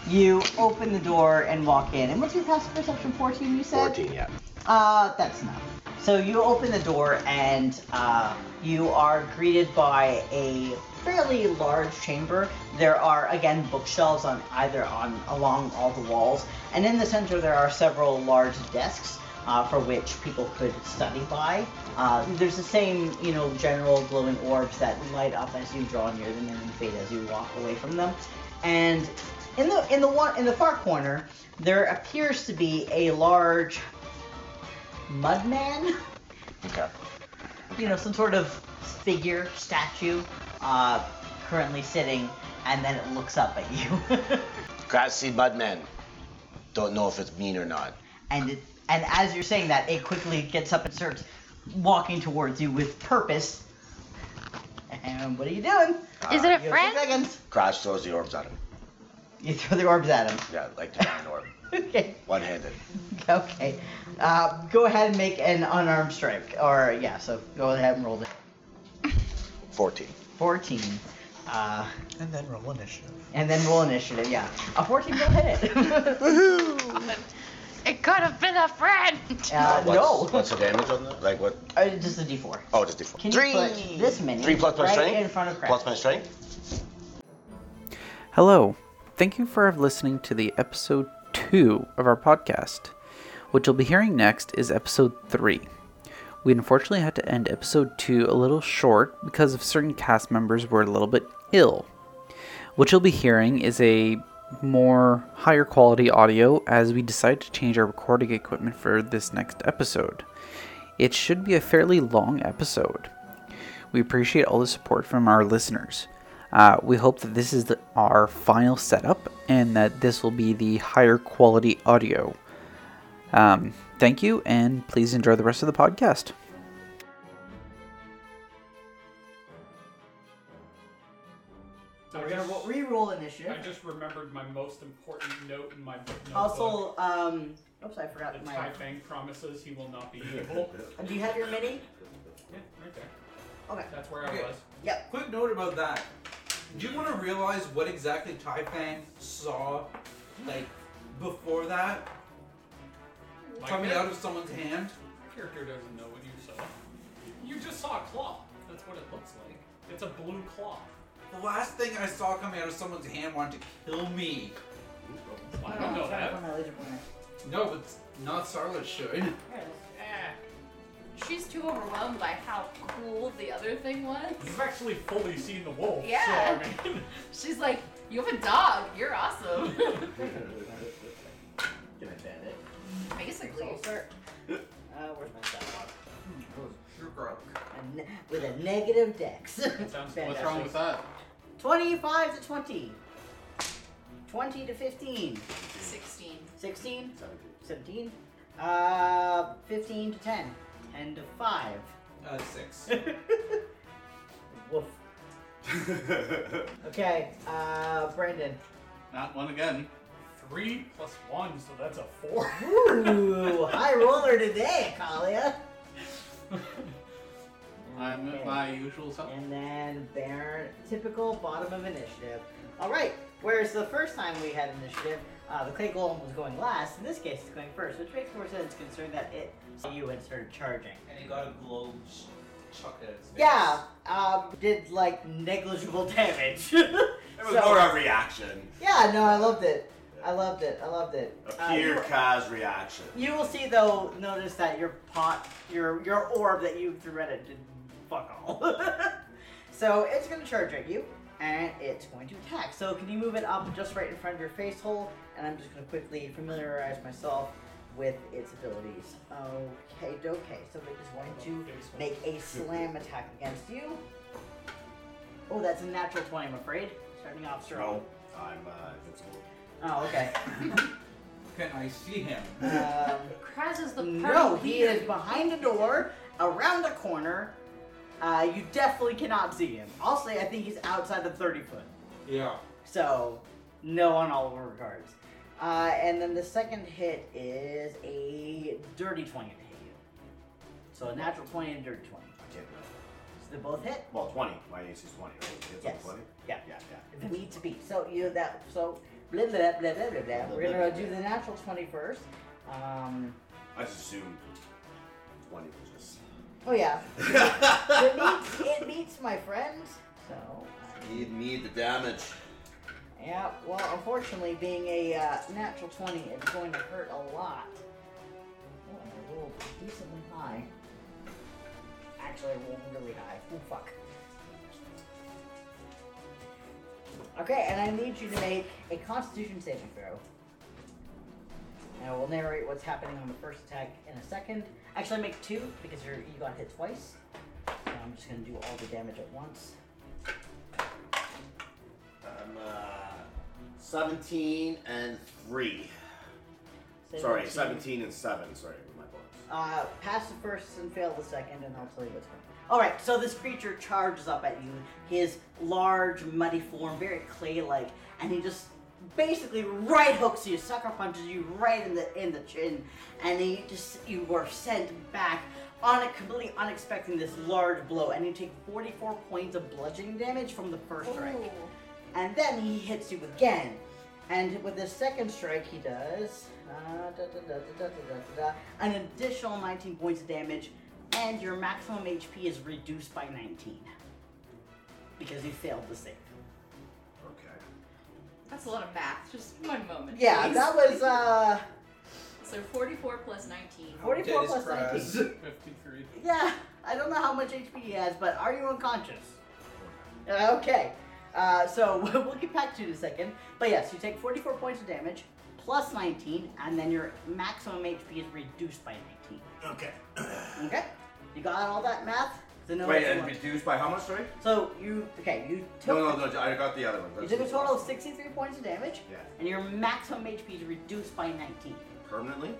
Speaker 1: You open the door and walk in. And what's your passive perception? 14, you said?
Speaker 3: 14 yeah.
Speaker 1: Uh, that's enough. So you open the door and uh, you are greeted by a fairly large chamber. There are again bookshelves on either on along all the walls, and in the center there are several large desks uh, for which people could study by. Uh, there's the same you know general glowing orbs that light up as you draw near them and then fade as you walk away from them, and. In the in the one in the far corner, there appears to be a large Mudman?
Speaker 3: Okay.
Speaker 1: You know, some sort of figure, statue, uh, currently sitting, and then it looks up at you.
Speaker 3: Kraz see Mudman. Don't know if it's mean or not.
Speaker 1: and it, and as you're saying that, it quickly gets up and starts walking towards you with purpose. And what are you doing?
Speaker 15: Is it a
Speaker 1: You have six
Speaker 15: friend?
Speaker 1: seconds.
Speaker 3: Kraz Uh, throws the orbs at him.
Speaker 1: You throw the orbs at him.
Speaker 3: Yeah, like the iron orb.
Speaker 1: okay.
Speaker 3: One-handed.
Speaker 1: Okay. Uh, go ahead and make an unarmed strike. Or, yeah, so go ahead and roll it.
Speaker 3: 14.
Speaker 1: 14. Uh,
Speaker 16: And then roll initiative.
Speaker 1: And then roll initiative, yeah. A 14 will hit it.
Speaker 4: It could have been a friend.
Speaker 1: uh,
Speaker 3: What's-
Speaker 1: no.
Speaker 3: What's the damage on that? Like what?
Speaker 1: Uh, just a d4.
Speaker 3: Oh, just d4.
Speaker 1: Can you
Speaker 3: Three.
Speaker 1: put this many
Speaker 3: Three plus my
Speaker 1: right
Speaker 3: strength.
Speaker 1: in front of Craig?
Speaker 3: Plus my strength.
Speaker 17: Hello. Thank you for listening to the episode 2 of our podcast. What you'll be hearing next is episode 3. We unfortunately had to end episode 2 a little short because of certain cast members were a little bit ill. What you'll be hearing is a more higher quality audio as we decide to change our recording equipment for this next episode. It should be a fairly long episode. We appreciate all the support from our listeners. Uh, we hope that this is the, our final setup and that this will be the higher quality audio. Um, thank you, and please enjoy the rest of the podcast.
Speaker 1: So we're gonna ro- re-roll initiative.
Speaker 2: I just remembered my most important note in my book. notebook.
Speaker 1: Also, um, oops, I
Speaker 2: the
Speaker 1: forgot
Speaker 2: Tai
Speaker 1: my.
Speaker 2: Fang promises he will not be evil.
Speaker 1: Do you have your mini?
Speaker 2: yeah, right there.
Speaker 1: Okay.
Speaker 2: That's where I
Speaker 6: Okay.
Speaker 2: was.
Speaker 1: Yep.
Speaker 6: Quick note about that. Do you want to realize what exactly Tai Fang saw, like, before that?
Speaker 2: My
Speaker 6: Coming
Speaker 2: character-
Speaker 6: out of someone's hand?
Speaker 2: my character doesn't know what you saw. You just saw a claw. That's what it looks like. It's a blue claw.
Speaker 6: The last thing I saw coming out of someone's hand wanted to kill me.
Speaker 2: I don't know that.
Speaker 6: No, but not Starlet should.
Speaker 4: She's too overwhelmed by how cool the other thing was.
Speaker 2: You've actually fully seen the wolf.
Speaker 4: Yeah.
Speaker 2: So, I mean,
Speaker 4: She's like, you have a dog. You're awesome. Basically.
Speaker 1: Uh, where's my sidewalk?
Speaker 6: You're broke.
Speaker 1: A ne- With a negative dex.
Speaker 2: sounds-
Speaker 8: What's wrong with that?
Speaker 1: 25 to 20. 20 to 15.
Speaker 4: 16.
Speaker 1: 16? 17? Uh, 15 to 10. 10 to 5.
Speaker 6: Uh, six.
Speaker 1: Woof. Okay, uh, Brandon.
Speaker 8: Not one again.
Speaker 2: three plus one, so that's a four.
Speaker 1: Ooh, high roller today, Kalia.
Speaker 8: I'm
Speaker 1: Okay.
Speaker 8: my usual self.
Speaker 1: And then Baron, typical bottom of initiative. All right. Whereas the first time we had initiative, uh, the clay golem was going last. In this case, it's going first, which makes more sense considering that it saw you and started charging.
Speaker 6: and he got a globe sh- chucked at his face.
Speaker 1: Yeah, um, did like negligible damage.
Speaker 3: It was
Speaker 1: So-
Speaker 3: more a reaction.
Speaker 1: yeah, no, I loved it. I loved it. I loved it.
Speaker 3: A
Speaker 1: Uh,
Speaker 3: pure
Speaker 1: you-
Speaker 3: Kaz reaction.
Speaker 1: You will see though. Notice that your pot, your your orb that you threw at it did fuck all. so it's going to charge at you, and it's going to attack. So can you move it up just right in front of your face hole? And I'm just going to quickly familiarize myself with its abilities. Okay, okay. So it is going to make a slam attack against you. Oh, that's a natural twenty. I'm afraid. Starting off strong.
Speaker 3: No, I'm uh, invincible.
Speaker 1: Oh, okay.
Speaker 17: Can I see him?
Speaker 1: Um,
Speaker 4: Kraz is the
Speaker 1: No,
Speaker 4: perfect
Speaker 1: he
Speaker 4: leader.
Speaker 1: is behind a door, around a corner. Uh, you definitely cannot see him. I'll say I think he's outside the 30 foot.
Speaker 6: Yeah.
Speaker 1: So, no on all regards. Uh, and then the second hit is a dirty 20 to hit you. So, a natural 20 and a dirty 20.
Speaker 3: I can't remember.
Speaker 1: So, they both hit.
Speaker 3: Well, 20. My AC is 20, right? It's
Speaker 1: Yes.
Speaker 3: 20?
Speaker 1: Yeah.
Speaker 3: Yeah, yeah.
Speaker 1: If it needs to be. So, you that. So, blah, blah, blah, blah, blah, blah. We're going to do the natural 20 first. Um,
Speaker 3: I just assumed 20 was just.
Speaker 1: oh, yeah. it, meets, it meets my friend. So, uh,
Speaker 3: Need me the damage.
Speaker 1: Yeah, well, unfortunately, being a uh, natural 20 is going to hurt a lot. Oh, and I rolled decently high. Actually, I rolled really high. Oh, fuck. Okay, and I need you to make a constitution saving throw. And I will narrate what's happening on the first attack in a second. Actually, make two because you're, you got hit twice. So I'm just going to do all the damage at once.
Speaker 3: I'm uh, 17 and 3. Sorry, 17 and 7. Sorry, with my bonus.
Speaker 1: Uh, pass the first and fail the second, and I'll tell you what's going on. All right, so this creature charges up at you, his large, muddy form, very clay-like, and he just basically right hooks you, sucker punches you right in the in the chin, and then you just you were sent back on a completely unexpecting this large blow, and you take 44 points of bludgeoning damage from the first strike, and then he hits you again. And with the second strike, he does uh, da, da, da, da, da, da, da, da, an additional 19 points of damage, and your maximum HP is reduced by 19 because you failed the save.
Speaker 3: Okay.
Speaker 4: That's a lot of math. Just one moment.
Speaker 1: Yeah,
Speaker 4: please.
Speaker 1: that was uh
Speaker 4: So 44 plus 19.
Speaker 1: How dead 44 is plus Kraz? 19.
Speaker 18: 53.
Speaker 1: yeah, I don't know how much HP he has, but are you unconscious? Uh, Okay. Uh, so we'll get back to you in a second. But yes, you take 44 points of damage, plus 19, and then your maximum HP is reduced by 19.
Speaker 3: Okay.
Speaker 1: Okay? You got all that math? So no
Speaker 3: Wait,
Speaker 1: that's
Speaker 3: and
Speaker 1: one.
Speaker 3: reduced by how much, sorry?
Speaker 1: So you, okay, you took,
Speaker 3: No, no, no, I got the other one.
Speaker 1: you
Speaker 3: That's
Speaker 1: took a
Speaker 3: the
Speaker 1: total of
Speaker 3: last
Speaker 1: 63 points of damage,
Speaker 3: Yeah.
Speaker 1: and your maximum HP is reduced by 19.
Speaker 3: one. Permanently?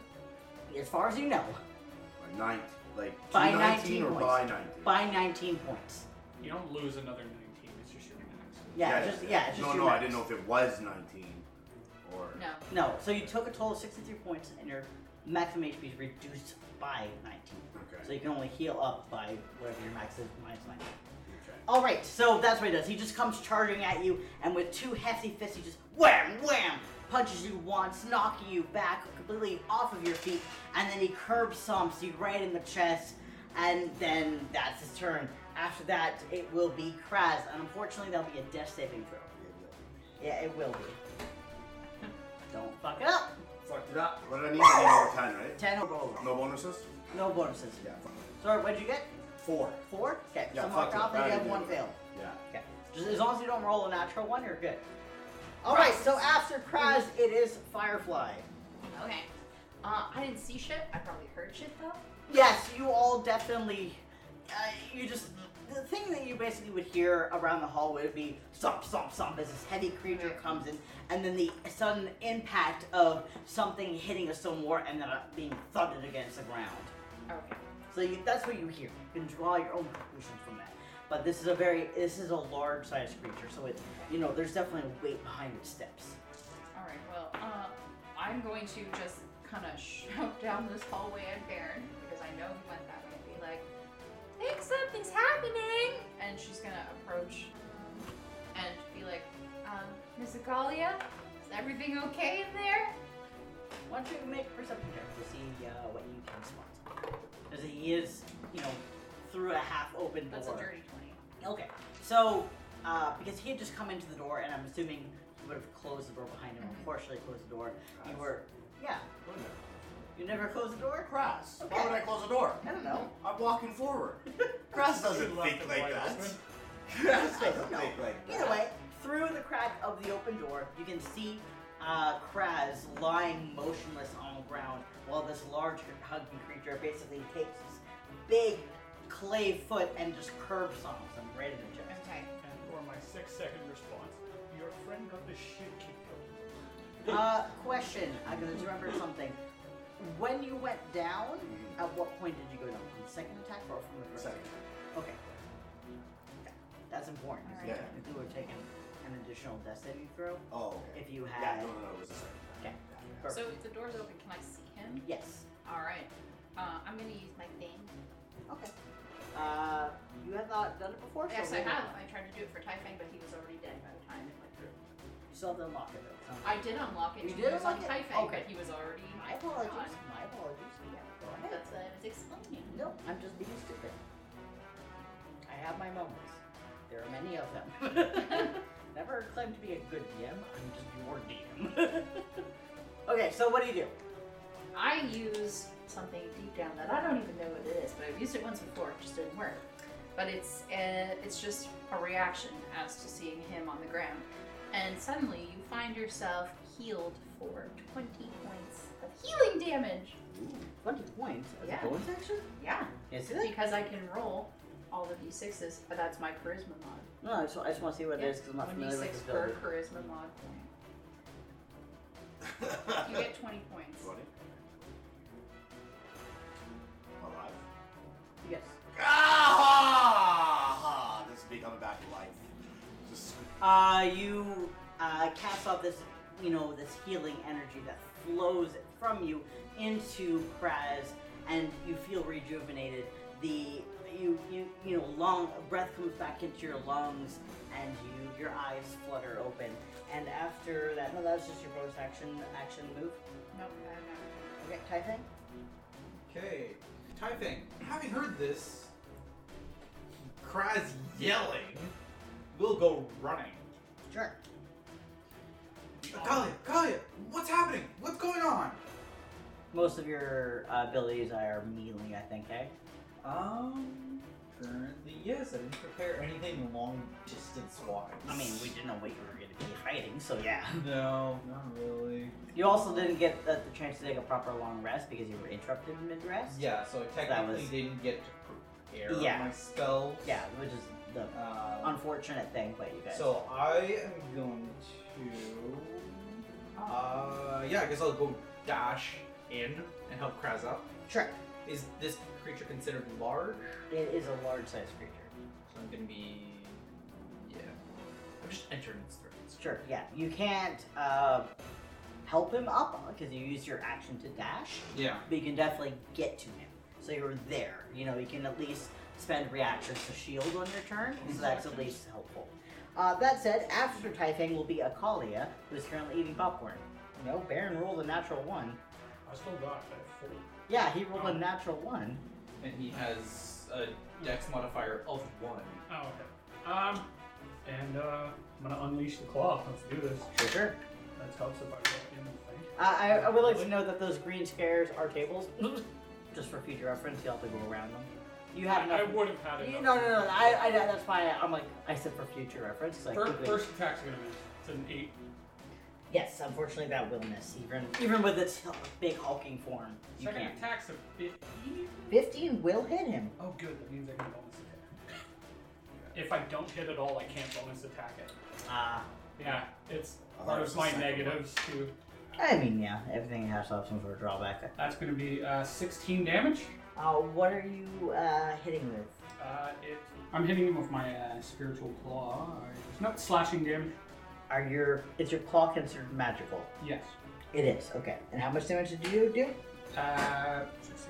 Speaker 1: As far as you know,
Speaker 3: By nine, like to
Speaker 1: by
Speaker 3: 19
Speaker 1: 19,
Speaker 3: or
Speaker 1: points.
Speaker 3: by
Speaker 1: By
Speaker 3: 19?
Speaker 1: 19 points.
Speaker 19: You don't lose another 19. It's just your max.
Speaker 1: Yeah, just yeah, just
Speaker 3: No,
Speaker 1: your
Speaker 3: no, I
Speaker 1: max.
Speaker 3: didn't know if it was 19 or.
Speaker 1: No, so you took a total of 63 points and your maximum HP is reduced by 19.
Speaker 3: Okay.
Speaker 1: So you can only heal up by whatever your max is minus 19. Alright, so that's what he does. He just comes charging at you and with two hefty fists he just wham, wham, punches you once, knocking you back completely off of your feet, and then he curb stomps you right in the chest, and then that's his turn. After that, it will be Kraz, and unfortunately that'll be a death saving throw. Yeah, it will be. Don't fuck it up.
Speaker 3: Fucked it up. What did I need? I need over 10, right?
Speaker 1: 10 over over.
Speaker 3: No bonuses?
Speaker 1: No bonuses.
Speaker 3: Yeah, fuck.
Speaker 1: Sorry, what'd you get?
Speaker 3: Four.
Speaker 1: Four? Okay,
Speaker 3: Yeah,
Speaker 1: so mark
Speaker 3: fuck it.
Speaker 1: off that you
Speaker 3: Better
Speaker 1: have
Speaker 3: than
Speaker 1: one
Speaker 3: the
Speaker 1: fail.
Speaker 3: Yeah.
Speaker 1: Okay. Just as long as you don't roll a natural one, you're good. Alright, so after Kraz, it is Firefly.
Speaker 4: Okay. Uh, I didn't see shit. I probably heard shit though.
Speaker 1: Yes, you all definitely. Uh, you just. The thing that you basically would hear around the hall would be stomp, stomp, stomp as this heavy creature comes in, and then the sudden impact of something hitting a stone wall and then uh, being thudded against the ground.
Speaker 4: Okay.
Speaker 1: So you, that's what you hear. You can draw your own conclusions from that. But this is a very. This is a large sized creature, so it's. You know, there's definitely weight behind its steps.
Speaker 4: All right. Well, uh, I'm going to just kind of shout down this hallway at Baron because I know he went that way. and Be like, think something's happening, and she's gonna approach and be like, um, Miss Agalia, is everything okay in there?
Speaker 1: Why don't you make perception check to see uh, what you can spot? Because he is, you know, through a half-open door.
Speaker 4: That's a dirty twenty.
Speaker 1: Okay, so uh, because he had just come into the door, and I'm assuming he would have closed the door behind him.
Speaker 3: Mm-hmm.
Speaker 1: Or partially closed the door. You were, yeah. You never closed the door.
Speaker 3: Cross. Why would I close the door?
Speaker 1: I don't know.
Speaker 3: I'm walking forward. Cross doesn't think like that. Cross doesn't think like that.
Speaker 1: Either way, through the crack of the open door, you can see uh, Kraz lying motionless on the ground while this large hunting creature basically takes his big clay foot and just curb stomps him right in the chest.
Speaker 19: And for my six second response, your friend got the shit kicked out of him.
Speaker 1: Uh, question. I just remembered something. When you went down, at what point did you go down? From the second attack or from the first? Second. Okay. That's important.
Speaker 3: Alright.
Speaker 1: Yeah.
Speaker 3: Yeah.
Speaker 1: You would have taken an additional death saving throw.
Speaker 3: Oh.
Speaker 1: If you had.
Speaker 3: Yeah, no, no, no, it was the second.
Speaker 1: Okay.
Speaker 4: So
Speaker 1: Perfect.
Speaker 4: if the door's open, can I see him?
Speaker 1: Yes.
Speaker 4: All right. Uh, I'm gonna use my thing.
Speaker 1: Okay. Uh, you have not done it before. so
Speaker 4: Yes, I
Speaker 1: roll
Speaker 4: have.
Speaker 1: it.
Speaker 4: I tried to do it for Typhon, but he was already dead by the time it went through.
Speaker 1: You still have to unlock it though. so-
Speaker 4: I did unlock it.
Speaker 1: You
Speaker 4: too.
Speaker 1: did
Speaker 4: It was
Speaker 1: unlock
Speaker 4: on
Speaker 1: it?
Speaker 4: Typhon,
Speaker 1: Okay.
Speaker 4: but he was already.
Speaker 1: My apologies.
Speaker 4: gone.
Speaker 1: My apologies. Yeah. Go ahead.
Speaker 4: Oh, That's what I was explaining.
Speaker 1: No, I'm just being stupid. I have my moments. There are many of them. Never claim to be a good DM. I'm just your DM. okay, so what do you do?
Speaker 4: I used something deep down that I don't even know what it is, but I've used it once before. It just didn't work. But it's uh it's just a reaction as to seeing him on the ground, and suddenly you find yourself healed for 20 points of healing damage.
Speaker 1: 20 points as
Speaker 4: Yeah.
Speaker 1: a bonus action?
Speaker 4: Yeah.
Speaker 1: Is it?
Speaker 4: Because I can roll all the d6s, but that's my charisma mod.
Speaker 1: No, I just, I just want to see what it is because I'm not familiar with this
Speaker 4: 1d6 per
Speaker 1: building.
Speaker 4: charisma mod point. you get 20 points.
Speaker 3: Alive.
Speaker 1: Yes.
Speaker 3: Ah! This is me coming back to life. Just
Speaker 1: Uh, you uh, cast off this, you know, this healing energy that flows from you into Kraz, and you feel rejuvenated. The you you you know, long breath comes back into your lungs, and you your eyes flutter open. And after that, no, that was just your bonus action action move.
Speaker 4: Nope, I
Speaker 1: Okay, Typhon.
Speaker 20: Okay. Typing. Having heard this, Kraz yelling, we'll go running.
Speaker 1: Sure.
Speaker 21: Galia, Galia, what's happening? What's going on?
Speaker 1: Most of your uh, abilities are melee, I think, eh?
Speaker 17: Um, currently, yes, I didn't prepare anything long distance wise.
Speaker 1: I mean, we didn't know what you were going to be fighting, so yeah.
Speaker 17: No, not really.
Speaker 1: You also didn't get uh, the chance to take a proper long rest because you were interrupted mid rest.
Speaker 17: Yeah, so I
Speaker 1: that
Speaker 17: technically
Speaker 1: was-
Speaker 17: didn't get to prepare
Speaker 1: Yeah.
Speaker 17: my spells. Uh,
Speaker 1: Yeah, which is the unfortunate thing, but you guys.
Speaker 17: So I am going to.
Speaker 21: Uh, yeah, I guess I'll go dash in and help Kraz up.
Speaker 1: Sure.
Speaker 21: Is this creature considered large?
Speaker 1: It is a large sized creature.
Speaker 21: So I'm gonna be. Yeah. I'm just entering its throat.
Speaker 1: Sure, yeah. You can't uh, help him up because you used your action to dash.
Speaker 21: Yeah.
Speaker 1: But you can definitely get to him. So you're there. You know, you can at least spend reactions to shield on your turn, so that's at least helpful. Uh, that said, after Typhang will be Akalia, who's currently eating popcorn. No, Baron rolled a natural one.
Speaker 19: I still got that four.
Speaker 1: Yeah, he rolled a natural one.
Speaker 21: And he has a dex modifier of 1.
Speaker 19: Oh, okay. Um, and uh, I'm gonna unleash the claw. Let's do this.
Speaker 1: Sure. sure.
Speaker 19: That helps if I get in the thing.
Speaker 1: Uh, I, I would like to know that those green squares are tables, just for future reference. You'll have to go around them. You have
Speaker 19: I, I
Speaker 1: enough.
Speaker 19: would have had it.
Speaker 1: You- no, no, no. no, I, I, that's why I'm like, I said for future reference. 'cause I
Speaker 19: First,
Speaker 1: quickly-
Speaker 19: first attack's gonna miss. It's an eight.
Speaker 1: Yes, unfortunately that will miss. Even even with its h- big hulking form, you
Speaker 19: Second
Speaker 1: can't.
Speaker 19: attack's a fifteen.
Speaker 1: Fifteen will hit him.
Speaker 19: Oh, good. That means I can bonus attack. If I don't hit at all, I can't bonus attack it.
Speaker 1: Ah.
Speaker 19: Yeah, it's
Speaker 1: Oh,
Speaker 19: part
Speaker 1: that's
Speaker 19: of
Speaker 1: the
Speaker 19: my
Speaker 1: second
Speaker 19: negatives too.
Speaker 1: I mean, yeah, everything has to have some sort of drawback.
Speaker 19: That's gonna be uh, sixteen damage.
Speaker 1: Uh, what are you uh, hitting with?
Speaker 19: Uh, it, I'm hitting him with my uh, spiritual claw. I- It's not slashing damage.
Speaker 1: Are your is your claw considered magical?
Speaker 19: Yes.
Speaker 1: It is. Okay. And how much damage did you do?
Speaker 19: Uh,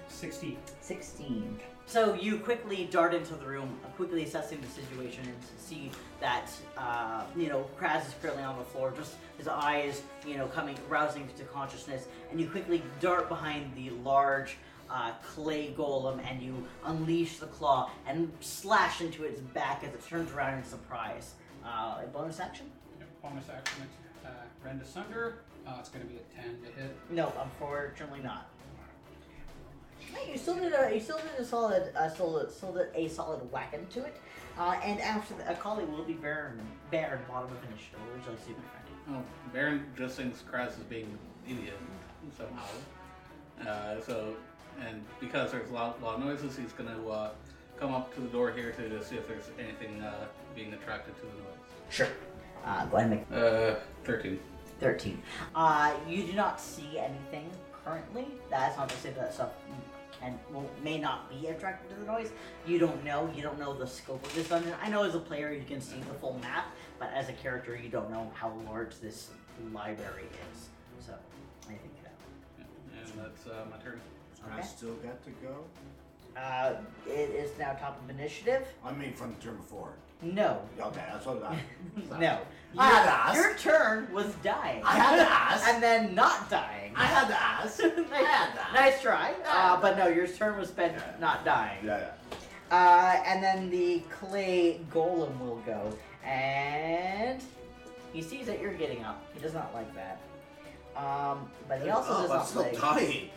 Speaker 19: 16.
Speaker 1: 16. So you quickly dart into the room, quickly assessing the situation, and see that, uh, you know, Kraz is currently on the floor, just his eyes, you know, coming, rousing to consciousness, and you quickly dart behind the large uh, clay golem and you unleash the claw and slash into its back as it turns around in surprise. Uh, a bonus action?
Speaker 19: Yep, bonus action. it's, Uh, rend asunder. Uh, it's gonna be a 10 to hit.
Speaker 1: No, unfortunately not. Hey, you still did a you still did a solid uh, solid still did a solid whack into it, uh, and after the Akali will be Baron Baron bottom of initiative. What would you like to do, my friend?
Speaker 8: Oh, Baron just thinks Kraz is being an idiot somehow. Uh, so, and because there's loud, loud noises, he's going to uh, come up to the door here to see if there's anything uh, being attracted to the noise.
Speaker 1: Sure. Uh, go ahead and
Speaker 8: make. Uh, 13.
Speaker 1: 13. Uh, you do not see anything currently. That's not to say that stuff and well, may not be attracted to the noise. You don't know. You don't know the scope of this dungeon. I know as a player you can see the full map, but as a character you don't know how large this library is. So I think that.
Speaker 8: And that's uh, my turn.
Speaker 1: Okay.
Speaker 3: still got to go?
Speaker 1: Uh, it is now top of initiative.
Speaker 3: I mean, from the turn before.
Speaker 1: No.
Speaker 3: Okay, that's what I.
Speaker 1: No.
Speaker 3: You had to
Speaker 1: Ah,
Speaker 3: ask.
Speaker 1: Your turn was dying.
Speaker 3: I had to ask.
Speaker 1: And then not dying.
Speaker 3: I had to ask. I had to
Speaker 1: Nice try. Uh, but no, your turn was spent not dying.
Speaker 3: Yeah,
Speaker 1: Uh, and then the clay golem will go. And he sees that you're getting up. He does not like that. Um, but he also does
Speaker 3: I'm
Speaker 1: not
Speaker 3: still
Speaker 1: like.
Speaker 3: dying.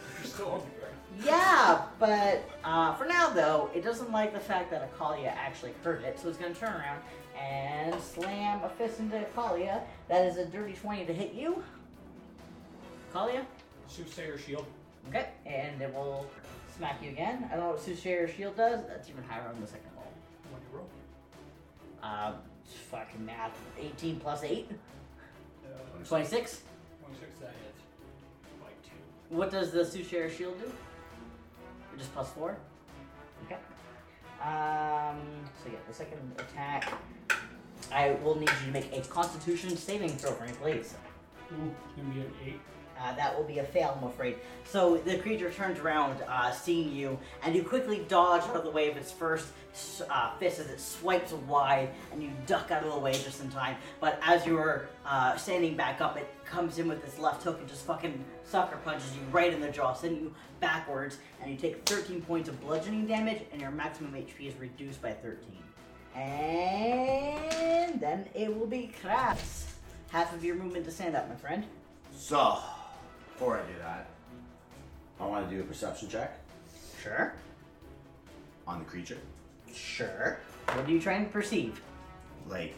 Speaker 1: Yeah, but uh, for now though, it doesn't like the fact that Akalia actually heard it, so it's gonna turn around and slam a fist into Akalia. That is a dirty twenty to hit you, Akalia.
Speaker 19: Soothsayer shield.
Speaker 1: Okay, and it will smack you again. I don't know what Soothsayer's shield does. That's even higher on the second roll.
Speaker 19: What do you roll?
Speaker 1: Um, fucking math. Eighteen plus eight.
Speaker 19: Uh,
Speaker 1: Twenty-six.
Speaker 19: 26 that hits. By two.
Speaker 1: What does the Soothsayer shield do? Or Just plus four. Okay. Um, so yeah, the second attack. I will need you to make a Constitution saving throw for me, please.
Speaker 19: Ooh, gonna be an eight.
Speaker 1: Uh, that will be a fail, I'm afraid. So the creature turns around, uh, seeing you, and you quickly dodge out of the way of its first s- uh, fist as it swipes wide, and you duck out of the way just in time. But as you're uh, standing back up, it comes in with its left hook and just fucking sucker punches you right in the jaw, sending you backwards, and you take 13 points of bludgeoning damage, and your maximum HP is reduced by 13. And then it will be Kratz. half of your movement to stand up, my friend.
Speaker 3: So, before I do that, I want to do a perception check.
Speaker 1: Sure.
Speaker 3: On the creature.
Speaker 1: Sure. What do you try and perceive?
Speaker 3: Like,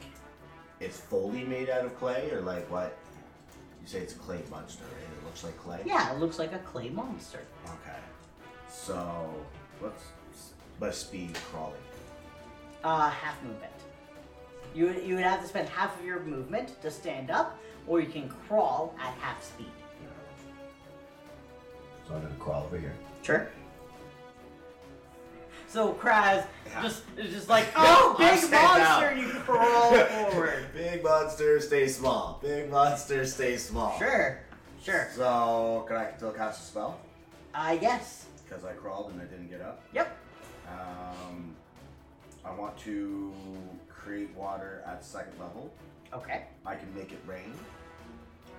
Speaker 3: it's fully made out of clay, or like what? You say it's a clay monster, right? It looks like clay?
Speaker 1: Yeah, it looks like a clay monster.
Speaker 3: Okay. So, what's my speed crawling?
Speaker 1: Uh, half movement. You, would- you would have to spend half of your movement to stand up, or you can crawl at half speed.
Speaker 3: So I'm gonna crawl over here.
Speaker 1: Sure. So Kraz just is just like, oh,
Speaker 3: Yeah, I
Speaker 1: big monster,
Speaker 3: stand
Speaker 1: and
Speaker 3: out.
Speaker 1: you crawl forward.
Speaker 3: Big monster, stay small. Big monster, stay small.
Speaker 1: Sure, sure.
Speaker 3: So, can I still cast a spell?
Speaker 1: I guess.
Speaker 3: Because I crawled and I didn't get up?
Speaker 1: Yep.
Speaker 3: Um, I want to create water at second level.
Speaker 1: Okay.
Speaker 3: I can make it rain.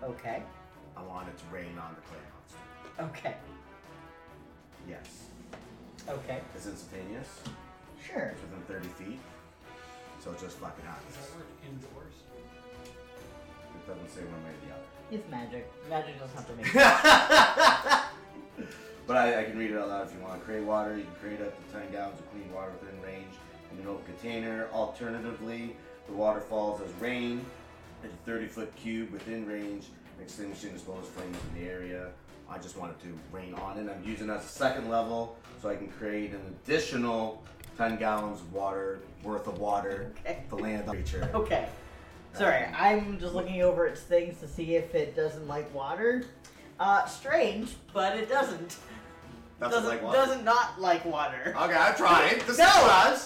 Speaker 1: Okay.
Speaker 3: I want it to rain on the clay monster.
Speaker 1: Okay.
Speaker 3: Yes.
Speaker 1: Okay.
Speaker 3: It's instantaneous.
Speaker 1: Sure.
Speaker 3: It's within 30 feet. So it just fucking happens.
Speaker 19: Does that work indoors?
Speaker 3: It doesn't say one way or the other.
Speaker 1: It's magic. Magic doesn't have to make sense.
Speaker 3: But I, I can read it out loud if you want. Create water. You can create up to 10 gallons of clean water within range in an open container. Alternatively, the water falls as rain in a 30 foot cube within range, extinguishing as well as flames in the area. I just want it to rain on it. I'm using it as a second level, so I can create an additional 10 gallons of water worth of water to land on the creature.
Speaker 1: okay. Sorry, I'm just looking over its things to see if it doesn't like water. Uh, strange, but it doesn't.
Speaker 3: Doesn't
Speaker 1: doesn't
Speaker 3: like water? Uh,
Speaker 1: Doesn't not like water.
Speaker 3: Okay, I tried. This
Speaker 1: no,
Speaker 3: is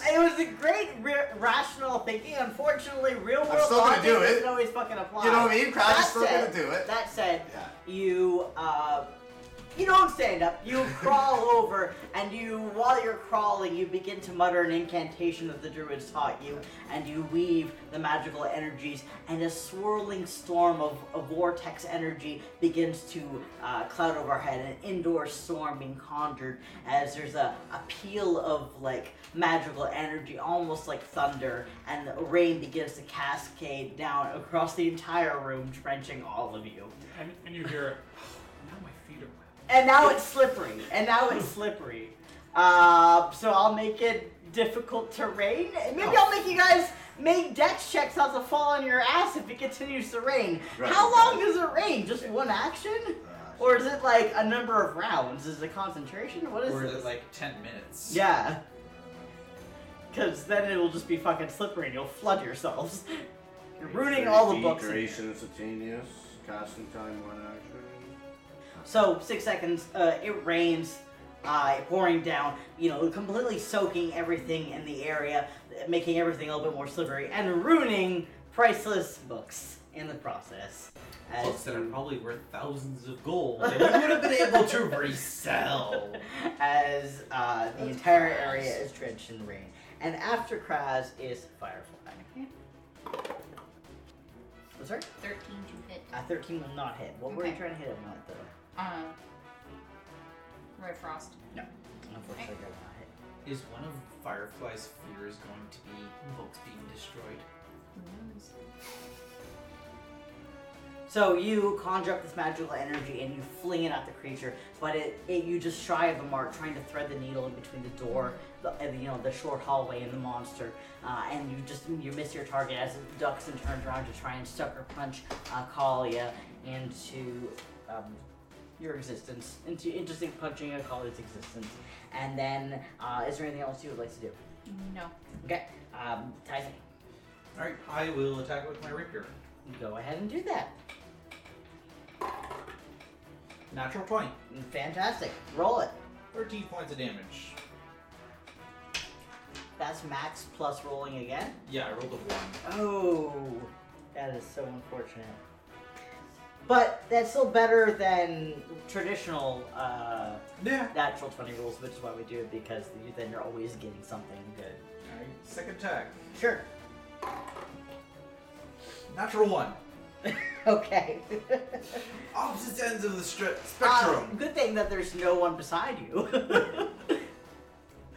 Speaker 3: Kraz.
Speaker 1: it was a great ra- rational thinking. Unfortunately, real world
Speaker 3: still gonna
Speaker 1: logic
Speaker 3: do it.
Speaker 1: doesn't always fucking apply.
Speaker 3: You know what I mean? Kraz is
Speaker 1: That
Speaker 3: still gonna
Speaker 1: said-
Speaker 3: do it.
Speaker 1: That said, you uh, you don't stand up. You crawl over, and you, while you're crawling, you begin to mutter an incantation that the druids taught you, and you weave the magical energies, and a swirling storm of, of vortex energy begins to uh, cloud overhead, an indoor storm being conjured as there's a, a peal of like magical energy, almost like thunder, and the rain begins to cascade down across the entire room, drenching all of you.
Speaker 19: And, and you hear it. now my feet are wet.
Speaker 1: And now it's slippery. And now it's
Speaker 6: Hmm.
Speaker 1: slippery. Uh, so I'll make it difficult terrain. Maybe I'll make you guys make dex checks not to fall on your ass if it continues to rain.
Speaker 3: Right.
Speaker 1: How long does it rain? Just one action?
Speaker 6: Uh,
Speaker 1: Or is it like a number of rounds? Is it concentration? What is
Speaker 6: or is
Speaker 1: this?
Speaker 6: it like 10 minutes?
Speaker 1: Yeah. Because then it'll just be fucking slippery and you'll flood yourselves. You're ruining all the books. in here.
Speaker 3: Duration instantaneous. Casting time one action.
Speaker 1: So six seconds. Uh, it rains, uh, pouring down. You know, completely soaking everything in the area, making everything a little bit more slippery and ruining priceless books in the process. As-
Speaker 6: Books that are probably worth thousands of gold that we would have been able to resell.
Speaker 1: As uh, the entire area is drenched in rain, and after Kraz is Firefly. I'm sorry.
Speaker 4: 13 to hit.
Speaker 1: Uh, Thirteen will not hit. What were you
Speaker 4: Okay.
Speaker 1: trying to hit him with, though?
Speaker 4: Um, Red Frost.
Speaker 1: No. Unfortunately, that will not hit.
Speaker 6: Is one of Firefly's fears going to be books being destroyed?
Speaker 1: So you conjure up this magical energy and you fling it at the creature, but it, it you just shy of the mark, trying to thread the needle in between the door, the, and, you know, the short hallway and the monster, uh, and you just you miss your target as it ducks and turns around to try and sucker punch uh, Kalia into um, your existence, into interesting punching a Kalia's existence, and then uh, is there anything else you would like to do?
Speaker 4: No.
Speaker 1: Okay, um, Tyson,
Speaker 6: Alright, I will attack it with my rapier.
Speaker 1: go ahead and do that.
Speaker 6: Natural 20.
Speaker 1: Fantastic, roll it.
Speaker 6: 13 points of damage.
Speaker 1: That's max plus rolling again.
Speaker 6: Yeah, I rolled a 1.
Speaker 1: Oh, that is so unfortunate. But that's still better than traditional uh, natural 20 rules, which is why we do it because you, then you're always getting something good.
Speaker 6: Alright, second attack.
Speaker 1: Sure.
Speaker 6: Natural 1.
Speaker 1: Okay.
Speaker 6: Opposite ends of the stri-
Speaker 3: Ah.
Speaker 1: Uh,
Speaker 6: spectrum.
Speaker 1: good thing that there's no one beside you.
Speaker 3: And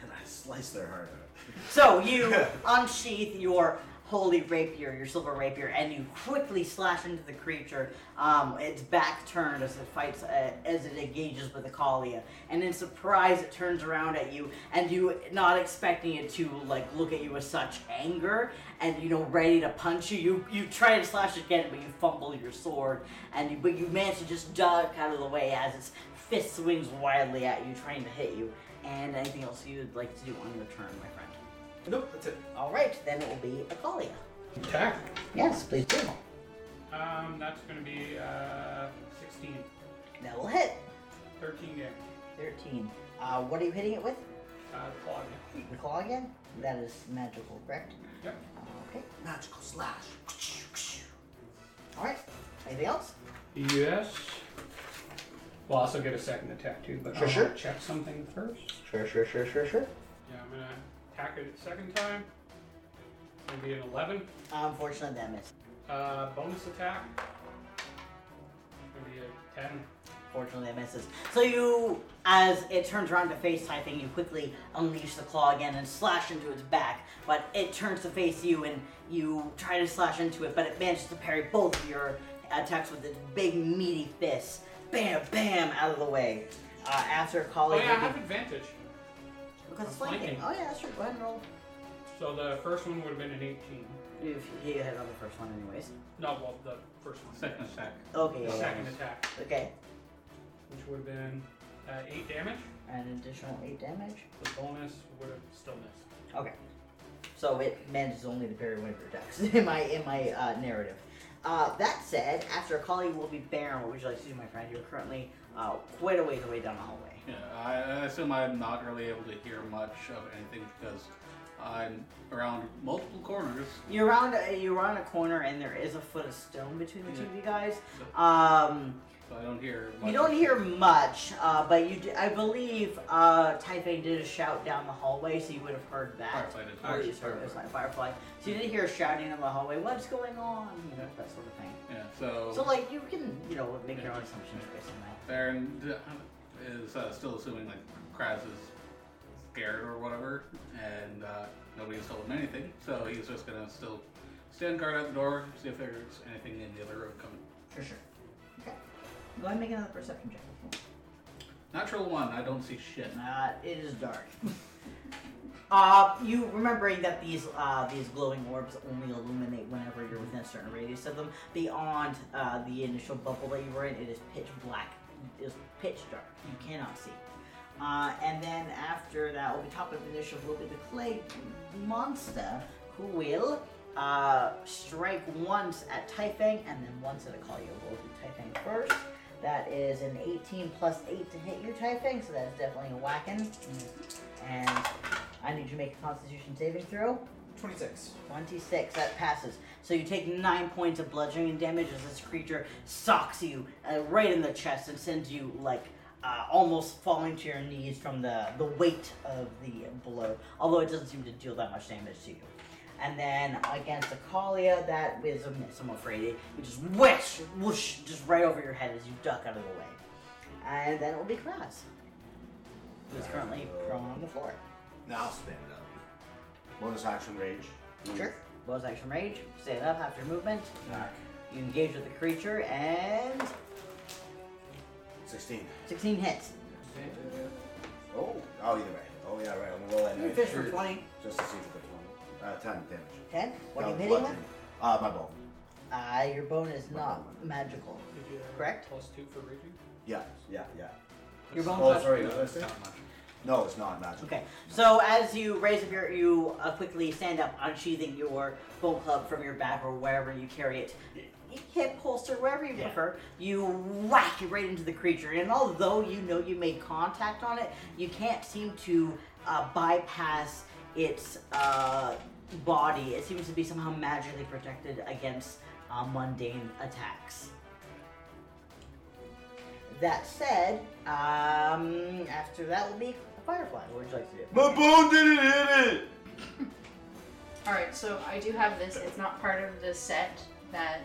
Speaker 3: I slice their heart out.
Speaker 1: so you unsheath your holy rapier, your silver rapier, and you quickly slash into the creature. Um, its back turned as it fights, uh, as it engages with the Kalia. And in surprise, it turns around at you, and you, not expecting it to, like, look at you with such anger, and, you know, ready to punch you, you, you try to slash again, but you fumble your sword, and you, but you manage to just duck out of the way as its fist swings wildly at you, trying to hit you. And anything else you'd like to do on your turn, my friend?
Speaker 22: Nope, that's it.
Speaker 1: All right, then it will be a Kalia.
Speaker 19: Attack.
Speaker 1: Yes, please do.
Speaker 19: Um, that's going to be uh, 16.
Speaker 1: That will hit.
Speaker 19: 13 damage.
Speaker 1: 13. Uh, what are you hitting it with?
Speaker 19: Uh, claw again.
Speaker 1: The claw again? That is magical, correct?
Speaker 19: Yep.
Speaker 1: Okay. Magical slash. All right. Anything else?
Speaker 19: Yes. We'll also get a second attack too, but
Speaker 1: Sure,
Speaker 19: I
Speaker 1: sure.
Speaker 19: want to check something first.
Speaker 1: Sure, sure, sure, sure, sure.
Speaker 19: Yeah, I'm going to attack it a second time. Going to be an 11.
Speaker 1: Unfortunately, that missed.
Speaker 19: Uh, bonus attack. Going to be a 10.
Speaker 1: Fortunately, that misses. So you, as it turns around to face Typhon, you quickly unleash the claw again and slash into its back. But it turns to face you, and you try to slash into it, but it manages to parry both of your attacks with its big meaty fist. Bam, bam, out of the way. Uh, after
Speaker 19: Oh
Speaker 1: calling,
Speaker 19: yeah, I have advantage.
Speaker 1: because it's
Speaker 19: I'm
Speaker 1: flanking.
Speaker 19: flanking.
Speaker 1: Oh yeah, sure. Go ahead and roll.
Speaker 19: So the first one would have been an 18.
Speaker 1: If you hit on the first one, anyways.
Speaker 19: No, well, the first one.
Speaker 8: Second attack.
Speaker 1: Okay.
Speaker 19: The
Speaker 1: yeah,
Speaker 19: second
Speaker 1: yeah.
Speaker 19: attack,
Speaker 1: Okay.
Speaker 19: which would have been uh, 8 damage.
Speaker 1: An additional eight damage.
Speaker 19: The bonus would have still missed.
Speaker 1: Okay. So it manages only to parry one of your attacks in my in my uh, narrative. Uh, that said, after Akali will be Baron. What would you like to do, my friend? You're currently uh, quite a ways away down the hallway.
Speaker 8: Yeah, I, I assume I'm not really able to hear much of anything because I'm around multiple corners.
Speaker 1: You're around uh, you're around a corner, and there is a foot of stone between the two
Speaker 8: Yeah.
Speaker 1: of you guys. Um,
Speaker 8: So I don't hear much.
Speaker 1: you don't hear much, uh, but you d- I believe uh, Typhane did a shout down the hallway, so you would have heard that.
Speaker 8: Firefly did.
Speaker 1: Or you heard- it was like Firefly. So you did hear shouting in the hallway. What's going on? You know that sort of thing.
Speaker 8: Yeah, so.
Speaker 1: So like you can you know make your own assumptions based on that.
Speaker 8: Baron d- is uh, still assuming like Kraz is scared or whatever, and uh, nobody's told him anything, so he's just gonna still stand guard at the door, see if there's anything in the other room coming.
Speaker 1: For sure. Go ahead and make another perception check.
Speaker 8: Natural one, I don't see shit.
Speaker 1: Uh, it is dark. Uh, you remembering that these uh, these glowing orbs only illuminate whenever you're within a certain radius of them. Beyond uh, the initial bubble that you were in, it is pitch black. It is pitch dark. You cannot see. Uh, and then after that will be top of the initiative will be the clay monster who will uh, strike once at Typhang and then once at Akalia. We'll do Typhang first. That is an 18 plus 8 to hit you, Typhang, so that's definitely a whacking. And I need you to make a constitution saving throw.
Speaker 23: 26.
Speaker 1: 26, that passes. So you take 9 points of bludgeoning damage as this creature socks you uh, right in the chest and sends you, like, uh, almost falling to your knees from the, the weight of the blow. Although it doesn't seem to deal that much damage to you. And then against Akalia, that is a miss, I'm afraid. It it just whoosh, whoosh, just right over your head as you duck out of the way. And then it will be Kras. Who's currently prone on the floor.
Speaker 3: Now I'll stand up. Bonus action rage.
Speaker 1: Sure. Bonus action rage. Stand up after movement. You engage with the creature and
Speaker 3: 16.
Speaker 1: 16 hits.
Speaker 3: Oh, oh, either way. Oh, yeah, right. I'm gonna roll that
Speaker 1: You
Speaker 3: nice.
Speaker 1: fish for 20.
Speaker 3: Just to see if it's a 20. Uh, 10 damage.
Speaker 1: 10. What are
Speaker 3: No,
Speaker 1: you hitting with?
Speaker 3: bludgeoning. Uh, my bow.
Speaker 1: Uh, your bone is not magical.
Speaker 19: Did you have
Speaker 1: Correct.
Speaker 19: Plus two for raging.
Speaker 3: Yeah, yeah, yeah.
Speaker 1: Your bone's
Speaker 3: Oh,
Speaker 1: not-
Speaker 3: sorry.
Speaker 1: No,
Speaker 3: what
Speaker 1: that's
Speaker 3: did I say? No, it's not magic.
Speaker 1: Okay. So as you raise up your, you uh, quickly stand up, unsheathing your bow club from your back or wherever you carry it. Hip holster, wherever you prefer, you whack it right into the creature, and although you know you made contact on it, you can't seem to uh, bypass its uh, body. It seems to be somehow magically protected against uh, mundane attacks. That said, um, after that will be Firefly. What would you like to do?
Speaker 3: My bone didn't hit it!
Speaker 4: Alright, so I do have this. It's not part of the set that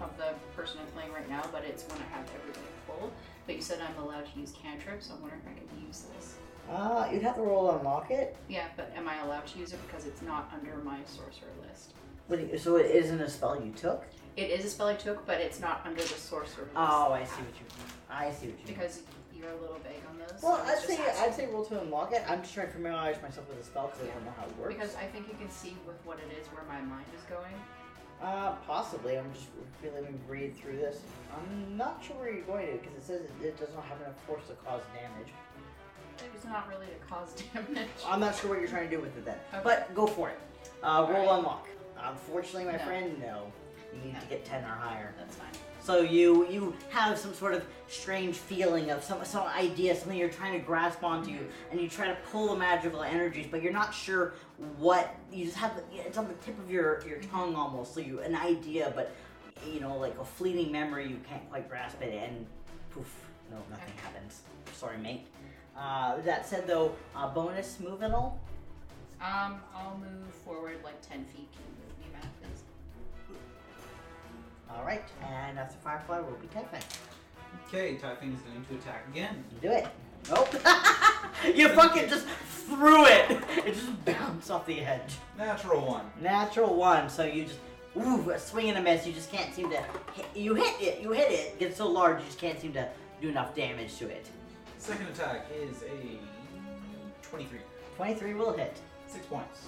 Speaker 4: of the person I'm playing right now, but it's one I have everybody full. But you said I'm allowed to use cantrips. I wonder if I can use this.
Speaker 1: Uh, you'd have to roll to unlock it.
Speaker 4: Yeah, but am I allowed to use it because it's not under my sorcerer list?
Speaker 1: Wait, so it isn't a spell you took?
Speaker 4: It is a spell I took, but it's not under the sorcerer list.
Speaker 1: Oh, I see what you mean. I see what you mean.
Speaker 4: Because you're a little vague on those.
Speaker 1: Well,
Speaker 4: so I was
Speaker 1: I'd
Speaker 4: just
Speaker 1: say
Speaker 4: asking.
Speaker 1: I'd say roll to unlock it. I'm just trying to familiarize myself with the spell because I don't know how it works.
Speaker 4: Because I think you can see with what it is where my mind is going.
Speaker 1: Uh, possibly. I'm just really going to read through this. I'm not sure where you're going to because it says it, it does not have enough force to cause damage.
Speaker 4: It's not really to cause damage.
Speaker 1: I'm not sure what you're trying to do with it then. But go for it. Uh, roll unlock. Unfortunately, my
Speaker 4: No.
Speaker 1: friend, no. You need to get 10 or higher.
Speaker 4: That's fine.
Speaker 1: So you you have some sort of strange feeling of some some idea, something you're trying to grasp onto, and you try to pull the magical energies, but you're not sure what. You just have it's on the tip of your your tongue almost, so you an idea, but you know like a fleeting memory, you can't quite grasp it, and poof, no, nothing happens. Sorry, mate. Uh, that said, though, uh, bonus move at all?
Speaker 4: Um, I'll move forward like 10 feet. Can you move me back, please?
Speaker 1: All right, and after Firefly will be Typhon.
Speaker 24: Okay, Typhon is going to attack again.
Speaker 1: Do it. Nope. you fucking just threw it. It just bounced off the edge.
Speaker 24: Natural one.
Speaker 1: Natural one. So you just ooh, a swing and a miss. You just can't seem to. Hit, you hit it. You hit it. It gets so large, you just can't seem to do enough damage to it.
Speaker 24: Second attack is a 23.
Speaker 1: Twenty-three will hit.
Speaker 24: Six points.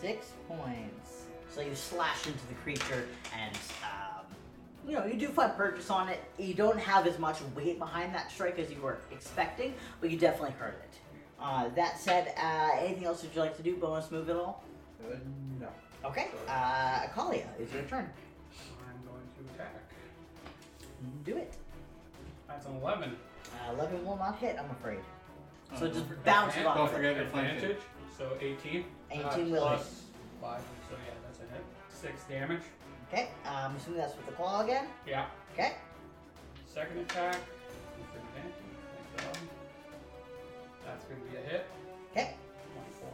Speaker 1: Six points. So you slash into the creature and um, you know you do fun purchase on it. You don't have as much weight behind that strike as you were expecting, but you definitely hurt it. Uh, that said, uh, anything else would you like to do? Bonus move at all?
Speaker 24: Uh, no.
Speaker 1: Okay, uh, Akalia, it's your turn.
Speaker 19: I'm going to attack.
Speaker 1: Do it.
Speaker 19: That's an 11.
Speaker 1: Uh, 11 will not hit, I'm afraid. So
Speaker 19: Uh,
Speaker 1: it just
Speaker 19: don't forget-
Speaker 1: bounces off.
Speaker 19: Don't
Speaker 1: of it.
Speaker 19: forget advantage. So 18.
Speaker 1: 18 will hit.
Speaker 19: plus 5. So yeah, that's a hit. 6 damage.
Speaker 1: Okay, uh, I'm assuming that's with the claw again.
Speaker 19: Yeah.
Speaker 1: Okay.
Speaker 19: Second attack. with advantage, thank God. That's going to be a hit.
Speaker 1: Okay.
Speaker 19: 24.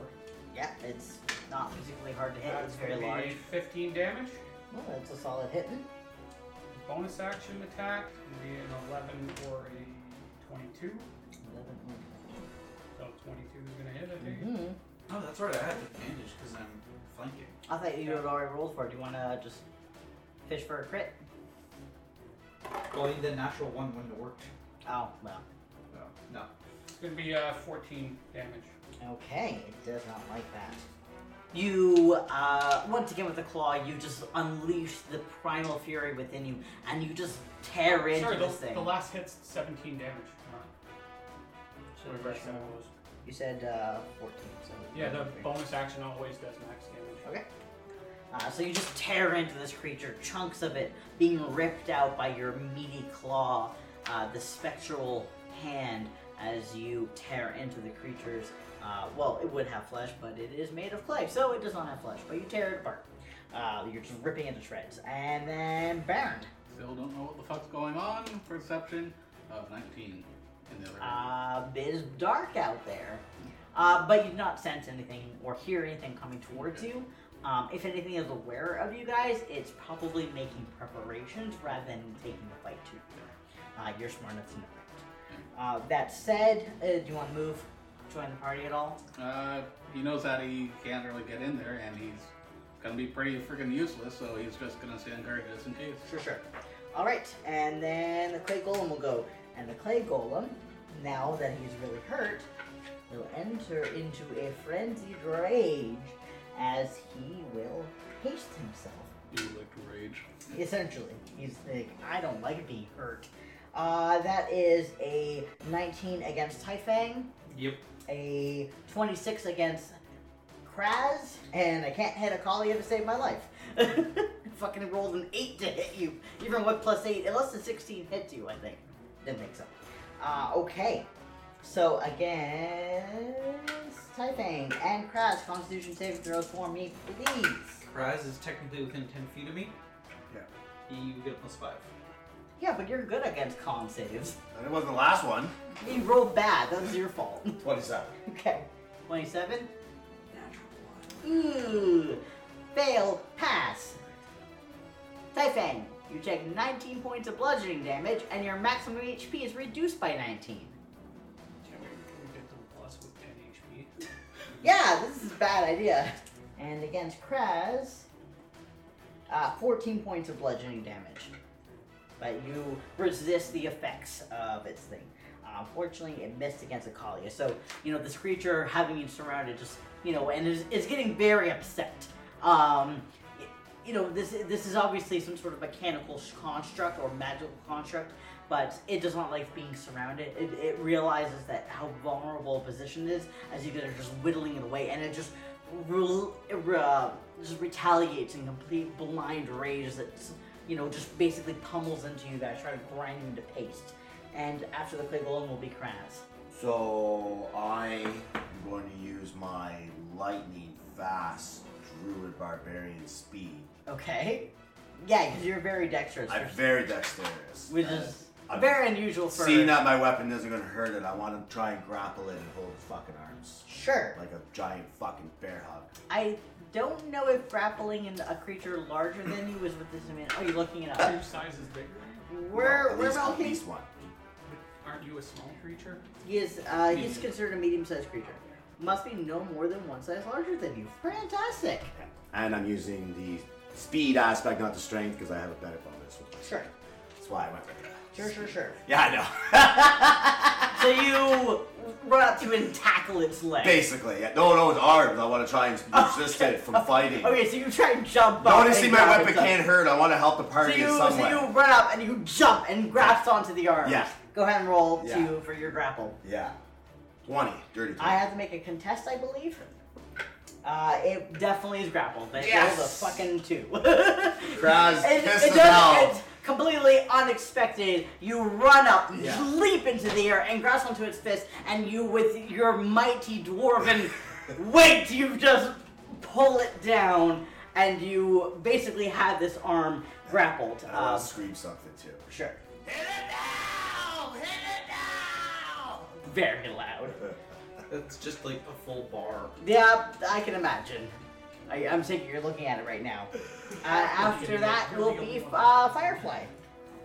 Speaker 1: Yeah, it's not physically hard to hit,
Speaker 19: That's
Speaker 1: it's very
Speaker 19: gonna be
Speaker 1: large.
Speaker 19: 15 damage.
Speaker 1: Well, that's a solid hit. then.
Speaker 19: Bonus action attack. gonna Be an 11 or a 22.
Speaker 1: 11
Speaker 19: So 22 is going to hit, I think.
Speaker 1: Mhm.
Speaker 25: Oh, that's right. I have advantage because I'm flanking.
Speaker 1: I thought you had already rolled for it. Do you want to just fish for a crit?
Speaker 24: Only the natural one wouldn't have worked.
Speaker 1: Oh, well.
Speaker 24: No. No.
Speaker 19: It's going to be uh, 14 damage.
Speaker 1: Okay, it does not like that. You, uh, once again with the claw, you just unleash the primal fury within you, and you just tear into
Speaker 19: Sorry, the,
Speaker 1: this thing.
Speaker 19: the last hit's 17 damage. Alright.
Speaker 1: So
Speaker 19: Whatever
Speaker 1: that's,
Speaker 19: that
Speaker 1: uh,
Speaker 19: was.
Speaker 1: You said uh, 14, so.
Speaker 19: Yeah, the bonus action always does max damage.
Speaker 1: Okay. Uh, so you just tear into this creature, chunks of it being ripped out by your meaty claw, uh, the spectral hand, as you tear into the creature's. Uh, well, it would have flesh, but it is made of clay, so it does not have flesh. But you tear it apart. Uh, you're just ripping it to shreds. And then Baron.
Speaker 8: Still don't know what the fuck's going on. Perception of 19 in the other
Speaker 4: Ah.
Speaker 1: Uh, it is dark out there, uh, but you do not sense anything or hear anything coming towards you. Um, if anything is aware of you guys, it's probably making preparations rather than taking the fight to you. Uh, you're smart enough to know that. Uh, that said, uh, do you want to move, join the party at all?
Speaker 8: Uh, he knows that he can't really get in there, and he's gonna be pretty freaking useless. So he's just gonna stand guard just in case.
Speaker 1: For sure. All right, and then the clay golem will go, and the clay golem, now that he's really hurt, will enter into a frenzied rage as he will haste himself.
Speaker 8: Do you like to rage?
Speaker 1: Essentially, he's like, I don't like being hurt. Uh, that is a 19 against Typhang,
Speaker 24: Yep.
Speaker 1: a 26 against Kraz, and I can't hit a Kalia to save my life. Fucking rolled an 8 to hit you, even with plus 8, unless the 16 hits you, I think. Didn't make sense. Uh, okay. So against Typhang and Kraz, Constitution saving throws for me, please.
Speaker 24: Kraz is technically within 10 feet of me. Yeah. You get a plus 5.
Speaker 1: Yeah, but you're good against con saves.
Speaker 3: And it wasn't the last one.
Speaker 1: You rolled bad. That was your fault.
Speaker 3: 27.
Speaker 1: Okay. 27? Natural one. Ooh. Fail. Pass. Typhang. You take 19 points of bludgeoning damage, and your maximum HP is reduced by 19. Yeah, this is a bad idea. And against Kraz, uh, 14 points of bludgeoning damage. But you resist the effects of its thing. Uh, Unfortunately, it missed against Akalia. So, you know, this creature, having you surrounded, just, you know, and is, is getting very upset. Um, y- you know, this this is obviously some sort of mechanical sh- construct or magical construct, but it does not like being surrounded. It, it realizes that how vulnerable a position it is as you guys are just whittling it away, and it just rel- re- uh, just retaliates in complete blind rage that you know just basically pummels into you guys, trying to grind you to paste. And after the play golem will be Kranz.
Speaker 3: So I am going to use my lightning fast druid barbarian speed.
Speaker 1: Okay. Yeah, because you're very dexterous.
Speaker 3: I'm
Speaker 1: You're-
Speaker 3: very dexterous.
Speaker 1: Which is very unusual for-
Speaker 3: Seeing that my weapon isn't gonna hurt it, I want to try and grapple it and hold the fucking arms.
Speaker 1: Sure.
Speaker 3: Like a giant fucking bear hug.
Speaker 1: I don't know if grappling in a creature larger than you is with this disadvantage. Oh, you're looking it up.
Speaker 19: Two sizes bigger.
Speaker 1: Where- where about him?
Speaker 19: Aren't you a small creature?
Speaker 1: He is uh, he's considered a medium-sized creature. Must be no more than one size larger than you. Fantastic.
Speaker 3: And I'm using the speed aspect, not the strength, because I have a better bonus. with my
Speaker 1: Sure.
Speaker 3: That's why I went with that.
Speaker 1: Sure, sure, sure.
Speaker 3: Yeah, I know.
Speaker 1: So you run up to it and tackle its leg.
Speaker 3: Basically, yeah. no, no, it's arms. I want to try and
Speaker 1: Oh,
Speaker 3: resist it from fighting.
Speaker 1: Okay, so you try and jump up.
Speaker 3: Noticing
Speaker 1: and
Speaker 3: my
Speaker 1: grab
Speaker 3: weapon
Speaker 1: its arm.
Speaker 3: can't hurt, I want to help the
Speaker 1: So
Speaker 3: party
Speaker 1: you,
Speaker 3: in some
Speaker 1: so
Speaker 3: way.
Speaker 1: you run up and you jump and grasp onto the arm.
Speaker 3: Yeah.
Speaker 1: Go ahead and roll
Speaker 3: Yeah.
Speaker 1: two for your grapple.
Speaker 3: Yeah. 20, dirty 20.
Speaker 1: I have to make a contest, I believe. Uh, it definitely is grappled. They
Speaker 3: Yes.
Speaker 1: rolled a fucking two.
Speaker 3: Kraz
Speaker 1: It-
Speaker 3: pisses
Speaker 1: it does-
Speaker 3: out.
Speaker 1: It's completely unexpected. You run up,
Speaker 3: Yeah.
Speaker 1: leap into the air, and grasp onto its fist, and you, with your mighty dwarven weight, you just pull it down, and you basically have this arm grappled.
Speaker 3: And I want
Speaker 1: Um,
Speaker 3: to scream something too.
Speaker 1: Sure. Very loud.
Speaker 6: That's just like a full bar.
Speaker 1: Yeah, I can imagine. I, I'm thinking you're looking at it right now. Uh, after that will be uh, Firefly.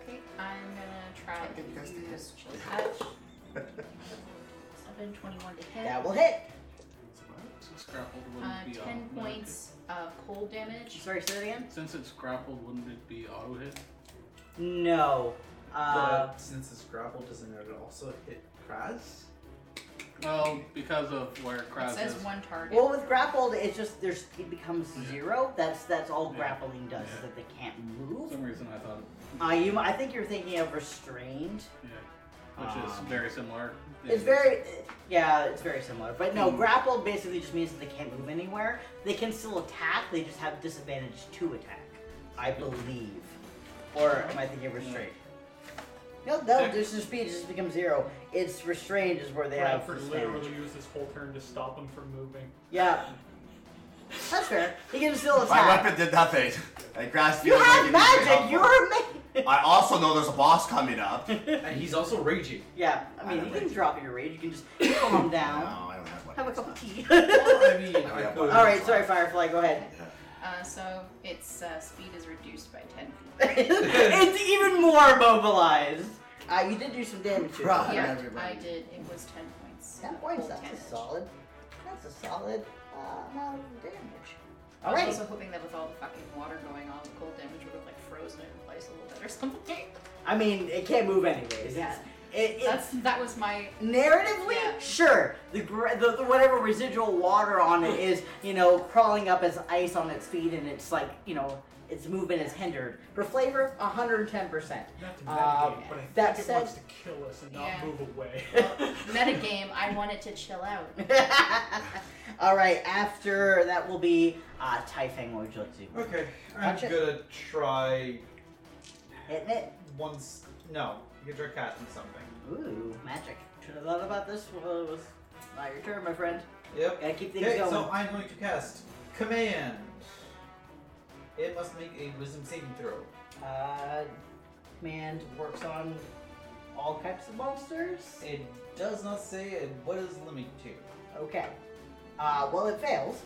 Speaker 4: Okay, I'm gonna try to use chill touch. Seven twenty-one to hit.
Speaker 1: That will hit.
Speaker 8: Since grappled, wouldn't
Speaker 4: Uh,
Speaker 8: it be
Speaker 4: ten
Speaker 8: auto-
Speaker 4: points of cold damage.
Speaker 1: Sorry, say that again.
Speaker 8: Since it's grappled, wouldn't it be auto hit?
Speaker 1: No. Uh,
Speaker 6: but since it's grappled, doesn't it also hit Kraz?
Speaker 8: Well, because of where Kraz
Speaker 4: It says
Speaker 8: is.
Speaker 4: one target.
Speaker 1: well, with grappled, it's just there's it becomes zero. That's that's all grappling does is that they can't
Speaker 8: For
Speaker 1: move.
Speaker 8: some reason, I thought,
Speaker 1: Uh, you, mi- I think you're thinking of restrained.
Speaker 8: which
Speaker 1: Um,
Speaker 8: is very similar.
Speaker 1: It's very, yeah, it's very similar. But no,
Speaker 8: Hmm.
Speaker 1: grappled basically just means that they can't move anywhere. They can still attack. They just have disadvantage to attack, I
Speaker 8: Hmm.
Speaker 1: believe. Or am I thinking restrained? No, no, this is speed just becomes zero. It's restrained is where they have
Speaker 19: Bradford
Speaker 1: disadvantage.
Speaker 19: literally used his whole turn to stop him from moving.
Speaker 1: Yeah, that's fair. He can still
Speaker 3: My
Speaker 1: attack.
Speaker 3: weapon did nothing. I grasped
Speaker 1: You
Speaker 3: it,
Speaker 1: have
Speaker 3: like, it was
Speaker 1: magic. You're
Speaker 3: helpful.
Speaker 1: amazing.
Speaker 3: I also know there's a boss coming up.
Speaker 6: And he's also raging.
Speaker 1: Yeah, I mean,
Speaker 3: don't
Speaker 1: you
Speaker 3: like
Speaker 1: can drop your rage. You can just calm down.
Speaker 3: No, I don't have one.
Speaker 1: Have a cup of tea.
Speaker 6: I mean,
Speaker 3: I have one.
Speaker 1: All right, sorry, Firefly. Go ahead.
Speaker 4: Uh, so its uh, speed is reduced by ten feet.
Speaker 1: it's even more immobilized. Uh, you did do some damage. to it.
Speaker 4: yeah, I did. It was ten points.
Speaker 1: Ten points.
Speaker 4: Cold
Speaker 1: That's a
Speaker 4: damage.
Speaker 1: solid. That's a solid uh, amount of damage.
Speaker 4: I
Speaker 1: All
Speaker 4: was
Speaker 1: right.
Speaker 4: also hoping that with all the fucking water going on, the cold damage would have like frozen it in place a little bit or something.
Speaker 1: I mean, it can't move anyways.
Speaker 4: Yeah.
Speaker 1: It,
Speaker 4: That's that was my
Speaker 1: Narratively, sure. The, gra- the, the whatever residual water on it is, you know, crawling up as ice on its feet, and it's like, you know, its movement is hindered. For flavor, 110%.
Speaker 19: Not to
Speaker 1: Um,
Speaker 19: mitigate, but I think
Speaker 1: that
Speaker 19: it
Speaker 1: said-
Speaker 19: wants to kill us and not
Speaker 4: Yeah.
Speaker 19: move away.
Speaker 4: metagame. I wanted to chill out.
Speaker 1: All right, after that will be uh, Typhang. What would you like to do?
Speaker 6: Okay, I'm
Speaker 1: Touch it.
Speaker 6: gonna try
Speaker 1: Hitting it.
Speaker 6: once. No, you can try casting something.
Speaker 1: Ooh, magic. Should have thought about this. Well, it was not your turn, my friend.
Speaker 6: Yep.
Speaker 1: Gotta keep things
Speaker 6: Okay,
Speaker 1: going.
Speaker 6: so I'm going to cast command. It must make a wisdom saving throw.
Speaker 1: Uh, command works on all types of monsters.
Speaker 6: It does not say what is limited to.
Speaker 1: Okay. Uh, well, it fails.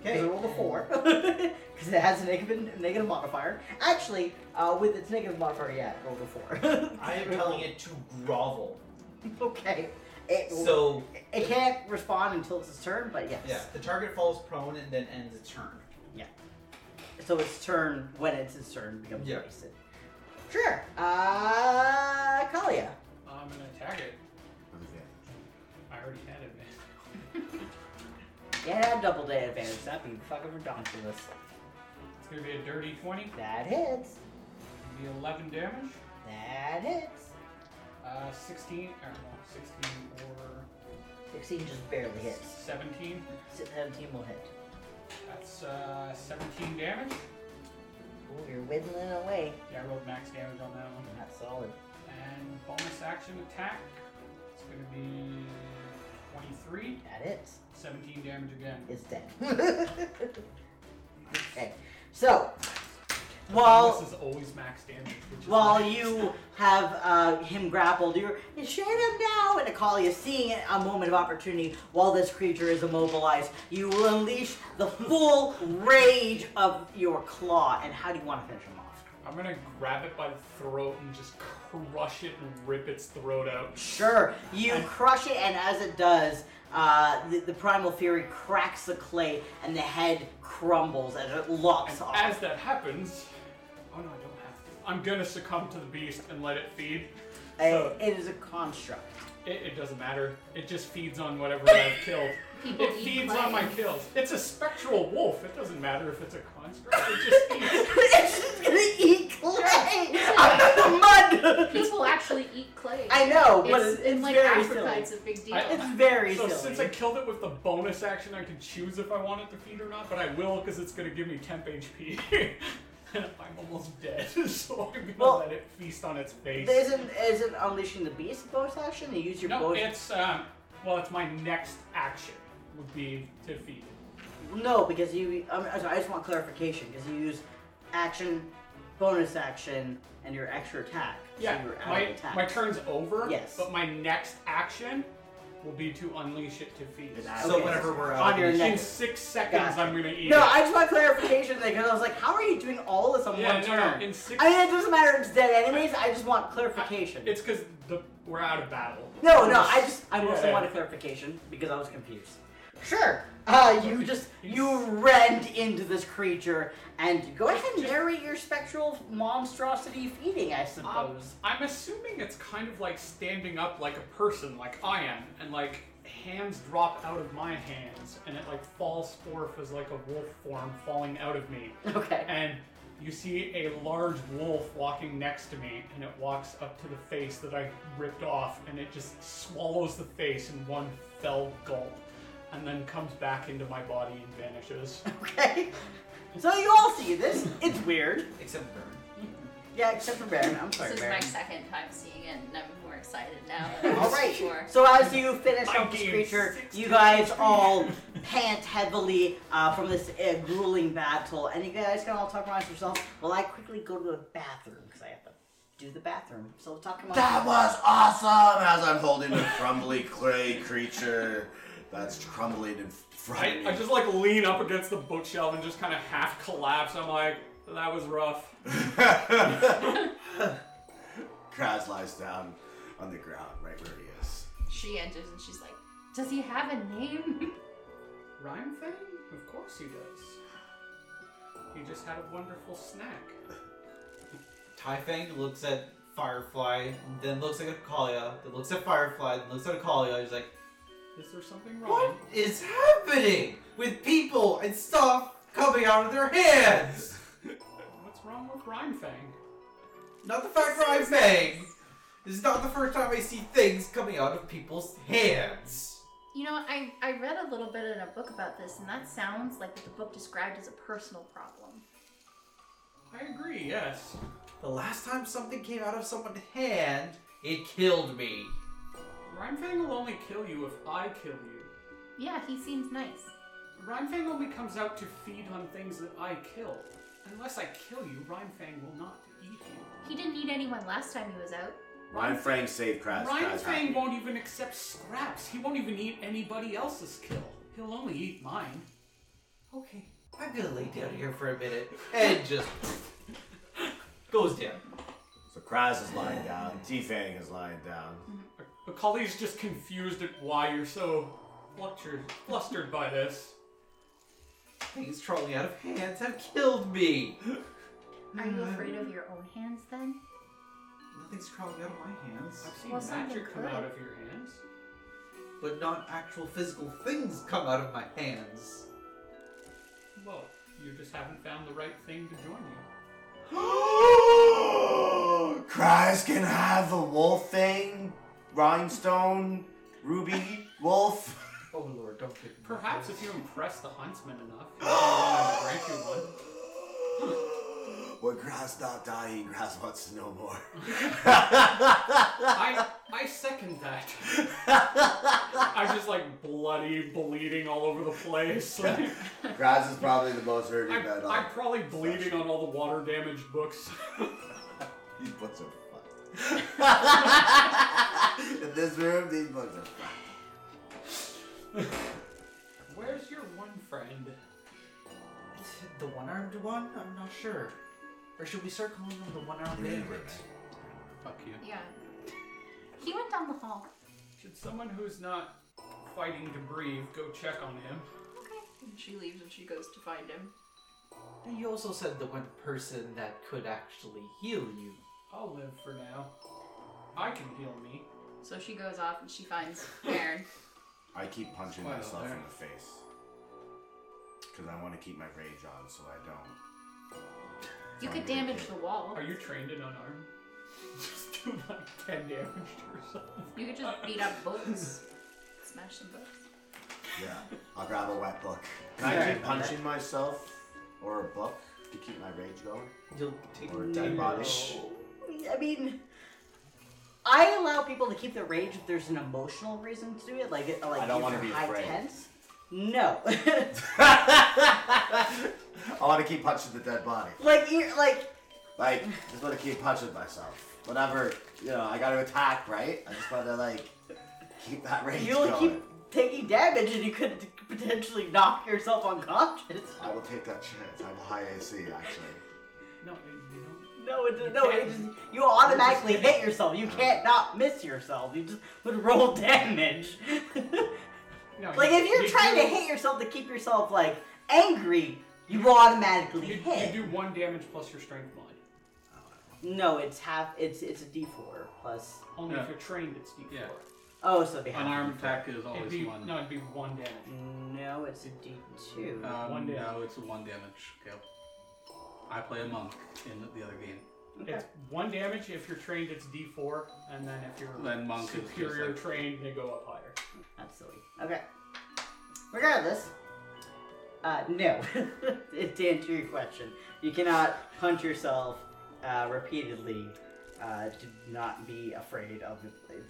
Speaker 1: Okay, so I rolled a four because it has a negative negative modifier. Actually, uh, with its negative modifier, yeah, it rolled a four.
Speaker 6: I am telling it to grovel.
Speaker 1: okay. It,
Speaker 6: So-
Speaker 1: it can't respond until it's its turn, but yes.
Speaker 6: Yeah, the target falls prone and then ends its turn.
Speaker 1: Yeah. So its turn when it's its turn becomes
Speaker 6: Yeah.
Speaker 1: wasted. Sure. Uh, Kalia.
Speaker 19: I'm gonna attack it. I already had advantage.
Speaker 1: Yeah, double day advantage. That'd be fucking ridiculous.
Speaker 19: It's gonna be a dirty 20.
Speaker 1: That hits.
Speaker 19: Be 11 damage.
Speaker 1: That hits.
Speaker 19: Uh, 16, or no, 16
Speaker 1: Sixteen just barely
Speaker 19: or
Speaker 1: hits.
Speaker 19: 17.
Speaker 1: Seventeen will hit.
Speaker 19: That's uh, 17 damage.
Speaker 1: Ooh, you're whittling away.
Speaker 19: Yeah, I rolled max damage on that one.
Speaker 1: That's solid.
Speaker 19: And bonus action attack. It's gonna be 23.
Speaker 1: That is.
Speaker 19: 17 damage again.
Speaker 1: It's dead. okay. So, while
Speaker 19: this is always max damage. Which is
Speaker 1: while
Speaker 19: nice.
Speaker 1: you have uh, him grappled, you're you shoot him now, and Akali is seeing it a moment of opportunity while this creature is immobilized. You will unleash the full rage of your claw, and how do you want to finish him off?
Speaker 19: I'm gonna grab it by the throat and just crush it and rip its throat out.
Speaker 1: Sure, you crush it, and as it does, uh, the, the primal fury cracks the clay, and the head crumbles as it locks off.
Speaker 19: As that happens, oh no, I don't have to. I'm gonna succumb to the beast and let it feed.
Speaker 1: Uh, it is a construct.
Speaker 19: It, it doesn't matter. It just feeds on whatever I've killed.
Speaker 4: People
Speaker 19: it
Speaker 4: eat
Speaker 19: feeds on my
Speaker 4: plants.
Speaker 19: kills. It's a spectral wolf. It doesn't matter if it's a construct. It just eats.
Speaker 1: it's just gonna eat clay out of the mud.
Speaker 4: People actually eat clay.
Speaker 1: I know, but
Speaker 4: it's,
Speaker 1: it's-
Speaker 4: in
Speaker 1: it's
Speaker 4: like
Speaker 1: very
Speaker 4: Africa,
Speaker 1: silly.
Speaker 4: it's a big deal.
Speaker 19: I-
Speaker 1: It's very
Speaker 19: so
Speaker 1: silly.
Speaker 19: since I killed it with the bonus action, I can choose if I want it to feed or not, but I will because it's gonna give me temp HP. and I'm almost dead, so I'm gonna let it feast on its face.
Speaker 1: Isn't isn't unleashing the beast a bonus action? You use your
Speaker 19: no,
Speaker 1: bonus.
Speaker 19: it's um, well, it's my next action would be to feed it.
Speaker 1: No, because you. I'm, I'm sorry, I just want clarification because you use action, bonus action, and your extra attack.
Speaker 19: Yeah,
Speaker 1: so you're out of
Speaker 19: my,
Speaker 1: attack.
Speaker 19: my turn's over.
Speaker 1: Yes.
Speaker 19: But my next action will be to unleash it to feed.
Speaker 1: So Okay. whenever we're
Speaker 3: Oh,
Speaker 1: uh, out On of your
Speaker 19: in
Speaker 1: initiative. next-
Speaker 19: six seconds,
Speaker 1: Gotcha.
Speaker 19: I'm gonna eat
Speaker 1: No,
Speaker 19: it.
Speaker 1: I just want clarification because I was like, how are you doing all this on
Speaker 19: Yeah,
Speaker 1: one
Speaker 19: no, no,
Speaker 1: turn?
Speaker 19: in six-
Speaker 1: I mean, it doesn't matter. It's dead anyways. I just want clarification.
Speaker 19: It's because the we're out of battle.
Speaker 1: no, no. I just I
Speaker 19: Yeah.
Speaker 1: mostly wanted clarification because I was confused. Sure. Uh, you just you rend into this creature and go ahead and narrate your spectral monstrosity feeding. I
Speaker 19: Um,
Speaker 1: suppose.
Speaker 19: I'm assuming it's kind of like standing up like a person, like I am, and like hands drop out of my hands, and it like falls forth as like a wolf form falling out of me.
Speaker 1: Okay.
Speaker 19: And you see a large wolf walking next to me, and it walks up to the face that I ripped off, and it just swallows the face in one fell gulp, and then comes back into my body and vanishes.
Speaker 1: Okay. So you all see this. It's weird.
Speaker 6: Except burn.
Speaker 1: Yeah, except for Baron. I'm sorry,
Speaker 4: This is
Speaker 1: Baron.
Speaker 4: my second time seeing it, and I'm more excited now.
Speaker 1: All right.
Speaker 4: Sure.
Speaker 1: So as you finish
Speaker 4: My
Speaker 1: up this
Speaker 4: game's
Speaker 1: creature,
Speaker 4: 16.
Speaker 1: you guys all pant heavily uh, from this uh, grueling battle, and you guys can all talk amongst yourselves. Well, I quickly go to the bathroom because I have to do the bathroom. So talk amongst.
Speaker 3: That was awesome as I'm holding the crumbly clay creature that's crumbling in front of
Speaker 19: I,
Speaker 3: me.
Speaker 19: I just like lean up against the bookshelf and just kind of half collapse. I'm like, that was rough.
Speaker 3: Kraz lies down on the ground right where he is.
Speaker 4: She enters and she's like, "Does he have a name?"
Speaker 19: Rhyme thing? Of course he does. He just had a wonderful snack.
Speaker 6: Typhang looks at Firefly, then looks at Akalia, then looks at Firefly, then looks at Akalia. He's like,
Speaker 19: Is there something wrong?
Speaker 6: "What is happening with people and stuff coming out of their hands?"
Speaker 19: What's wrong with Rhyme Fang?
Speaker 6: Not the fact that I'm Fang. This is not the first time I see things coming out of people's hands.
Speaker 4: You know, I I read a little bit in a book about this, and that sounds like what the book described as a personal problem.
Speaker 19: I agree. Yes.
Speaker 6: The last time something came out of someone's hand, it killed me.
Speaker 19: Rhyme Fang will only kill you if I kill you.
Speaker 4: Yeah, he seems nice.
Speaker 19: Rhyme Fang only comes out to feed on things that I kill. Unless I kill you, Rhyme Fang will not eat you.
Speaker 4: He didn't eat anyone last time he was out.
Speaker 3: Ryan Frank saved Kraz.
Speaker 19: Rhyme
Speaker 3: Kraz
Speaker 19: Fang
Speaker 3: happy.
Speaker 19: won't even accept scraps. He won't even eat anybody else's kill. He'll only eat mine.
Speaker 6: okay, I'm gonna lay down here for a minute, and just goes down.
Speaker 3: So Kraz is lying down. T Fang is lying down.
Speaker 19: Macaulay's just confused at why you're so flustered, flustered by this.
Speaker 6: Things trolling out of hands have killed me.
Speaker 4: Are you afraid of your own hands then?
Speaker 6: Nothing's crawling out of my hands. I've
Speaker 4: seen Well, something magic come could. out of
Speaker 19: your hands.
Speaker 6: But not actual physical things come out of my hands.
Speaker 19: Well, you just haven't found the right thing to join you.
Speaker 3: Kraz can have the wolf thing, rhinestone, ruby, wolf.
Speaker 6: Oh lord, don't pick
Speaker 19: Perhaps if you impress the huntsman enough, he'll grant you one.
Speaker 3: When Kraz not dying, Kraz wants to know more.
Speaker 19: I, I second that. I'm just like bloody, bleeding all over the place. Like,
Speaker 3: Kraz is probably the most hurt you've
Speaker 19: I'm,
Speaker 1: uh,
Speaker 3: had
Speaker 19: I'm
Speaker 3: on.
Speaker 19: probably bleeding on all the water damaged books.
Speaker 3: These books are fucked. In this room, these books are fucked.
Speaker 19: Where's your one friend?
Speaker 6: The one armed one? I'm not sure. Or should we start calling him the one armed bandit?
Speaker 19: Fuck you.
Speaker 4: Yeah. He went down the hall.
Speaker 19: Should someone who's not fighting to breathe go check on him?
Speaker 4: And she leaves and she goes to find him.
Speaker 6: And you also said the one person that could actually heal you.
Speaker 19: I'll live for now. I can heal me.
Speaker 4: So she goes off and she finds Baron.
Speaker 3: I keep punching
Speaker 19: Wow,
Speaker 3: myself in
Speaker 19: there.
Speaker 3: the face. Because I want to keep my rage on so I don't.
Speaker 4: You could damage the wall.
Speaker 19: Are you trained in unarmed? Just do like 10 damage to yourself.
Speaker 4: You could just beat up books. Smash some books.
Speaker 3: Yeah, I'll grab a wet book. Can I
Speaker 19: Yeah.
Speaker 3: keep punching myself or a book to keep my rage going?
Speaker 6: You'll take
Speaker 3: or a dead body?
Speaker 1: I mean, I allow people to keep their rage if there's an emotional reason to it, like it, like
Speaker 3: I don't
Speaker 1: if
Speaker 3: wanna
Speaker 1: you're
Speaker 3: be
Speaker 1: high
Speaker 3: afraid.
Speaker 1: tense. No,
Speaker 3: I want to keep punching the dead body.
Speaker 1: like you like
Speaker 3: Like, just want to keep punching myself. Whenever, you know, I got to attack, right? I just want to, like, keep that rage
Speaker 1: you'll
Speaker 3: going.
Speaker 1: keep taking damage and you could potentially knock yourself unconscious.
Speaker 3: I will take that chance. I'm high AC, actually.
Speaker 19: No, you don't.
Speaker 1: No, it, no, it just, you automatically hit yourself. You can't not miss yourself. You just would roll damage.
Speaker 19: No,
Speaker 1: Like
Speaker 19: you-
Speaker 1: if you're
Speaker 19: you
Speaker 1: trying
Speaker 19: do-
Speaker 1: to hit yourself to keep yourself like angry, you will automatically
Speaker 19: You,
Speaker 1: hit.
Speaker 19: you do one damage plus your strength mod.
Speaker 1: No, it's half. It's it's a D4 plus.
Speaker 19: Only
Speaker 8: Yeah.
Speaker 19: if you're trained, it's D4.
Speaker 8: Yeah.
Speaker 1: Oh, so they have.
Speaker 8: Unarmed attack is
Speaker 19: It'd
Speaker 8: always
Speaker 19: be,
Speaker 8: one.
Speaker 19: no, it'd be one damage.
Speaker 1: No, it's a D2.
Speaker 8: Um,
Speaker 19: One damage.
Speaker 8: No, it's a one damage. Okay. I play a monk in the other game.
Speaker 19: It's one damage if you're trained. It's D4, and then if you're
Speaker 8: Then monk is just
Speaker 19: superior
Speaker 8: like-
Speaker 19: trained, they go up higher.
Speaker 1: That's silly. Okay. Regardless, uh, no. to answer your question, you cannot punch yourself uh, repeatedly uh, to not be afraid of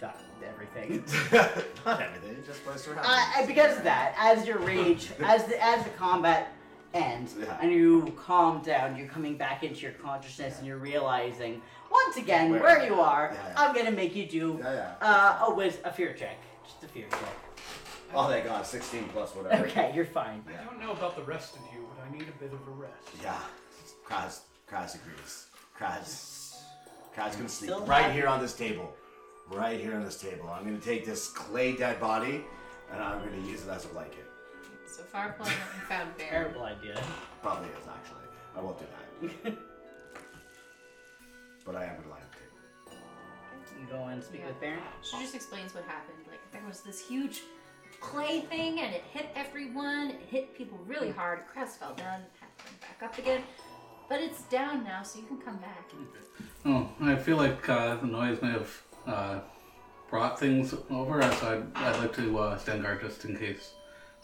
Speaker 1: uh, everything.
Speaker 3: Not everything, just place around.
Speaker 1: Uh, and because of that, as your rage, as the as the combat ends
Speaker 3: Yeah.
Speaker 1: and you calm down, you're coming back into your consciousness and you're realizing once again
Speaker 3: Where
Speaker 1: where,
Speaker 3: am I?
Speaker 1: you are.
Speaker 3: Yeah, yeah.
Speaker 1: I'm gonna make you do
Speaker 3: Yeah, yeah.
Speaker 1: uh, a whiz, a fear check, just a fear check.
Speaker 3: Oh, thank God. 16 plus whatever.
Speaker 1: Okay, you're fine.
Speaker 19: I don't know about the rest of you, but I need a bit of a rest.
Speaker 3: Yeah. Kraz, Kraz agrees. Kraz, Kraz can sleep
Speaker 1: Still
Speaker 3: right
Speaker 1: not-
Speaker 3: here on this table. Right here on this table. I'm gonna take this clay dead body and I'm gonna use it as a blanket.
Speaker 4: So far, Plum and found Baron.
Speaker 1: Terrible idea.
Speaker 3: Probably is actually. I won't do that. But I am gonna lie on the table.
Speaker 1: You go and speak
Speaker 4: Yeah.
Speaker 1: with Baron.
Speaker 4: She just explains what happened. Like there was this huge clay thing, and it hit everyone. It hit people really hard. Crest fell down, had to come back up again. But it's down now, so you can come back.
Speaker 8: Oh, I feel like uh, the noise may have uh, brought things over, so I'd, I'd like to uh, stand guard just in case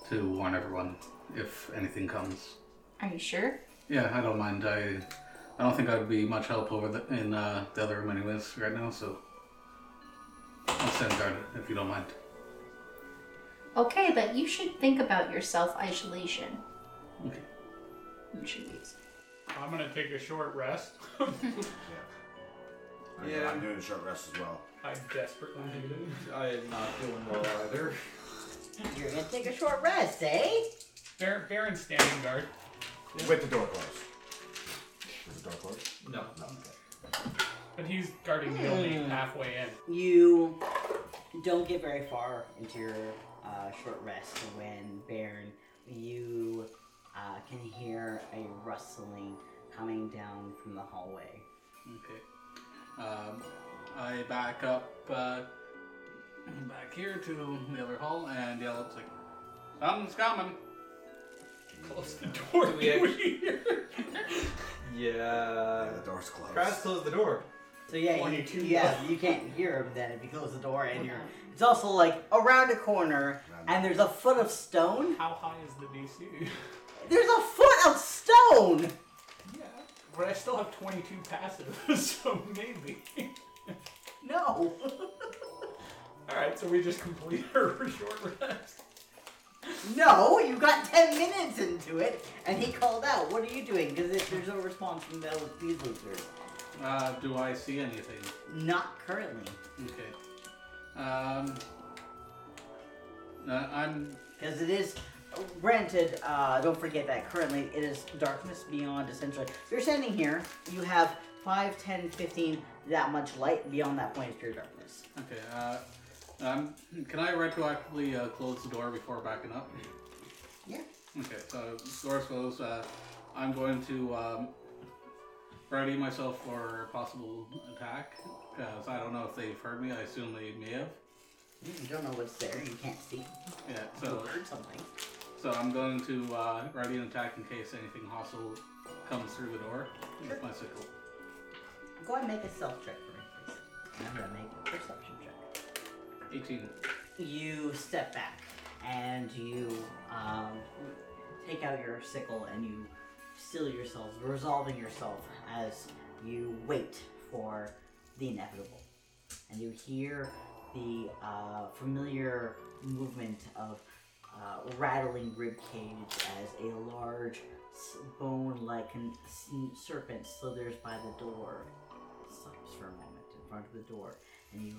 Speaker 8: to warn everyone if anything comes.
Speaker 4: Are you sure?
Speaker 8: Yeah, I don't mind. I I don't think I'd be much help over the, in uh, the other room anyways right now, so I'll stand guard if you don't mind.
Speaker 4: Okay, but you should think about your self isolation.
Speaker 8: Okay.
Speaker 4: And she leaves.
Speaker 19: I'm gonna take a short rest.
Speaker 3: I'm,
Speaker 6: Yeah.
Speaker 3: I'm doing a short rest as well.
Speaker 19: I desperately need it.
Speaker 6: I am not doing well either.
Speaker 1: You're gonna take a short rest, eh?
Speaker 19: Bar- Baron's standing guard.
Speaker 3: With the door closed. Is the door closed?
Speaker 19: No.
Speaker 3: No.
Speaker 19: But he's guarding the
Speaker 1: Hmm.
Speaker 19: building halfway in.
Speaker 1: You don't get very far into your uh, short rest when Baron, you uh, can hear a rustling coming down from the hallway.
Speaker 8: Okay. Um, I back up uh, back here to the other hall and yell out like, "Something's coming."
Speaker 19: Close the door.
Speaker 8: Do we actually-
Speaker 3: Yeah. The door's closed.
Speaker 6: Crash closed the door.
Speaker 1: So yeah, you,
Speaker 6: 22
Speaker 1: yeah,
Speaker 6: bucks.
Speaker 1: you can't hear him then if you close the door and you're. It's also like around a corner, and there's a foot of stone.
Speaker 19: How high is the DC?
Speaker 1: There's a foot of stone.
Speaker 19: yeah. But I still have 22 passive, so maybe.
Speaker 1: No.
Speaker 19: Alright, so we just complete our short rest.
Speaker 1: No, you got ten minutes into it, and he called out. What are you doing? Because there's no response from the these losers.
Speaker 8: Uh, do I see anything?
Speaker 1: Not currently.
Speaker 8: Okay. Um. uh, I'm.
Speaker 1: Because it is, granted, uh, don't forget that currently it is darkness beyond, essentially. You're standing here, you have 5, 10, 15, that much light. Beyond that point is pure darkness.
Speaker 8: Okay. Uh, um, can I retroactively uh, close the door before backing up?
Speaker 1: Yeah.
Speaker 8: Okay. So door's closed. Uh, I'm going to um, ready myself for possible attack because I don't know if they've heard me. I assume they may have.
Speaker 1: You don't know what's there, you can't see.
Speaker 8: Yeah. So
Speaker 1: You heard something.
Speaker 8: so I'm going to uh, ready an attack in case anything hostile comes through the door with my sickle.
Speaker 1: Go ahead and make a self check for me, please. And I'm going to make a perception check.
Speaker 8: 18.
Speaker 1: You step back and you um, take out your sickle and you still yourselves, resolving yourself as you wait for the inevitable. And you hear the uh, familiar movement of uh, rattling rib cage as a large s- bone-like con- s- serpent slithers by the door, stops for a moment in front of the door, and you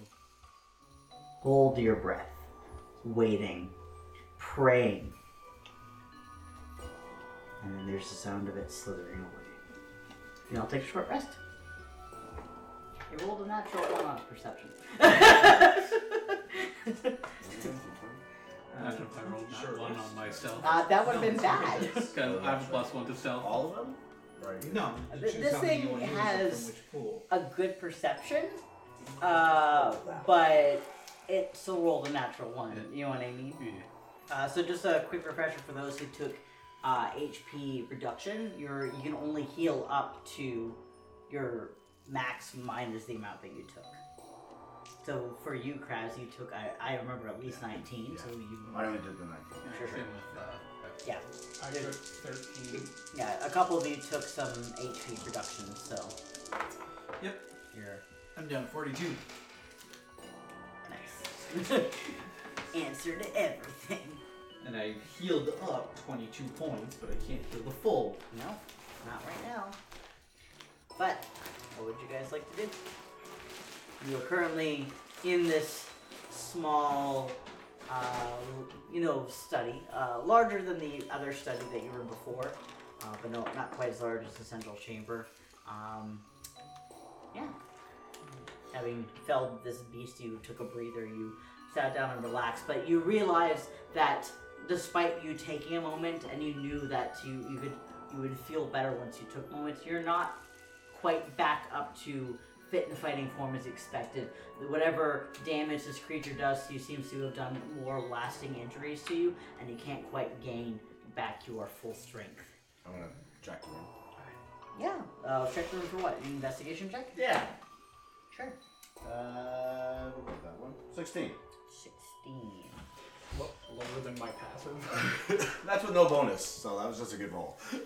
Speaker 1: hold your breath, waiting, praying. And then there's the sound of it slithering away. You all take a short rest. You rolled a natural one on perception.
Speaker 8: Imagine if I rolled that one on myself.
Speaker 1: Uh, that would've been bad.
Speaker 8: 'Cause I have a plus one to self.
Speaker 3: All of them?
Speaker 6: No. you
Speaker 1: Th-
Speaker 6: choose
Speaker 1: this
Speaker 6: how many
Speaker 1: thing
Speaker 6: you wanna use and from
Speaker 1: has
Speaker 6: which pool.
Speaker 1: a good perception, uh, but it still rolled a natural one. You know what I mean? Uh, so just a quick refresher for those who took uh, HP reduction. You're you can only heal up to your max minus the amount that you took. So for you, Kraz, you took I, I remember at least nineteen. So you
Speaker 3: I only did the 19.
Speaker 1: Sure, sure. Yeah.
Speaker 19: I did 13.
Speaker 1: Yeah, a couple of you took some HP reduction, so
Speaker 6: Yep.
Speaker 1: Here.
Speaker 6: I'm down 42.
Speaker 1: nice. Answer to everything.
Speaker 6: And I healed up 22 points, but I can't heal the full.
Speaker 1: No, not right now. But what would you guys like to do? You are currently in this small, uh, you know, study, uh, larger than the other study that you were in before, uh, but no, not quite as large as the central chamber. Um, yeah. Having felled this beast, you took a breather, you sat down and relaxed, but you realized that despite you taking a moment and you knew that you, you could you would feel better once you took moments, you're not quite back up to fit and fighting form as expected. Whatever damage this creature does to you seems to have done more lasting injuries to you, and you can't quite gain back your full strength.
Speaker 3: I'm gonna jack you in.
Speaker 1: Yeah. Uh, check the room for what? An investigation check?
Speaker 3: Yeah.
Speaker 1: Sure.
Speaker 3: Uh, what was that one? 16.
Speaker 1: 16.
Speaker 19: Lo- lower than my passive.
Speaker 3: That's with no bonus, so that was just a good roll.
Speaker 1: Uh,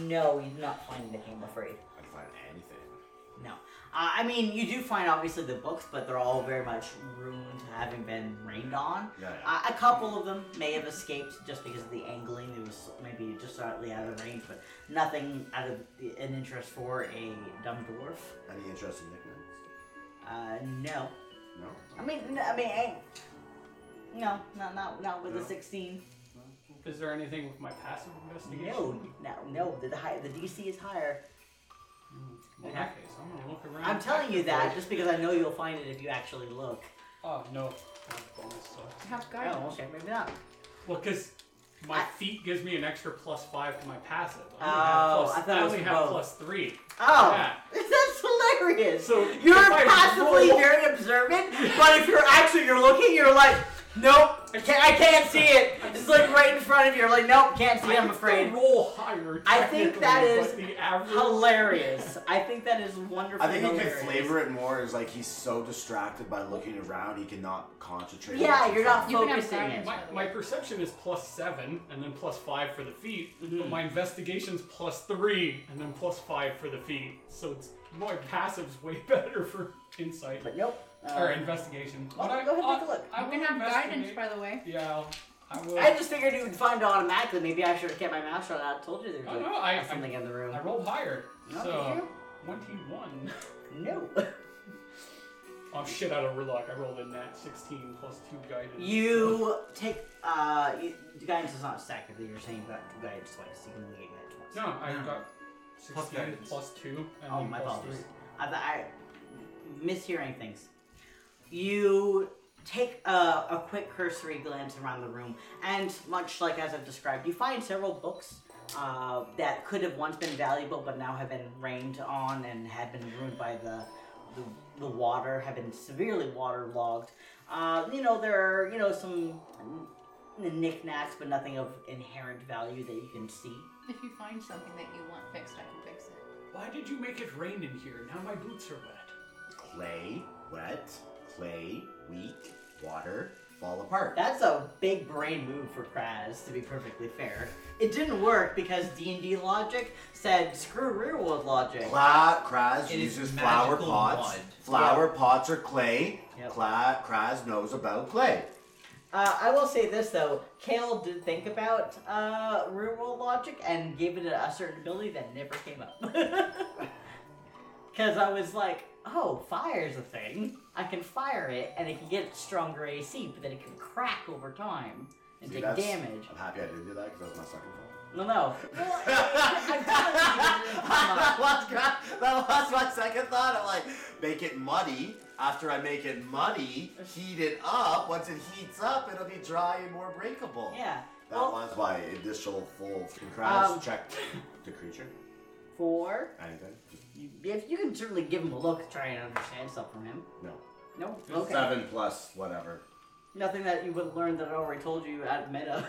Speaker 1: no, you do not find anything, I'm afraid.
Speaker 3: I can find anything.
Speaker 1: No. Uh, I mean, you do find obviously the books, but they're all very much ruined, having been rained on.
Speaker 3: Yeah.
Speaker 1: Uh, a couple of them may have escaped just because of the angling. It was maybe just slightly out of range, but nothing out of an interest for a dumb dwarf.
Speaker 3: Any interesting nicknames?
Speaker 1: Uh, no.
Speaker 3: No?
Speaker 1: I mean, n- I mean, eh, no, not not not with a
Speaker 3: No.
Speaker 1: sixteen.
Speaker 19: Is there anything with my passive investigation?
Speaker 1: No, no, no. The, the, high, the DC is higher.
Speaker 19: Well, in that case, I'm gonna look around.
Speaker 1: I'm telling you that
Speaker 19: actively.
Speaker 1: just because I know you'll find it if you actually look.
Speaker 19: Oh no, my bonus sucks.
Speaker 4: Have guidance.
Speaker 1: Oh, okay, maybe not.
Speaker 19: Well, because my feet gives me an extra plus five to my passive. I
Speaker 1: Oh,
Speaker 19: only have plus,
Speaker 1: I thought it was
Speaker 19: only have
Speaker 1: both.
Speaker 19: plus three.
Speaker 1: Oh,
Speaker 19: Yeah.
Speaker 1: that's hilarious.
Speaker 19: So
Speaker 1: you're
Speaker 19: if I
Speaker 1: passively
Speaker 19: roll-
Speaker 1: very observant, but if you're actually you're looking, you're like, nope, I can't, I can't see it. It's like right in front of you. You're like, nope, can't see. it, I'm afraid.
Speaker 19: Roll higher.
Speaker 1: I think that
Speaker 19: technically,
Speaker 1: is
Speaker 19: but the average-
Speaker 1: hilarious. I think that is wonderful.
Speaker 3: I think you
Speaker 1: hilarious.
Speaker 3: can flavor it more as like he's so distracted by looking around he cannot concentrate. on
Speaker 1: Yeah,
Speaker 3: what's
Speaker 1: you're
Speaker 3: in
Speaker 1: not
Speaker 3: front of him.
Speaker 1: focusing it.
Speaker 19: My, my perception is plus seven, and then plus five for the feet. But
Speaker 1: Mm-hmm.
Speaker 19: my investigation's plus three, and then plus five for the feet. So it's my passive's way better for insight. But
Speaker 1: nope.
Speaker 19: or
Speaker 1: Um,
Speaker 19: investigation.
Speaker 1: well,
Speaker 19: But I-
Speaker 1: go ahead and take a
Speaker 19: I'll-
Speaker 1: look.
Speaker 19: I
Speaker 4: You
Speaker 19: will
Speaker 4: can have guidance,
Speaker 19: investigate.
Speaker 4: by the way.
Speaker 19: Yeah, I will.
Speaker 1: I just figured you would find it automatically. Maybe I should have kept my mouth shut. I told you there was
Speaker 19: Oh,
Speaker 1: like,
Speaker 19: no, I-
Speaker 1: something in the room.
Speaker 19: I rolled higher.
Speaker 1: No,
Speaker 19: so
Speaker 1: did you?
Speaker 19: 21.
Speaker 1: No.
Speaker 19: Oh shit, out of luck. I rolled in that 16 plus 2 guidance.
Speaker 1: You take uh, you, guidance is not stacked. You're saying that guidance twice. You can only get guidance twice.
Speaker 19: No, I got 16
Speaker 1: Plus
Speaker 19: plus,
Speaker 1: guidance.
Speaker 19: plus 2. And
Speaker 1: Oh,
Speaker 19: then
Speaker 1: my
Speaker 19: plus
Speaker 1: apologies.
Speaker 19: three.
Speaker 1: I, I mishearing things. You take a, a quick cursory glance around the room, and much like as I've described, you find several books uh, that could have once been valuable but now have been rained on and had been ruined by the the, the water, have been severely waterlogged. Uh, you know there are you know some n- knickknacks, but nothing of inherent value that you can see.
Speaker 4: If you find something that you want fixed, I can fix it.
Speaker 19: Why did you make it rain in here? Now my boots are wet.
Speaker 3: Clay, wet, clay, weak, water, fall apart.
Speaker 1: That's a big brain move for Kraz, to be perfectly fair. It didn't work because D&D logic said screw real world logic.
Speaker 3: Cla- Kraz
Speaker 1: It is
Speaker 3: uses flower
Speaker 1: magical
Speaker 3: pots.
Speaker 1: mud.
Speaker 3: Flower pots are clay.
Speaker 1: Yep.
Speaker 3: Cla- Kraz knows about clay.
Speaker 1: Uh, I will say this though, Kale did think about uh, real world logic and gave it a certain ability that never came up. Because I was like, oh, fire's a thing. I can fire it and it can get stronger AC, but then it can crack over time and
Speaker 3: See,
Speaker 1: take
Speaker 3: that's-
Speaker 1: damage.
Speaker 3: I'm happy I didn't do that because that was my second fault.
Speaker 1: No, no.
Speaker 3: that, was, gra- that was my second thought. I'm like, make it muddy. After I make it muddy, heat it up. Once it heats up, it'll be dry and more breakable.
Speaker 1: Yeah.
Speaker 3: That
Speaker 1: Well-
Speaker 3: was my initial full. Kraz
Speaker 1: Um,
Speaker 3: checked the creature.
Speaker 1: Four.
Speaker 3: Anything?
Speaker 1: You, if you can certainly give him a look, to try and understand stuff from him.
Speaker 3: No.
Speaker 1: No, okay.
Speaker 3: Seven plus whatever.
Speaker 1: Nothing that you would have learned that I already told you at meta.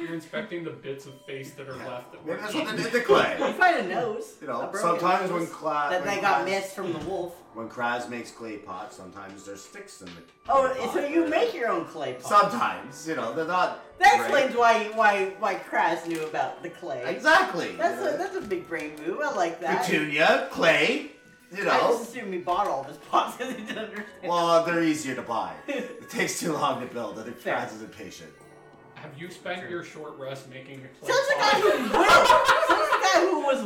Speaker 19: You're inspecting the bits of face that are left. That
Speaker 3: Maybe
Speaker 19: were
Speaker 3: that's what they did to Clay.
Speaker 1: you find a nose.
Speaker 3: You
Speaker 1: a
Speaker 3: know,
Speaker 1: broken
Speaker 3: sometimes when
Speaker 1: nose
Speaker 3: Cla-
Speaker 1: that
Speaker 3: when
Speaker 1: they got
Speaker 3: Kraz-
Speaker 1: missed from the wolf.
Speaker 3: When Kraz makes clay pots, sometimes there's sticks in the.
Speaker 1: Oh,
Speaker 3: pot.
Speaker 1: so you make your own clay pot.
Speaker 3: Sometimes, you know, they're not.
Speaker 1: That
Speaker 3: great.
Speaker 1: explains why why why Kraz knew about the clay.
Speaker 3: Exactly.
Speaker 1: That's a that's a big brain move. I like that.
Speaker 3: Petunia, clay, you
Speaker 1: I
Speaker 3: know.
Speaker 1: just assumed he bought all of his pots because he didn't understand.
Speaker 3: Well, they're easier to buy. It takes too long to build, and Kraz is impatient.
Speaker 19: Have you spent your short rest making a clay
Speaker 1: Sounds like
Speaker 19: pot?
Speaker 1: I who whittled. Sounds like I who was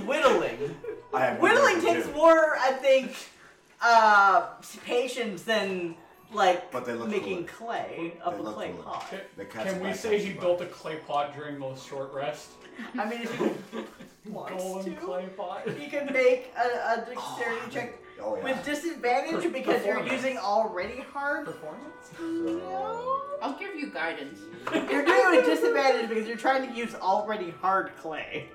Speaker 1: whittling.
Speaker 3: I have one
Speaker 1: Whittling
Speaker 3: question,
Speaker 1: takes
Speaker 3: too.
Speaker 1: more, I think, uh, patience than like
Speaker 3: But they look
Speaker 1: making
Speaker 3: cooler.
Speaker 1: clay
Speaker 3: They
Speaker 1: of a
Speaker 3: look
Speaker 1: clay
Speaker 3: cooler.
Speaker 1: pot.
Speaker 3: The cats
Speaker 19: Can
Speaker 3: are
Speaker 19: we
Speaker 3: back
Speaker 19: say
Speaker 3: up
Speaker 19: he
Speaker 3: the
Speaker 19: built a clay pot during those short rest?
Speaker 1: I mean, if you
Speaker 19: Golem clay pot.
Speaker 1: you can make a, a dexterity check
Speaker 3: Oh, yeah.
Speaker 1: with disadvantage because you're
Speaker 4: Performance.
Speaker 1: using already hard.
Speaker 19: Performance.
Speaker 4: I'll give you guidance.
Speaker 1: You're doing a disadvantage because you're trying to use already hard clay,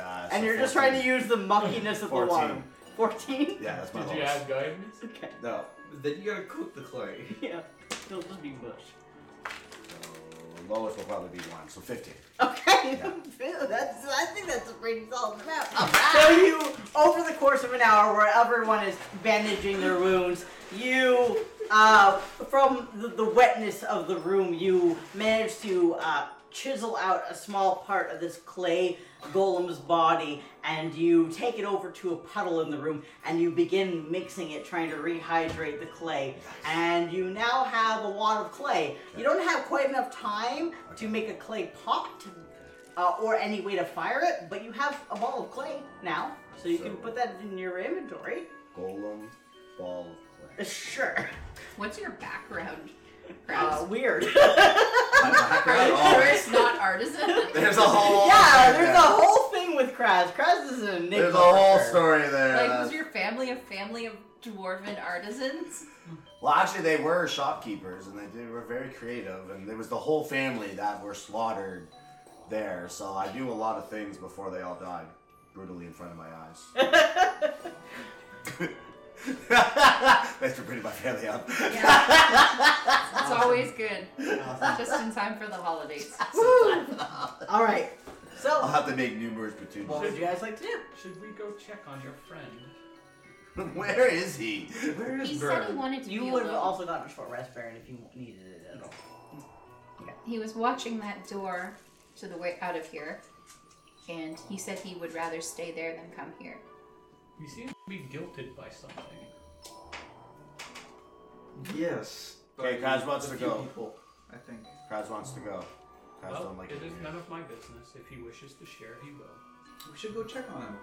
Speaker 3: Uh,
Speaker 1: and
Speaker 3: so
Speaker 1: you're just
Speaker 3: 14.
Speaker 1: trying to use the muckiness of the water.
Speaker 3: 14.
Speaker 1: Fourteen.
Speaker 3: Yeah, that's my
Speaker 19: Did you
Speaker 3: lowest.
Speaker 19: add guidance?
Speaker 1: Okay.
Speaker 3: No.
Speaker 26: Then you gotta cook the clay.
Speaker 1: Yeah. It'll just be mush.
Speaker 3: So lowest will probably be one, so 15.
Speaker 1: Okay, that's, I think that's a pretty solid amount. so you, over the course of an hour, where everyone is bandaging their wounds, you, uh, from the, the wetness of the room, you manage to uh, chisel out a small part of this clay golem's body, and you take it over to a puddle in the room, and you begin mixing it, trying to rehydrate the clay, and you now have a wad of clay. You don't have quite enough time to make a clay pot uh, or any way to fire it, but you have a ball of clay now, so you can
Speaker 3: So-
Speaker 1: put that in your inventory.
Speaker 3: Golem, ball, clay.
Speaker 1: Uh, Sure.
Speaker 4: What's your background?
Speaker 1: Uh, weird.
Speaker 4: Chris, not artisan.
Speaker 3: There's a whole-
Speaker 1: Yeah, there's a whole thing with Kraz. Kraz is an enigma.
Speaker 3: There's a whole
Speaker 1: for sure.
Speaker 3: story there.
Speaker 4: Like,
Speaker 3: that's-
Speaker 4: was your family a family of dwarven artisans?
Speaker 3: Well, actually, they were shopkeepers, and they, they were very creative, and it was the whole family that were slaughtered there. So I knew a lot of things before they all died, brutally in front of my eyes. Thanks for bringing my family up.
Speaker 4: It's always good. Just in time for the holidays.
Speaker 1: All right. So,
Speaker 3: I'll have to make numerous petitions.
Speaker 1: what would you guys like to do?
Speaker 19: Should we go check on your friend?
Speaker 3: Where is he? Where
Speaker 4: is He said he Baron? wanted to
Speaker 1: You
Speaker 4: be
Speaker 1: would have
Speaker 4: alone.
Speaker 1: also gotten a short rest, Baron, if you needed it at all.
Speaker 4: He was watching that door to the way out of here, and he said he would rather stay there than come here.
Speaker 19: We seem to be guilted by something.
Speaker 3: Yes. Okay, Kaz wants
Speaker 19: A
Speaker 3: to
Speaker 19: few
Speaker 3: go.
Speaker 19: people, I think.
Speaker 3: Kaz wants to go. Kaz
Speaker 19: Well,
Speaker 3: don't like
Speaker 19: it
Speaker 3: it.
Speaker 19: is none of my business. If he wishes to share, he will.
Speaker 3: We should go check on him.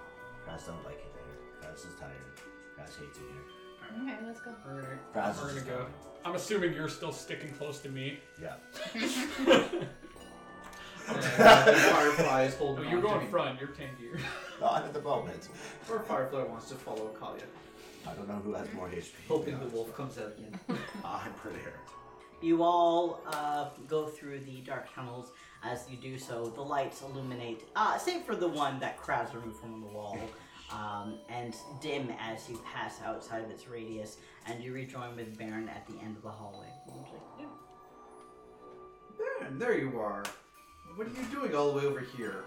Speaker 3: Kaz don't like it there. Kaz is tired. Kaz hates it here.
Speaker 4: Okay, let's go.
Speaker 19: All right.
Speaker 3: Brad's
Speaker 19: We're gonna
Speaker 3: just
Speaker 19: go.
Speaker 3: gone.
Speaker 19: I'm assuming you're still sticking close to me.
Speaker 3: Yeah.
Speaker 19: Fireflies
Speaker 6: Fireflies holding
Speaker 19: No, you're
Speaker 6: on to
Speaker 19: going
Speaker 6: me.
Speaker 19: front. You're tangier.
Speaker 3: Not at the moment.
Speaker 6: Or Firefly wants to follow Kalia.
Speaker 3: I don't know who has more HP.
Speaker 6: Hoping the wolf comes out again.
Speaker 3: I'm pretty hurt.
Speaker 1: You all uh, go through the dark tunnels. As you do so, the lights illuminate, uh, save for the one that Kraz removed from the wall, um, and dim as you pass outside of its radius, and you rejoin with Baron at the end of the hallway. What would you like to do?
Speaker 6: Baron, there you are. What are you doing all the way over here?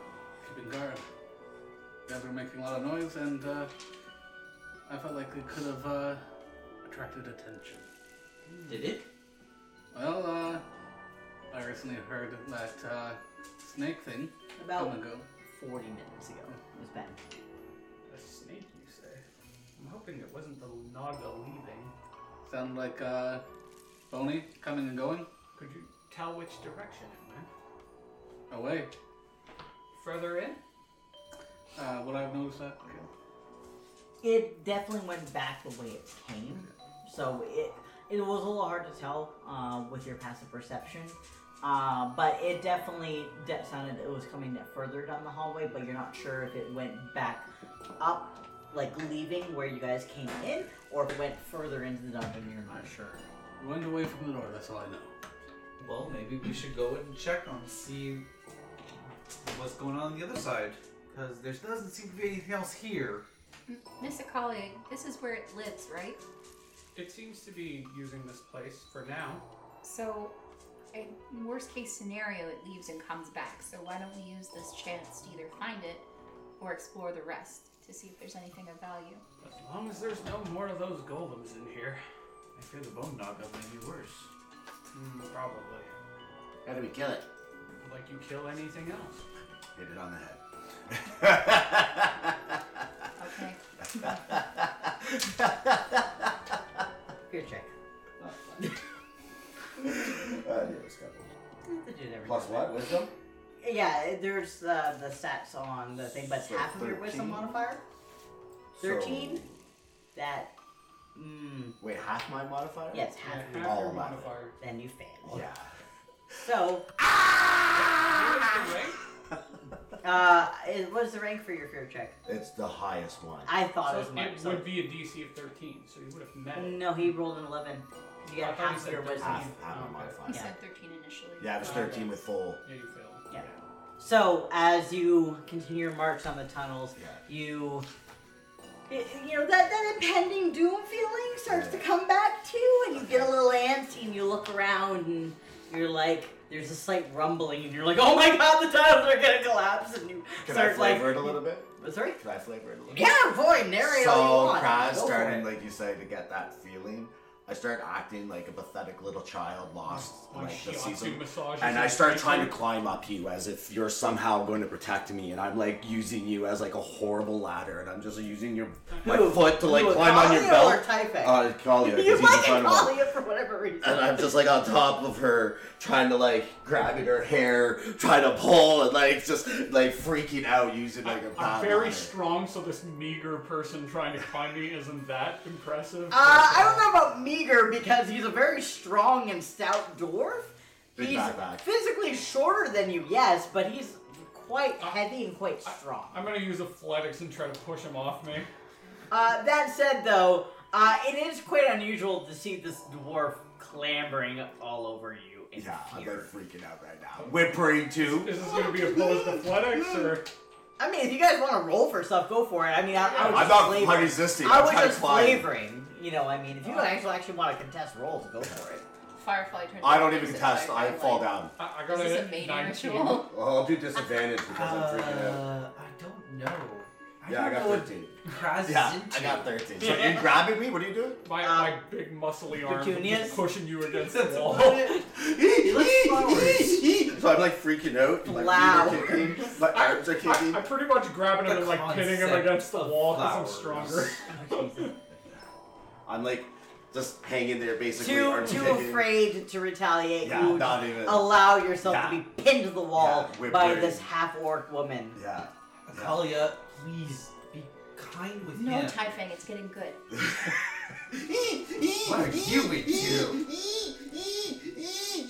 Speaker 8: Keeping guard. You guys were making a lot of noise, and uh, I felt like it could have uh, attracted attention.
Speaker 6: Did it?
Speaker 8: Well, uh, I recently heard that uh, snake thing
Speaker 1: About
Speaker 8: come and go.
Speaker 1: 40 minutes ago. It was Ben.
Speaker 19: A snake, you say? I'm hoping it wasn't the Naga leaving.
Speaker 8: Sound like uh, Bony coming and going
Speaker 19: Could you tell which direction it went?
Speaker 8: away.
Speaker 19: Further in?
Speaker 8: Uh, would I have noticed that? Okay.
Speaker 1: It definitely went back the way it came, so it it was a little hard to tell uh, with your passive perception. Uh, but it definitely de- sounded it was coming further down the hallway, but you're not sure if it went back up, like leaving where you guys came in, or if it went further into the dungeon. You're not sure.
Speaker 8: You went away from the door. That's all I know.
Speaker 6: Well, maybe we should go and check on see what's going on on the other side. Because there doesn't seem to be anything else here.
Speaker 4: Miss Akali, this is where it lives, right?
Speaker 19: It seems to be using this place for now.
Speaker 4: So, in worst case scenario, it leaves and comes back. So why don't we use this chance to either find it or explore the rest to see if there's anything of value?
Speaker 19: As long as there's no more of those golems in here.
Speaker 8: I fear the bone naga may be worse.
Speaker 19: Hmm, probably.
Speaker 3: How do we kill it?
Speaker 19: Like you kill anything else.
Speaker 3: Hit it on the head.
Speaker 4: Okay.
Speaker 1: Fear check.
Speaker 3: Uh, yeah, it's got
Speaker 1: You have to do it every
Speaker 3: Plus
Speaker 1: time.
Speaker 3: what? Wisdom?
Speaker 1: Yeah, there's uh, the stats on the thing, but it's
Speaker 3: So
Speaker 1: half of your wisdom
Speaker 3: 13.
Speaker 1: modifier.
Speaker 3: So-
Speaker 1: Thirteen. That. Mm,
Speaker 3: Wait, half my modifier?
Speaker 1: yes, half.
Speaker 19: Half
Speaker 3: All
Speaker 19: your
Speaker 3: of mine.
Speaker 19: modifier.
Speaker 1: Then you fail.
Speaker 3: Yeah.
Speaker 1: So,
Speaker 19: Right?
Speaker 1: uh, is- what is the rank for your fear check?
Speaker 3: It's the highest one.
Speaker 1: I thought
Speaker 19: So
Speaker 1: it was mine.
Speaker 19: it
Speaker 1: so-
Speaker 19: would be a DC of 13, so you would have met it.
Speaker 1: No, he rolled an 11. You
Speaker 19: I
Speaker 1: got
Speaker 19: thought he
Speaker 1: half
Speaker 19: said
Speaker 1: your wisdom.
Speaker 3: half, half my
Speaker 4: He
Speaker 3: modifier.
Speaker 4: said 13 initially.
Speaker 3: Yeah, it was 13 with full.
Speaker 19: Yeah, you failed.
Speaker 1: Yeah. So, as you continue your march on the tunnels, you. y- You know, that, that impending doom feeling starts to come back too, and you get a little antsy and you look around and you're like, there's a slight rumbling, and you're like, oh my god, the tiles are gonna collapse, and you
Speaker 3: Can I
Speaker 1: start like.
Speaker 3: flavor it a little bit?
Speaker 1: Sorry?
Speaker 3: Can I flavor it a little bit?
Speaker 1: Yeah, boy, narrate
Speaker 3: so
Speaker 1: all you want.
Speaker 3: Kraz
Speaker 1: Go for
Speaker 3: started,
Speaker 1: it.
Speaker 3: like you say, to get that feeling. I start acting like a pathetic little child lost in,
Speaker 19: My
Speaker 3: like the
Speaker 19: shiatsu
Speaker 3: season.
Speaker 19: massages
Speaker 3: And I
Speaker 19: and
Speaker 3: start
Speaker 19: thank
Speaker 3: trying
Speaker 19: you.
Speaker 3: to climb up you as if you're somehow going to protect me and I'm like using you as like a horrible ladder and I'm just using your my
Speaker 1: Who?
Speaker 3: foot to like
Speaker 1: Who,
Speaker 3: climb on your
Speaker 1: Kalia
Speaker 3: belt.
Speaker 1: or Typhon?
Speaker 3: Uh, Kalia, 'cause
Speaker 1: you
Speaker 3: he's in
Speaker 1: fucking
Speaker 3: front of him.
Speaker 1: call it for whatever reason.
Speaker 3: And I'm just like on top of her, trying to like grab at her hair, trying to pull, and like just like freaking out using like a
Speaker 19: I'm
Speaker 3: paddle.
Speaker 19: very strong, so this meager person trying to climb me isn't that
Speaker 17: Ah,
Speaker 19: impressive.
Speaker 1: Uh, I don't know about meager because he's a very strong and stout dwarf.
Speaker 3: Big
Speaker 1: he's
Speaker 3: backpack.
Speaker 1: physically shorter than you, yes, but he's quite heavy and quite strong.
Speaker 19: I'm gonna use athletics and try to push him off me.
Speaker 1: Uh, that said, though, uh, it is quite unusual to see this dwarf clambering all over you. In yeah, fear.
Speaker 3: I'm freaking out right now. Whimpering too.
Speaker 19: Is this gonna be opposed athletics or?
Speaker 1: I mean, if you guys want to roll for stuff, go for it. I mean, I, I was
Speaker 3: I'm
Speaker 1: just
Speaker 3: not
Speaker 1: flavoring.
Speaker 3: quite resisting.
Speaker 1: I
Speaker 3: I'm
Speaker 1: was
Speaker 3: trying to
Speaker 1: just
Speaker 3: climb. Uh.
Speaker 1: flavoring. You know, I mean, if you actually actually want to contest rolls, go for it.
Speaker 17: Firefly turns.
Speaker 3: I don't
Speaker 17: out
Speaker 3: even
Speaker 17: it's a
Speaker 3: contest. I
Speaker 17: firefly
Speaker 3: fall
Speaker 17: light.
Speaker 3: down.
Speaker 19: I
Speaker 17: got Is this a a mating 19. ritual?
Speaker 3: Well, I'll do disadvantage because I'm freaking out.
Speaker 6: Uh, I don't know. I
Speaker 3: Yeah, I
Speaker 6: don't
Speaker 3: got
Speaker 6: know what
Speaker 3: 13.
Speaker 6: Kraz is
Speaker 3: Yeah,
Speaker 6: into.
Speaker 3: I got 13. So you're grabbing me? What are you doing?
Speaker 19: My,
Speaker 17: Ah.
Speaker 19: my big muscly arm is
Speaker 3: petunias?
Speaker 19: just pushing you against the wall.
Speaker 3: so I'm like freaking out. Like,
Speaker 19: Wow.
Speaker 3: feet are kicking, My arms are kicking.
Speaker 19: I, I'm pretty much grabbing him
Speaker 3: The
Speaker 19: and like pinning him
Speaker 3: concept
Speaker 19: against the
Speaker 3: of
Speaker 19: wall because I'm
Speaker 3: flowers.
Speaker 19: stronger.
Speaker 3: I'm like just hanging there basically.
Speaker 1: Too
Speaker 3: arms
Speaker 1: too
Speaker 3: kicking.
Speaker 1: afraid to retaliate.
Speaker 3: Yeah,
Speaker 1: you would
Speaker 3: not even.
Speaker 1: Allow yourself to
Speaker 3: Yeah.
Speaker 1: be pinned to the wall
Speaker 3: Yeah,
Speaker 1: by
Speaker 3: whipping.
Speaker 1: this half orc woman.
Speaker 3: Yeah.
Speaker 6: Akalia, please be kind with
Speaker 17: No,
Speaker 6: him.
Speaker 17: Typhang, it's getting good.
Speaker 6: What are you into?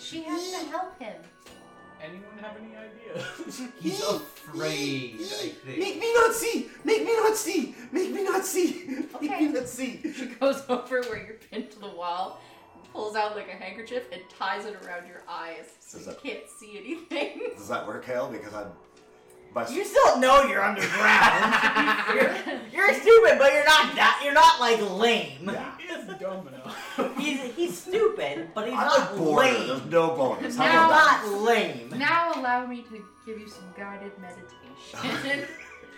Speaker 17: She has to help him.
Speaker 19: Anyone have any ideas?
Speaker 6: He's afraid, I think.
Speaker 27: Make me not see! Make me not see! Make me not see!
Speaker 17: Okay.
Speaker 27: Let's see.
Speaker 17: She goes over where you're pinned to the wall, pulls out like a handkerchief, and ties it around your eyes so
Speaker 3: Does
Speaker 17: you
Speaker 3: that-
Speaker 17: can't see anything.
Speaker 3: Does that work, Hale? Because I'm. My...
Speaker 1: You still know you're underground. You're stupid, but you're not that. You're not like lame.
Speaker 3: Yeah.
Speaker 19: He is dumb enough.
Speaker 1: He's, he's stupid, but he's
Speaker 3: I'm
Speaker 1: not
Speaker 3: like bored.
Speaker 1: lame.
Speaker 3: There's no bonus. How
Speaker 17: Now-
Speaker 3: about that?
Speaker 1: Not lame.
Speaker 17: Now allow me to give you some guided meditation.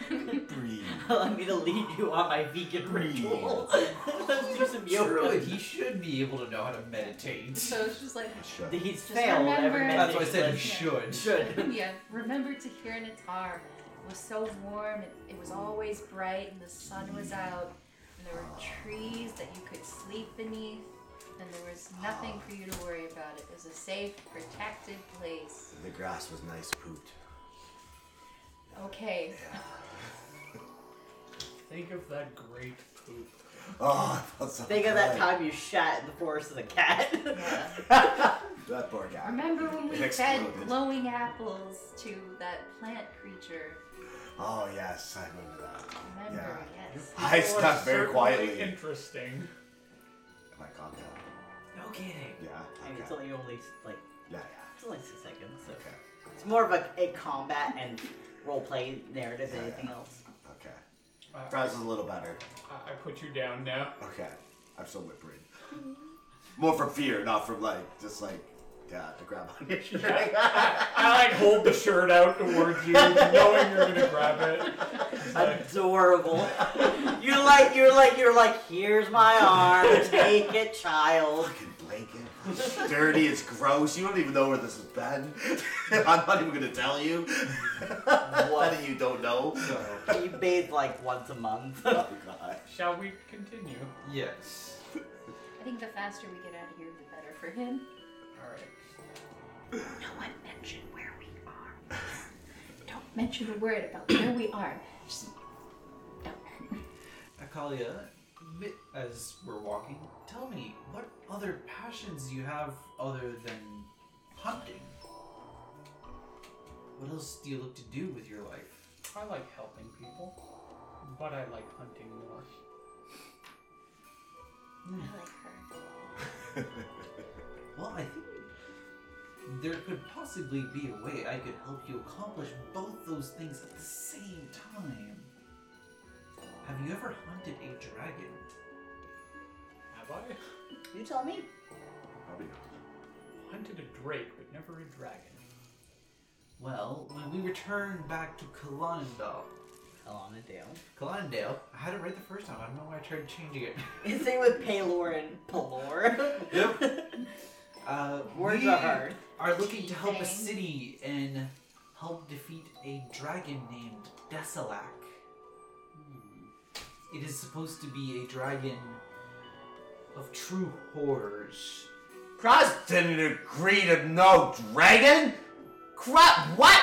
Speaker 3: Breathe.
Speaker 1: Allow me to lead you on my vegan ritual. Let's do some yoga.
Speaker 6: Druid, he should be able to know how to meditate.
Speaker 17: so it's just like,
Speaker 1: He's
Speaker 17: Just
Speaker 1: failed
Speaker 17: remember-
Speaker 1: every
Speaker 6: That's why I said he
Speaker 1: meditation
Speaker 6: should.
Speaker 1: lesson. Should.
Speaker 17: yeah, remember to hear an guitar. It was so warm, it, it was always bright, and the sun was out, and there were trees that you could sleep beneath, and there was nothing for you to worry about. It was a safe, protected place.
Speaker 3: The grass was nice pooped.
Speaker 17: Okay.
Speaker 19: Think of that great poop.
Speaker 3: Oh, I felt so
Speaker 1: Think of that
Speaker 3: good.
Speaker 1: time you shat in the forest of the cat.
Speaker 3: That poor guy.
Speaker 17: Remember when we
Speaker 3: It
Speaker 17: fed
Speaker 3: exploded.
Speaker 17: glowing apples to that plant creature?
Speaker 3: Oh, yes, I remember that.
Speaker 17: Remember, yes.
Speaker 3: I
Speaker 19: People are
Speaker 3: stopped very
Speaker 19: Oh, certainly
Speaker 3: quietly.
Speaker 19: Interesting.
Speaker 3: My contact.
Speaker 1: No kidding.
Speaker 3: Yeah.
Speaker 1: And
Speaker 3: Okay.
Speaker 1: it's only only like
Speaker 3: Yeah, yeah.
Speaker 1: it's only six seconds. So. It's more of a, a combat and roleplay narrative than anything else.
Speaker 3: Okay.
Speaker 19: Uh,
Speaker 3: Brad's is a little better.
Speaker 19: I, I put you down now.
Speaker 3: Okay. I'm still whimpering. More from fear, not from like, just like, yeah, to grab on your shirt.
Speaker 19: I, I like hold the shirt out towards you, knowing you're gonna grab it.
Speaker 1: Adorable. you're like you're like you're like here's my arm, take it, child.
Speaker 3: Blanket. Dirty, it's gross. You don't even know where this has been. I'm not even gonna tell you. what? you don't know.
Speaker 1: He bathed like once a month.
Speaker 3: oh god.
Speaker 19: Shall we continue?
Speaker 6: Yes.
Speaker 17: I think the faster we get out of here, the better for him. Alright. No one mention where we are. Don't mention a word about where we are. Just
Speaker 6: Akalia, mi- as we're walking, tell me, what other passions do you have other than hunting? What else do you look to do with your life?
Speaker 19: I like helping people, but I like hunting more.
Speaker 17: I like her.
Speaker 6: Well, I think there could possibly be a way I could help you accomplish both those things at the same time. Have you ever hunted a dragon?
Speaker 19: Have I
Speaker 1: You tell me.
Speaker 3: Probably not.
Speaker 19: hunted a drake, but never a dragon?
Speaker 6: Well, when we return back to Kalanindal,
Speaker 1: Kalanadale.
Speaker 6: Kalanindale, I had it right the first time. I don't know why I tried changing it.
Speaker 1: Is it with Paylor and Palor?
Speaker 6: yep. Uh,
Speaker 1: Words
Speaker 6: we
Speaker 1: are hard.
Speaker 6: are looking to help a city and help defeat a dragon named Desilak. It is supposed to be a dragon of true horrors.
Speaker 27: Cross didn't agree to no dragon? Crap, what?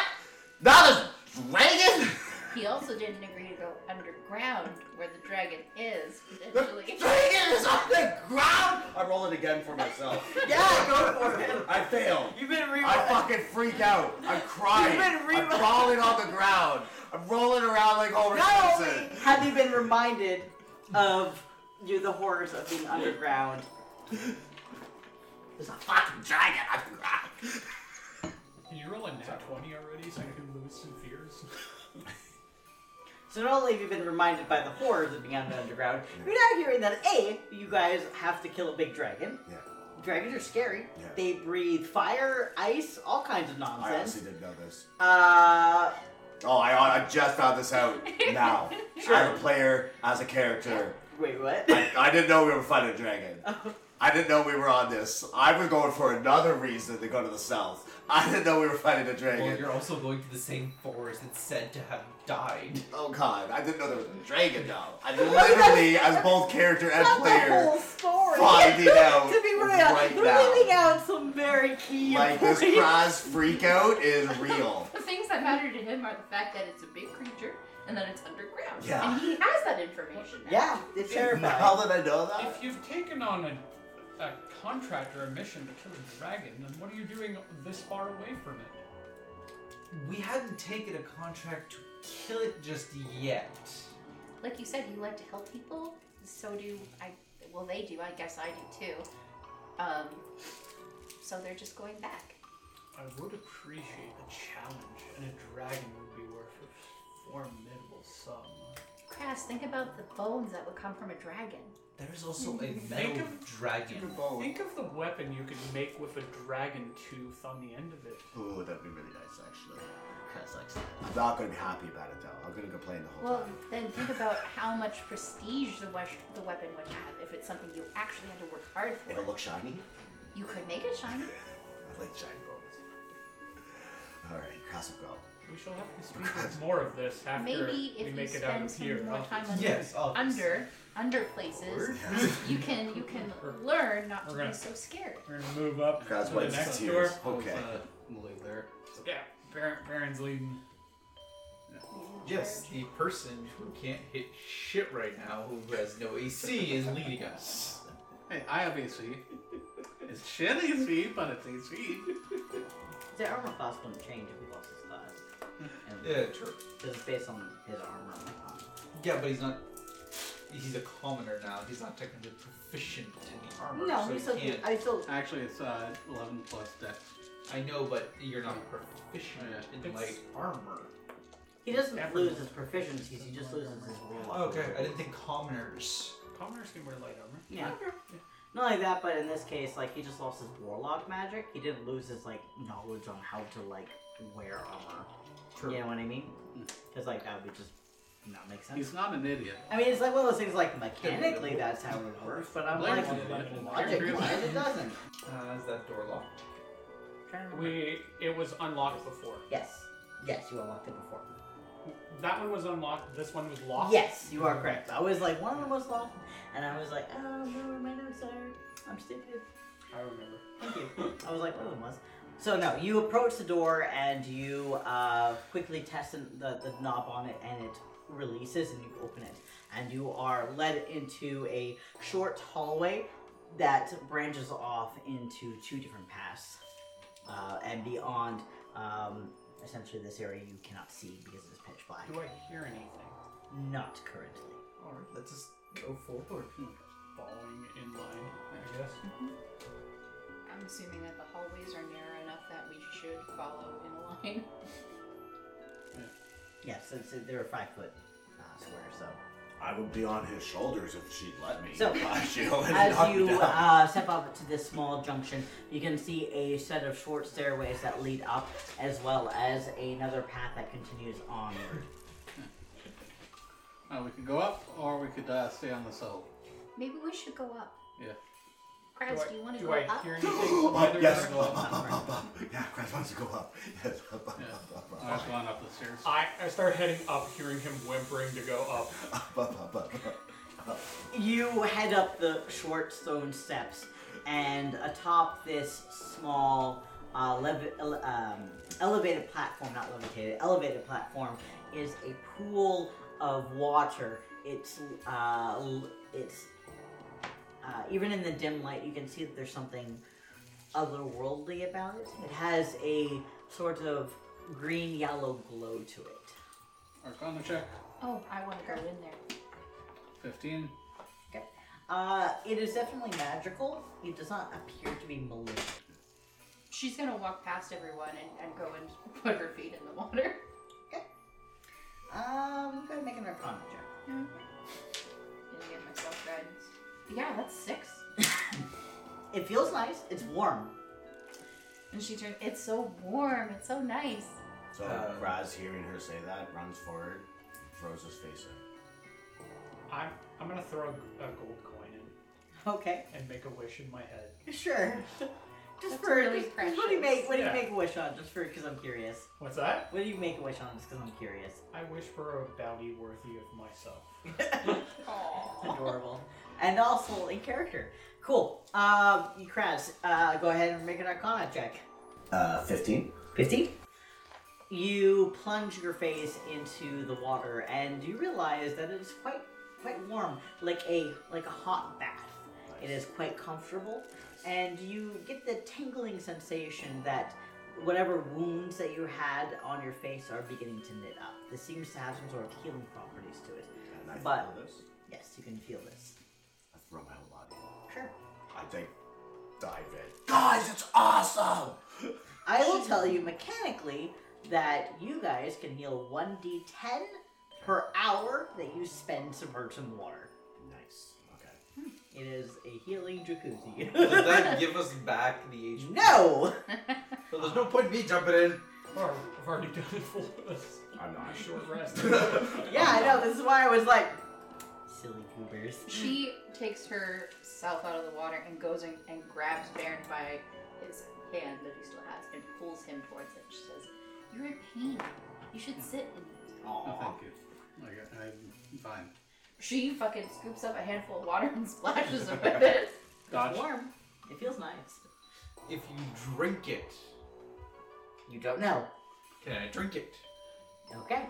Speaker 27: Not a dragon?
Speaker 17: He also didn't agree to go underground where the dragon is, potentially.
Speaker 3: Dragon is on the ground! I roll it again for myself.
Speaker 1: yeah, go for it.
Speaker 3: I failed.
Speaker 1: You've been re-
Speaker 3: I fucking freak out. I'm crying.
Speaker 1: You've been re-
Speaker 3: I'm crawling on the ground. I'm rolling around like Homer
Speaker 1: Not
Speaker 3: Simpson.
Speaker 1: only have you been reminded of you the horrors of being underground. There's a fucking dragon underground.
Speaker 19: Can you roll a nat 20 already so I can lose some fears?
Speaker 1: So not only have you been reminded by the horrors of being on the underground, you're now hearing that A, you guys have to kill a big dragon.
Speaker 3: Yeah.
Speaker 1: Dragons are scary.
Speaker 3: Yeah.
Speaker 1: They breathe fire, ice, all kinds of
Speaker 3: I honestly
Speaker 1: nonsense.
Speaker 3: didn't know this.
Speaker 1: Uh,
Speaker 3: Oh, I, I just found this out now. As a player, as a character.
Speaker 1: Wait, what?
Speaker 3: I, I didn't know we were fighting a dragon.
Speaker 1: Oh.
Speaker 3: I didn't know we were on this. I was going for another reason to go to the south. I didn't know we were fighting a dragon.
Speaker 6: Well, you're also going to the same forest that's said to have died.
Speaker 3: Oh god, I didn't know there was a dragon now. I literally, as both character and
Speaker 1: Not the
Speaker 3: player,
Speaker 1: whole story.
Speaker 3: finding out
Speaker 1: to be real,
Speaker 3: right
Speaker 1: they're
Speaker 3: now.
Speaker 1: leaving out some very key
Speaker 3: like this
Speaker 1: points.
Speaker 3: Kraz freakout is real.
Speaker 17: The things that matter to him are the fact that it's a big creature and that it's underground.
Speaker 3: Yeah.
Speaker 17: And he has that information. now.
Speaker 1: it's
Speaker 3: terrifying. Now that I know that.
Speaker 19: If you've taken on a, a contract or a mission to kill a dragon, then what are you doing this far away from it?
Speaker 6: We hadn't taken a contract to kill it just yet.
Speaker 17: Like you said, you like to help people. So do I. Well, they do. I guess I do too. Um, so they're just going back.
Speaker 19: I would appreciate a challenge, and a dragon would be worth a formidable sum.
Speaker 17: Crass, think about the bones that would come from a dragon.
Speaker 6: There's also a
Speaker 19: Think
Speaker 6: metal
Speaker 19: of-
Speaker 6: dragon.
Speaker 28: Oh.
Speaker 19: Think of the weapon you could make with a dragon tooth on the end of it.
Speaker 3: Ooh, that'd be really nice actually. Kraz likes that. I'm not gonna be happy about it though. I'm gonna complain the whole
Speaker 17: Well,
Speaker 3: time.
Speaker 17: then think about how much prestige the, wesh the weapon would have if it's something you actually had to work hard for.
Speaker 3: It'll look shiny.
Speaker 17: You could make it shiny.
Speaker 3: I like shiny bones. Alright, Kraz will go.
Speaker 19: We shall have to speak with more of this after
Speaker 17: Maybe
Speaker 19: we
Speaker 17: if you
Speaker 19: make it out
Speaker 17: spend
Speaker 19: of
Speaker 17: some
Speaker 19: here.
Speaker 17: more time on
Speaker 19: yes,
Speaker 6: uh, Oh.
Speaker 17: the under under places, you can you can learn not to
Speaker 19: We're gonna-
Speaker 17: be so scared.
Speaker 19: We're gonna move up
Speaker 3: Kraz
Speaker 19: to the
Speaker 3: wipes
Speaker 19: next
Speaker 3: his tears.
Speaker 19: door.
Speaker 3: Okay.
Speaker 4: uh,
Speaker 28: Malik there.
Speaker 19: Yeah, Baron, Baron's leading.
Speaker 6: Yes, the person who can't hit shit right now, who has no AC, is leading us.
Speaker 28: Hey, I have AC. It's shit AC, but it's AC.
Speaker 1: The armor class wouldn't change if he lost his class. And-
Speaker 6: Yeah, true.
Speaker 1: Because it's based on his armor.
Speaker 6: Yeah, but he's not. He's a commoner now. He's not technically proficient in the armor.
Speaker 1: No, he's
Speaker 6: so he
Speaker 1: still-
Speaker 6: can't.
Speaker 1: I still.
Speaker 28: Actually, it's uh, 11 plus dex.
Speaker 6: I know, but you're not proficient in
Speaker 28: It's-
Speaker 6: like armor.
Speaker 1: He doesn't lose his proficiencies, he just loses his roll.
Speaker 6: Okay, I didn't think commoners.
Speaker 19: Commoners can wear light armor.
Speaker 1: Yeah. Not like that, but in this case, like he just lost his warlock magic. He didn't lose his like knowledge on how to like wear armor.
Speaker 6: True.
Speaker 1: You know what I mean? Because like that would be just not make sense.
Speaker 28: Hmm. He's not an idiot.
Speaker 1: I mean, it's like one of those things. Like mechanically, that's how it works, but I'm like, logic wise, it doesn't.
Speaker 6: Uh, is that door locked?
Speaker 19: We it was unlocked before.
Speaker 1: Yes, yes, you unlocked it before.
Speaker 19: That one was unlocked. This one was locked.
Speaker 1: Yes, you are correct. I was like one of them was lost, and I was like, oh no, where my notes are. I'm stupid.
Speaker 19: I remember.
Speaker 1: Thank you. I was like, one of them was. So no, you approach the door and you uh, quickly test the, the knob on it, and it releases, and you open it, and you are led into a short hallway that branches off into two different paths, uh, and beyond. Um, essentially, this area you cannot see because it is pitch black.
Speaker 19: Do I hear anything?
Speaker 1: Not currently.
Speaker 19: All right, let's just go forward.
Speaker 28: Hmm.
Speaker 19: Following in line, I guess.
Speaker 17: I'm assuming that the hallways are narrow enough that we should follow in a line.
Speaker 1: Yes, yeah, so, so they're five foot uh, square, so.
Speaker 3: I would be on his shoulders if she'd let me.
Speaker 1: So,
Speaker 3: God, she already knocked
Speaker 1: as
Speaker 3: me
Speaker 1: you
Speaker 3: down.
Speaker 1: uh, step up to this small junction, you can see a set of short stairways that lead up, as well as another path that continues onward.
Speaker 28: Uh, we could go up, or we could uh, stay on the soul.
Speaker 17: Maybe we should go up.
Speaker 28: Yeah.
Speaker 17: Kraz,
Speaker 19: Do I-
Speaker 17: do, you want to
Speaker 19: do
Speaker 17: go
Speaker 19: I
Speaker 17: up?
Speaker 19: hear anything?
Speaker 3: Up,
Speaker 19: Either
Speaker 3: yes,
Speaker 19: way.
Speaker 3: up, up, up, up, up. Yeah, Kraz wants to go up. Yes, up, up, up, up, up,
Speaker 28: I'm
Speaker 3: up,
Speaker 28: going up the stairs.
Speaker 19: I, I start heading up, hearing him whimpering to go up.
Speaker 3: up, up, up, up.
Speaker 1: You head up the short stone steps, and atop this small uh, levi- ele- um, elevated platform, not levitated, elevated platform is a pool of water. It's uh, l- it's uh, even in the dim light, you can see that there's something otherworldly about it. It has a sort of green yellow glow to it.
Speaker 2: Arcana check.
Speaker 17: Oh, I want to go in there.
Speaker 2: 15.
Speaker 1: Okay. Uh, it is definitely magical. It does not appear to be malicious.
Speaker 17: She's gonna walk past everyone and, and go and put her feet in the water.
Speaker 1: Um, go ahead and make an arcana check.
Speaker 17: Didn't give myself guidance. Yeah, that's six.
Speaker 1: It feels nice. It's warm.
Speaker 17: And she turned. It's so warm. It's so nice.
Speaker 3: So
Speaker 1: Uh,
Speaker 3: Kraz, hearing her say that, runs forward, throws his face in.
Speaker 19: I'm, I'm gonna throw a gold coin in.
Speaker 1: Okay.
Speaker 19: And make a wish in my head.
Speaker 1: Sure. Just
Speaker 17: That's
Speaker 1: for
Speaker 17: really
Speaker 1: just- What do you make? What do you
Speaker 19: Yeah.
Speaker 1: make a wish on? Just for because I'm curious.
Speaker 19: What's that?
Speaker 1: What do you make a wish on? Just because I'm curious.
Speaker 19: I wish for a bounty worthy of myself.
Speaker 1: Adorable. And also in character. Cool. Um, you Kraz, uh, go ahead and make an arcana check.
Speaker 3: Uh, 15?
Speaker 1: 15? You plunge your face into the water and you realize that it is quite quite warm, like a like a hot bath. It is quite comfortable and you get the tingling sensation that whatever wounds that you had on your face are beginning to knit up. This seems to have some sort of healing properties to it.
Speaker 3: And I
Speaker 1: But-
Speaker 3: feel this.
Speaker 1: Yes, you can feel this.
Speaker 3: I throw my whole body.
Speaker 1: Sure.
Speaker 3: I think dive in. Guys, it's awesome!
Speaker 1: I will tell you mechanically that you guys can heal 1d10 per hour that you spend submerged in water.
Speaker 3: Nice. Okay.
Speaker 1: It is a healing jacuzzi.
Speaker 6: Does that give us back the HP?
Speaker 1: No!
Speaker 6: So there's no point in me jumping in.
Speaker 19: Or I've already done it for us.
Speaker 3: I'm not sure.
Speaker 19: Short rest.
Speaker 1: yeah, I know. This is why I was like, silly goobers.
Speaker 4: Mm.
Speaker 17: She takes herself out of the water and goes and, and grabs Baron by his hand that he still has and pulls him towards it. She says, "You're in pain. You should sit." In it."
Speaker 2: No, thank you. I got- I'm fine.
Speaker 17: She fucking scoops up a handful of water and splashes him with it.
Speaker 2: Gotcha.
Speaker 17: It's warm.
Speaker 1: It feels nice.
Speaker 4: If you drink it,
Speaker 1: You don't know.
Speaker 4: can I drink it?
Speaker 1: Okay.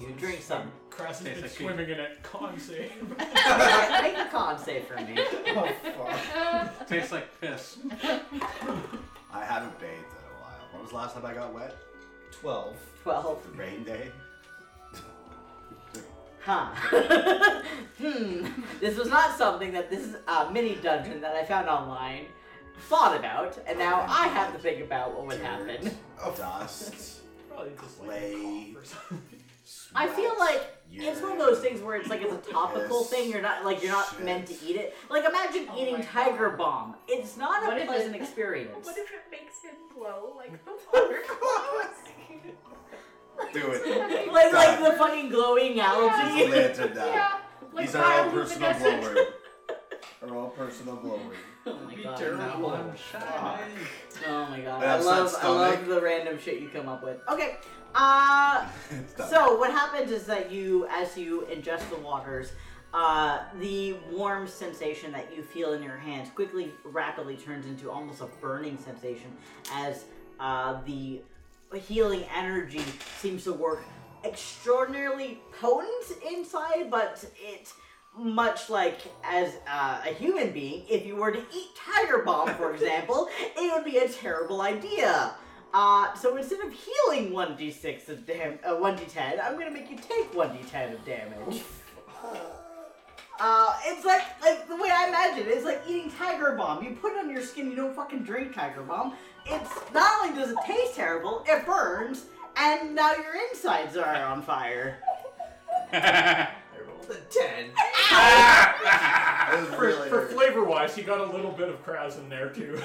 Speaker 1: You drink some.
Speaker 19: Crass has been swimming in it. Con save.
Speaker 1: Make a con save for me.
Speaker 3: Oh, fuck.
Speaker 2: Tastes like piss.
Speaker 3: I haven't bathed in a while. When was the last time I got wet? 12.
Speaker 1: 12.
Speaker 3: The rain day?
Speaker 1: Huh. hmm. This was not something that this uh, mini dungeon that I found online thought about, and now I have to think about what would happen.
Speaker 3: Dust.
Speaker 19: Probably just
Speaker 3: Clay.
Speaker 19: like something.
Speaker 1: I feel like it's
Speaker 3: urine.
Speaker 1: one of those things where it's like it's a topical
Speaker 3: Yes.
Speaker 1: thing. You're not like you're not
Speaker 3: Shit.
Speaker 1: meant to eat it. Like imagine eating Tiger Bomb. It's not a
Speaker 17: Oh What if it-
Speaker 1: pleasant experience.
Speaker 17: What if it makes him glow like the water
Speaker 3: Do it.
Speaker 1: like like the fucking glowing
Speaker 3: He's a
Speaker 1: algae.
Speaker 3: lantern now.
Speaker 17: yeah. Like
Speaker 3: These are all personal
Speaker 17: bioluminescent.
Speaker 3: blowers. They're all personal blowers.
Speaker 1: Oh my god.
Speaker 4: Terrible.
Speaker 1: no. Oh my god. I love
Speaker 3: That's that
Speaker 1: I love
Speaker 3: stomach.
Speaker 1: the random shit you come up with. Okay. Uh
Speaker 3: It's done.
Speaker 1: So what happens is that you, as you ingest the waters, uh, the warm sensation that you feel in your hands quickly, rapidly turns into almost a burning sensation as uh, the healing energy seems to work extraordinarily potent inside, but it much like as uh, a human being, if you were to eat Tiger Bomb, for example, it would be a terrible idea. Uh, so instead of healing 1d6 of dam- uh, 1d10, I'm gonna make you take 1d10 of damage. Uh, it's like like the way I imagine it, it's like eating Tiger Bomb. You put it on your skin, you don't fucking drink Tiger Bomb. It's not only does it taste terrible, it burns, and now your insides are on fire.
Speaker 4: I rolled a 10.
Speaker 3: That was
Speaker 19: For,
Speaker 3: really
Speaker 19: for
Speaker 3: weird.
Speaker 19: flavor wise, he got a little bit of Kraz in there too.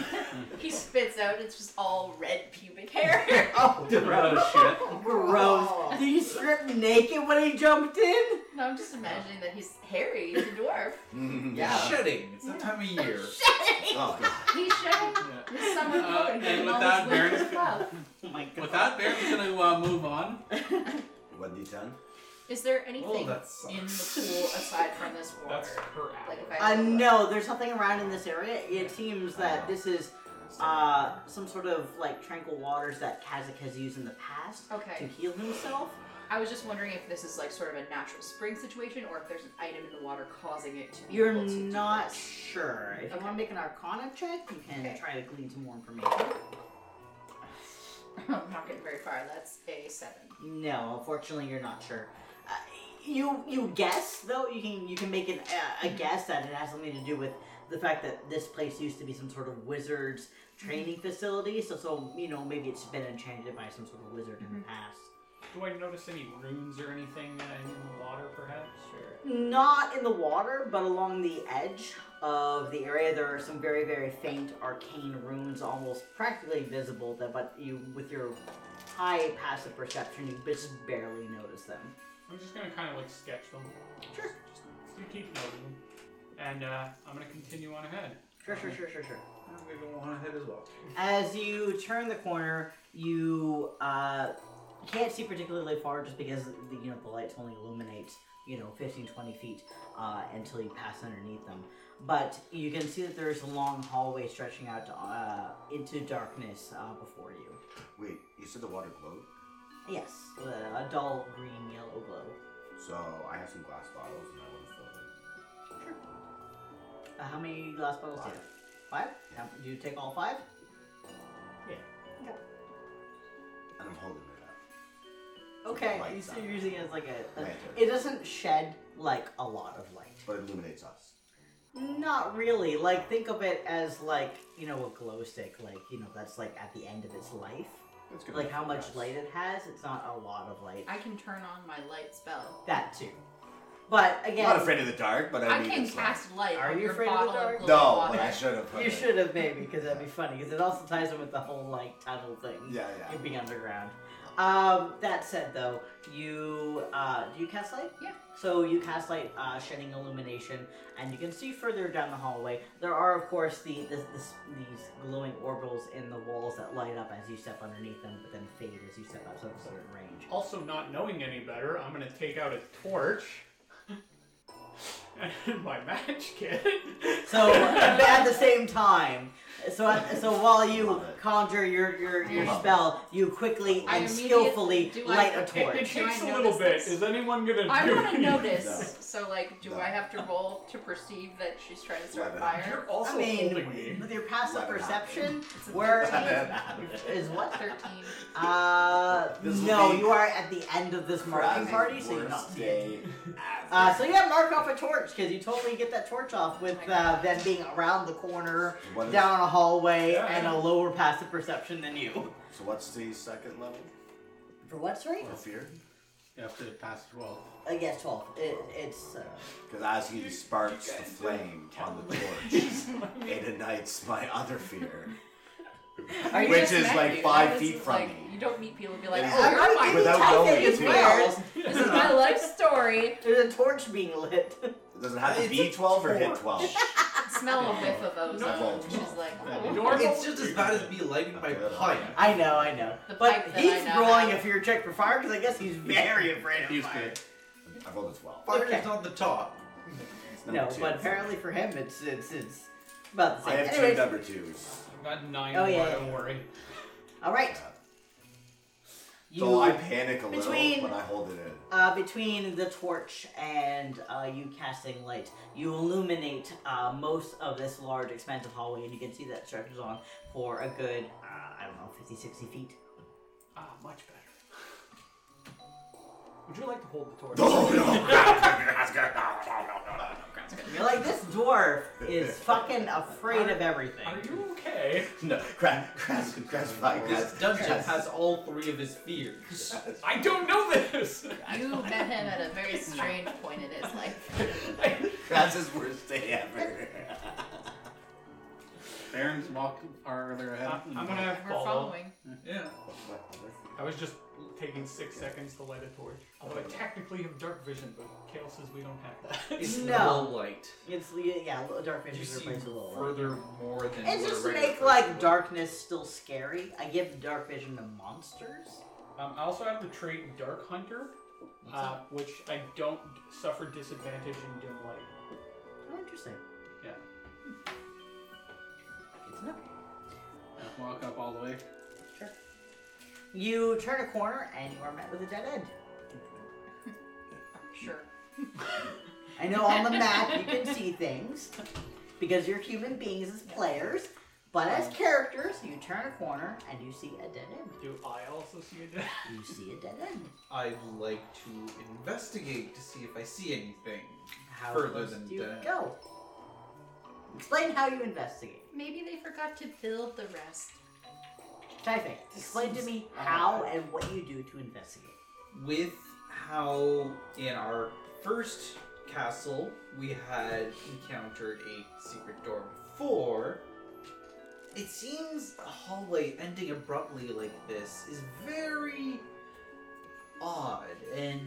Speaker 17: He spits out. It's just all red pubic hair.
Speaker 1: Oh,
Speaker 2: shit.
Speaker 1: gross. Did he strip naked when he jumped in?
Speaker 17: no, I'm just imagining that he's hairy. He's a dwarf.
Speaker 3: Mm.
Speaker 1: Yeah.
Speaker 4: Shedding. It's that time of year.
Speaker 3: Oh, God.
Speaker 17: He's shedding
Speaker 2: Yeah.
Speaker 17: his summer
Speaker 2: Uh,
Speaker 17: clothing
Speaker 2: and
Speaker 17: and
Speaker 2: with
Speaker 17: all
Speaker 2: that,
Speaker 17: his winter
Speaker 2: Baron's-
Speaker 17: stuff.
Speaker 1: Oh my god.
Speaker 2: With that, Baron's gonna uh, move on.
Speaker 3: 1d10?
Speaker 17: Is there anything
Speaker 4: that
Speaker 17: in the pool
Speaker 4: sucks.
Speaker 17: aside from this water?
Speaker 19: That's her hour.
Speaker 17: Like if I
Speaker 1: Uh,
Speaker 17: go, like-
Speaker 1: no, there's nothing around in this area. It seems that this is uh, some sort of like tranquil waters that Kazakh has used in the past
Speaker 4: Okay.
Speaker 1: to heal himself.
Speaker 4: I was just wondering if this is like sort of a natural spring situation or if there's an item in the water causing it to be
Speaker 1: You're
Speaker 4: able to do
Speaker 1: not
Speaker 4: this.
Speaker 1: sure. If you want to make an Arcana check, you can try to glean some more information.
Speaker 4: I'm not getting very far. That's a seven.
Speaker 1: No, unfortunately, you're not sure. Uh, you you guess though. You can you can make an, uh, a guess that it has something to do with the fact that this place used to be some sort of wizard's training facility. So so you know maybe it's been enchanted by some sort of wizard in the past.
Speaker 19: Do I notice any runes or anything uh, in the water, perhaps? Or...
Speaker 1: Not in the water, but along the edge of the area, there are some very, very faint arcane runes, almost practically invisible. That, but you, with your high passive perception, you just barely notice them.
Speaker 19: I'm just gonna kind of like sketch them.
Speaker 1: Sure.
Speaker 19: Just, you keep noting them, and uh, I'm gonna continue on ahead.
Speaker 1: Sure, sure, sure, sure, sure.
Speaker 6: I'm gonna go on ahead as well.
Speaker 1: As you turn the corner, you uh, can't see particularly far just because the, you know the lights only illuminates you know 15, 20 feet uh, until you pass underneath them. But you can see that there's a long hallway stretching out uh, into darkness uh, before you.
Speaker 3: Wait, you said the water glowed?
Speaker 1: Yes, uh, a dull green yellow glow.
Speaker 3: So I have some glass bottles and I want to fill them.
Speaker 1: Uh, how many glass bottles do you have? Five? Now, Do you take all five? Yeah.
Speaker 3: And I'm holding it up.
Speaker 1: Okay,
Speaker 3: Light
Speaker 1: you see,
Speaker 3: up.
Speaker 1: you're using it as like a. a
Speaker 3: Lantern.
Speaker 1: it doesn't shed like a lot of light.
Speaker 3: But it illuminates us.
Speaker 1: Not really. Like think of it as like you know a glow stick. Like you know that's like at the end of its life.
Speaker 3: That's
Speaker 4: good
Speaker 1: Like
Speaker 4: enough
Speaker 1: how
Speaker 4: for
Speaker 1: much
Speaker 4: us.
Speaker 1: light it has. It's not a lot of light.
Speaker 4: I can turn on my light spell.
Speaker 1: That too. But again,
Speaker 3: not afraid of the dark, but I,
Speaker 4: I
Speaker 3: mean,
Speaker 4: can
Speaker 3: it's like-
Speaker 4: cast light.
Speaker 1: Are
Speaker 4: on
Speaker 1: you
Speaker 4: your
Speaker 1: afraid of the
Speaker 4: bottle
Speaker 1: dark?
Speaker 4: glowing
Speaker 3: No,
Speaker 4: water.
Speaker 3: but I should have.
Speaker 1: You should have maybe, because that'd be funny. Because it also ties in with the whole like tunnel thing.
Speaker 3: Yeah, yeah.
Speaker 1: You being underground. Um, that said, though, you uh, do you cast light?
Speaker 4: Yeah.
Speaker 1: So you cast light, uh, shedding illumination, and you can see further down the hallway. There are, of course, the this, this, these glowing orbitals in the walls that light up as you step underneath them, but then fade as you step outside a certain range.
Speaker 19: Also, not knowing any better, I'm gonna take out a torch and my match kit.
Speaker 1: So at the same time, so so while you conjure your your, your
Speaker 19: Love it.
Speaker 1: spell, you quickly
Speaker 4: I
Speaker 1: and
Speaker 4: immediately-
Speaker 1: skillfully
Speaker 4: do I-
Speaker 1: light a
Speaker 19: It,
Speaker 1: torch.
Speaker 19: it takes
Speaker 4: Do I
Speaker 19: a little bit.
Speaker 4: notice this?
Speaker 19: Is anyone gonna
Speaker 4: I
Speaker 19: do
Speaker 4: want to
Speaker 19: anything?
Speaker 4: notice. So, like, do I have to roll to perceive that she's trying to start a fire?
Speaker 19: You're also
Speaker 1: I mean,
Speaker 19: holding me.
Speaker 1: with your passive
Speaker 19: Let it
Speaker 1: perception,
Speaker 4: It's a
Speaker 1: where
Speaker 4: 13.
Speaker 1: is what?
Speaker 4: Thirteen.
Speaker 1: Uh,
Speaker 3: This will
Speaker 1: no,
Speaker 3: be
Speaker 1: you are at the end of this marking
Speaker 3: Christ's
Speaker 1: party, so you're not
Speaker 3: worst
Speaker 1: seeing.
Speaker 3: day.
Speaker 1: Uh, so yeah, mark off a torch because you totally get that torch off with uh, them being around the corner,
Speaker 3: What is-
Speaker 1: down a hallway,
Speaker 3: Yeah.
Speaker 1: and a lower passive perception than you.
Speaker 3: So what's the second level?
Speaker 1: For what, sorry?
Speaker 3: For fear?
Speaker 8: You have to pass 12.
Speaker 1: Uh, yes, twelve. It, it's. Uh,
Speaker 3: Because as he sparks the flame on the torch, it ignites my other fear.
Speaker 4: Are you
Speaker 3: Which
Speaker 4: just
Speaker 3: is
Speaker 4: mad at
Speaker 3: like
Speaker 4: me?
Speaker 3: five
Speaker 4: This
Speaker 3: feet
Speaker 4: is
Speaker 3: from
Speaker 4: like,
Speaker 3: me.
Speaker 4: You don't meet people and be like,
Speaker 3: Yeah.
Speaker 4: oh, you're
Speaker 3: Without
Speaker 4: my
Speaker 3: knowing
Speaker 4: detective
Speaker 3: too.
Speaker 4: Wells. This is my life story.
Speaker 1: There's a torch being lit.
Speaker 3: It doesn't have to be 12 or hit 12.
Speaker 4: Smell a whiff of ozone.
Speaker 3: No.
Speaker 4: She's like,
Speaker 6: It's just as bad as be lightened by pipe.
Speaker 1: I know, I know.
Speaker 4: The
Speaker 1: But
Speaker 4: pipe that
Speaker 1: he's
Speaker 4: I now
Speaker 1: rolling
Speaker 4: have.
Speaker 1: a fear check for fire because I guess he's very afraid of fire.
Speaker 3: I rolled a 12.
Speaker 6: Fire
Speaker 1: Okay.
Speaker 6: is not the top.
Speaker 3: It's
Speaker 1: No,
Speaker 3: number two.
Speaker 1: but apparently for him, it's it's it's about the
Speaker 3: I
Speaker 1: same.
Speaker 3: have two
Speaker 1: Anyways,
Speaker 3: number twos.
Speaker 19: I've got nine
Speaker 1: Oh,
Speaker 19: more.
Speaker 1: yeah,
Speaker 19: Don't
Speaker 1: yeah.
Speaker 19: worry.
Speaker 1: all right.
Speaker 3: uh, So I panic a little,
Speaker 1: between-
Speaker 3: but I hold it in.
Speaker 1: Uh, between the torch and uh, you casting light, you illuminate uh, most of this large, expansive hallway, and you can see that stretches on for a good, uh, I don't know, 50, 60 feet.
Speaker 19: Ah, much better. Would you like to hold the torch?
Speaker 3: No, no,
Speaker 1: You're like, this dwarf is fucking afraid of everything.
Speaker 19: Are you okay?
Speaker 3: No, crash, crash, crash, fire.
Speaker 6: This dungeon has all three of his fears.
Speaker 19: I don't know this.
Speaker 4: you met him at a very strange point in his life.
Speaker 3: Crash's worst day ever.
Speaker 8: Baron's walk are there ahead.
Speaker 19: I'm I'm gonna
Speaker 4: We're
Speaker 19: follow.
Speaker 4: following.
Speaker 8: Yeah.
Speaker 19: I was just taking six seconds to light a torch.
Speaker 29: Oh,
Speaker 19: Although I technically have dark vision, but Kale says we don't have that.
Speaker 6: It's
Speaker 1: No.
Speaker 6: low light.
Speaker 1: It's, yeah, dark
Speaker 6: You
Speaker 1: vision
Speaker 6: see
Speaker 1: replaced with low light.
Speaker 6: further more than
Speaker 1: It's
Speaker 6: what a
Speaker 1: just to
Speaker 6: regular
Speaker 1: make
Speaker 6: person
Speaker 1: like
Speaker 6: would.
Speaker 1: darkness still scary. I give dark vision to monsters.
Speaker 19: Um, I also have the trait Dark Hunter, uh, which I don't suffer disadvantage in dim light.
Speaker 1: Oh, interesting.
Speaker 19: Yeah.
Speaker 1: Good to know.
Speaker 29: walk up all the way.
Speaker 1: Sure. You turn a corner and you are met with a dead end.
Speaker 30: Sure.
Speaker 1: I know on the map you can see things because you're human beings as players, but as characters, you turn a corner and you see a dead end.
Speaker 19: Do I also see a dead
Speaker 1: You see a dead end.
Speaker 6: I'd like to investigate to see if I see anything
Speaker 1: How
Speaker 6: further
Speaker 1: close
Speaker 6: than
Speaker 1: do you
Speaker 6: that.
Speaker 1: go? Explain how you investigate.
Speaker 30: Maybe they forgot to build the rest.
Speaker 1: Typing. Explain to me how and what you do to investigate.
Speaker 6: with how in our first castle we had encountered a secret door before it seems a hallway ending abruptly like this is very odd and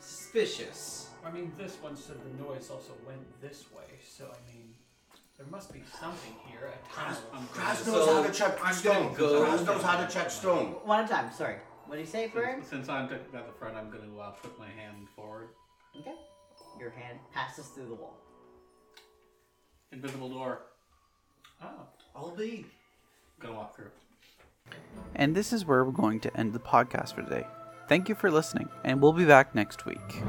Speaker 6: suspicious
Speaker 19: I mean, this one said the noise also went this way, so I mean, there must be something here. A tunnel.
Speaker 3: Kraz knows how to check stone. Kraz knows how to check stone.
Speaker 1: One at a time, sorry. What do you say, Brian?
Speaker 29: Since, since I'm at the front, I'm going to uh, put my hand forward.
Speaker 1: Okay. Your hand passes through the wall.
Speaker 29: Invisible door.
Speaker 19: Oh.
Speaker 6: I'll be.
Speaker 29: Gonna walk through.
Speaker 17: And this is where we're going to end the podcast for today. Thank you for listening, and we'll be back next week.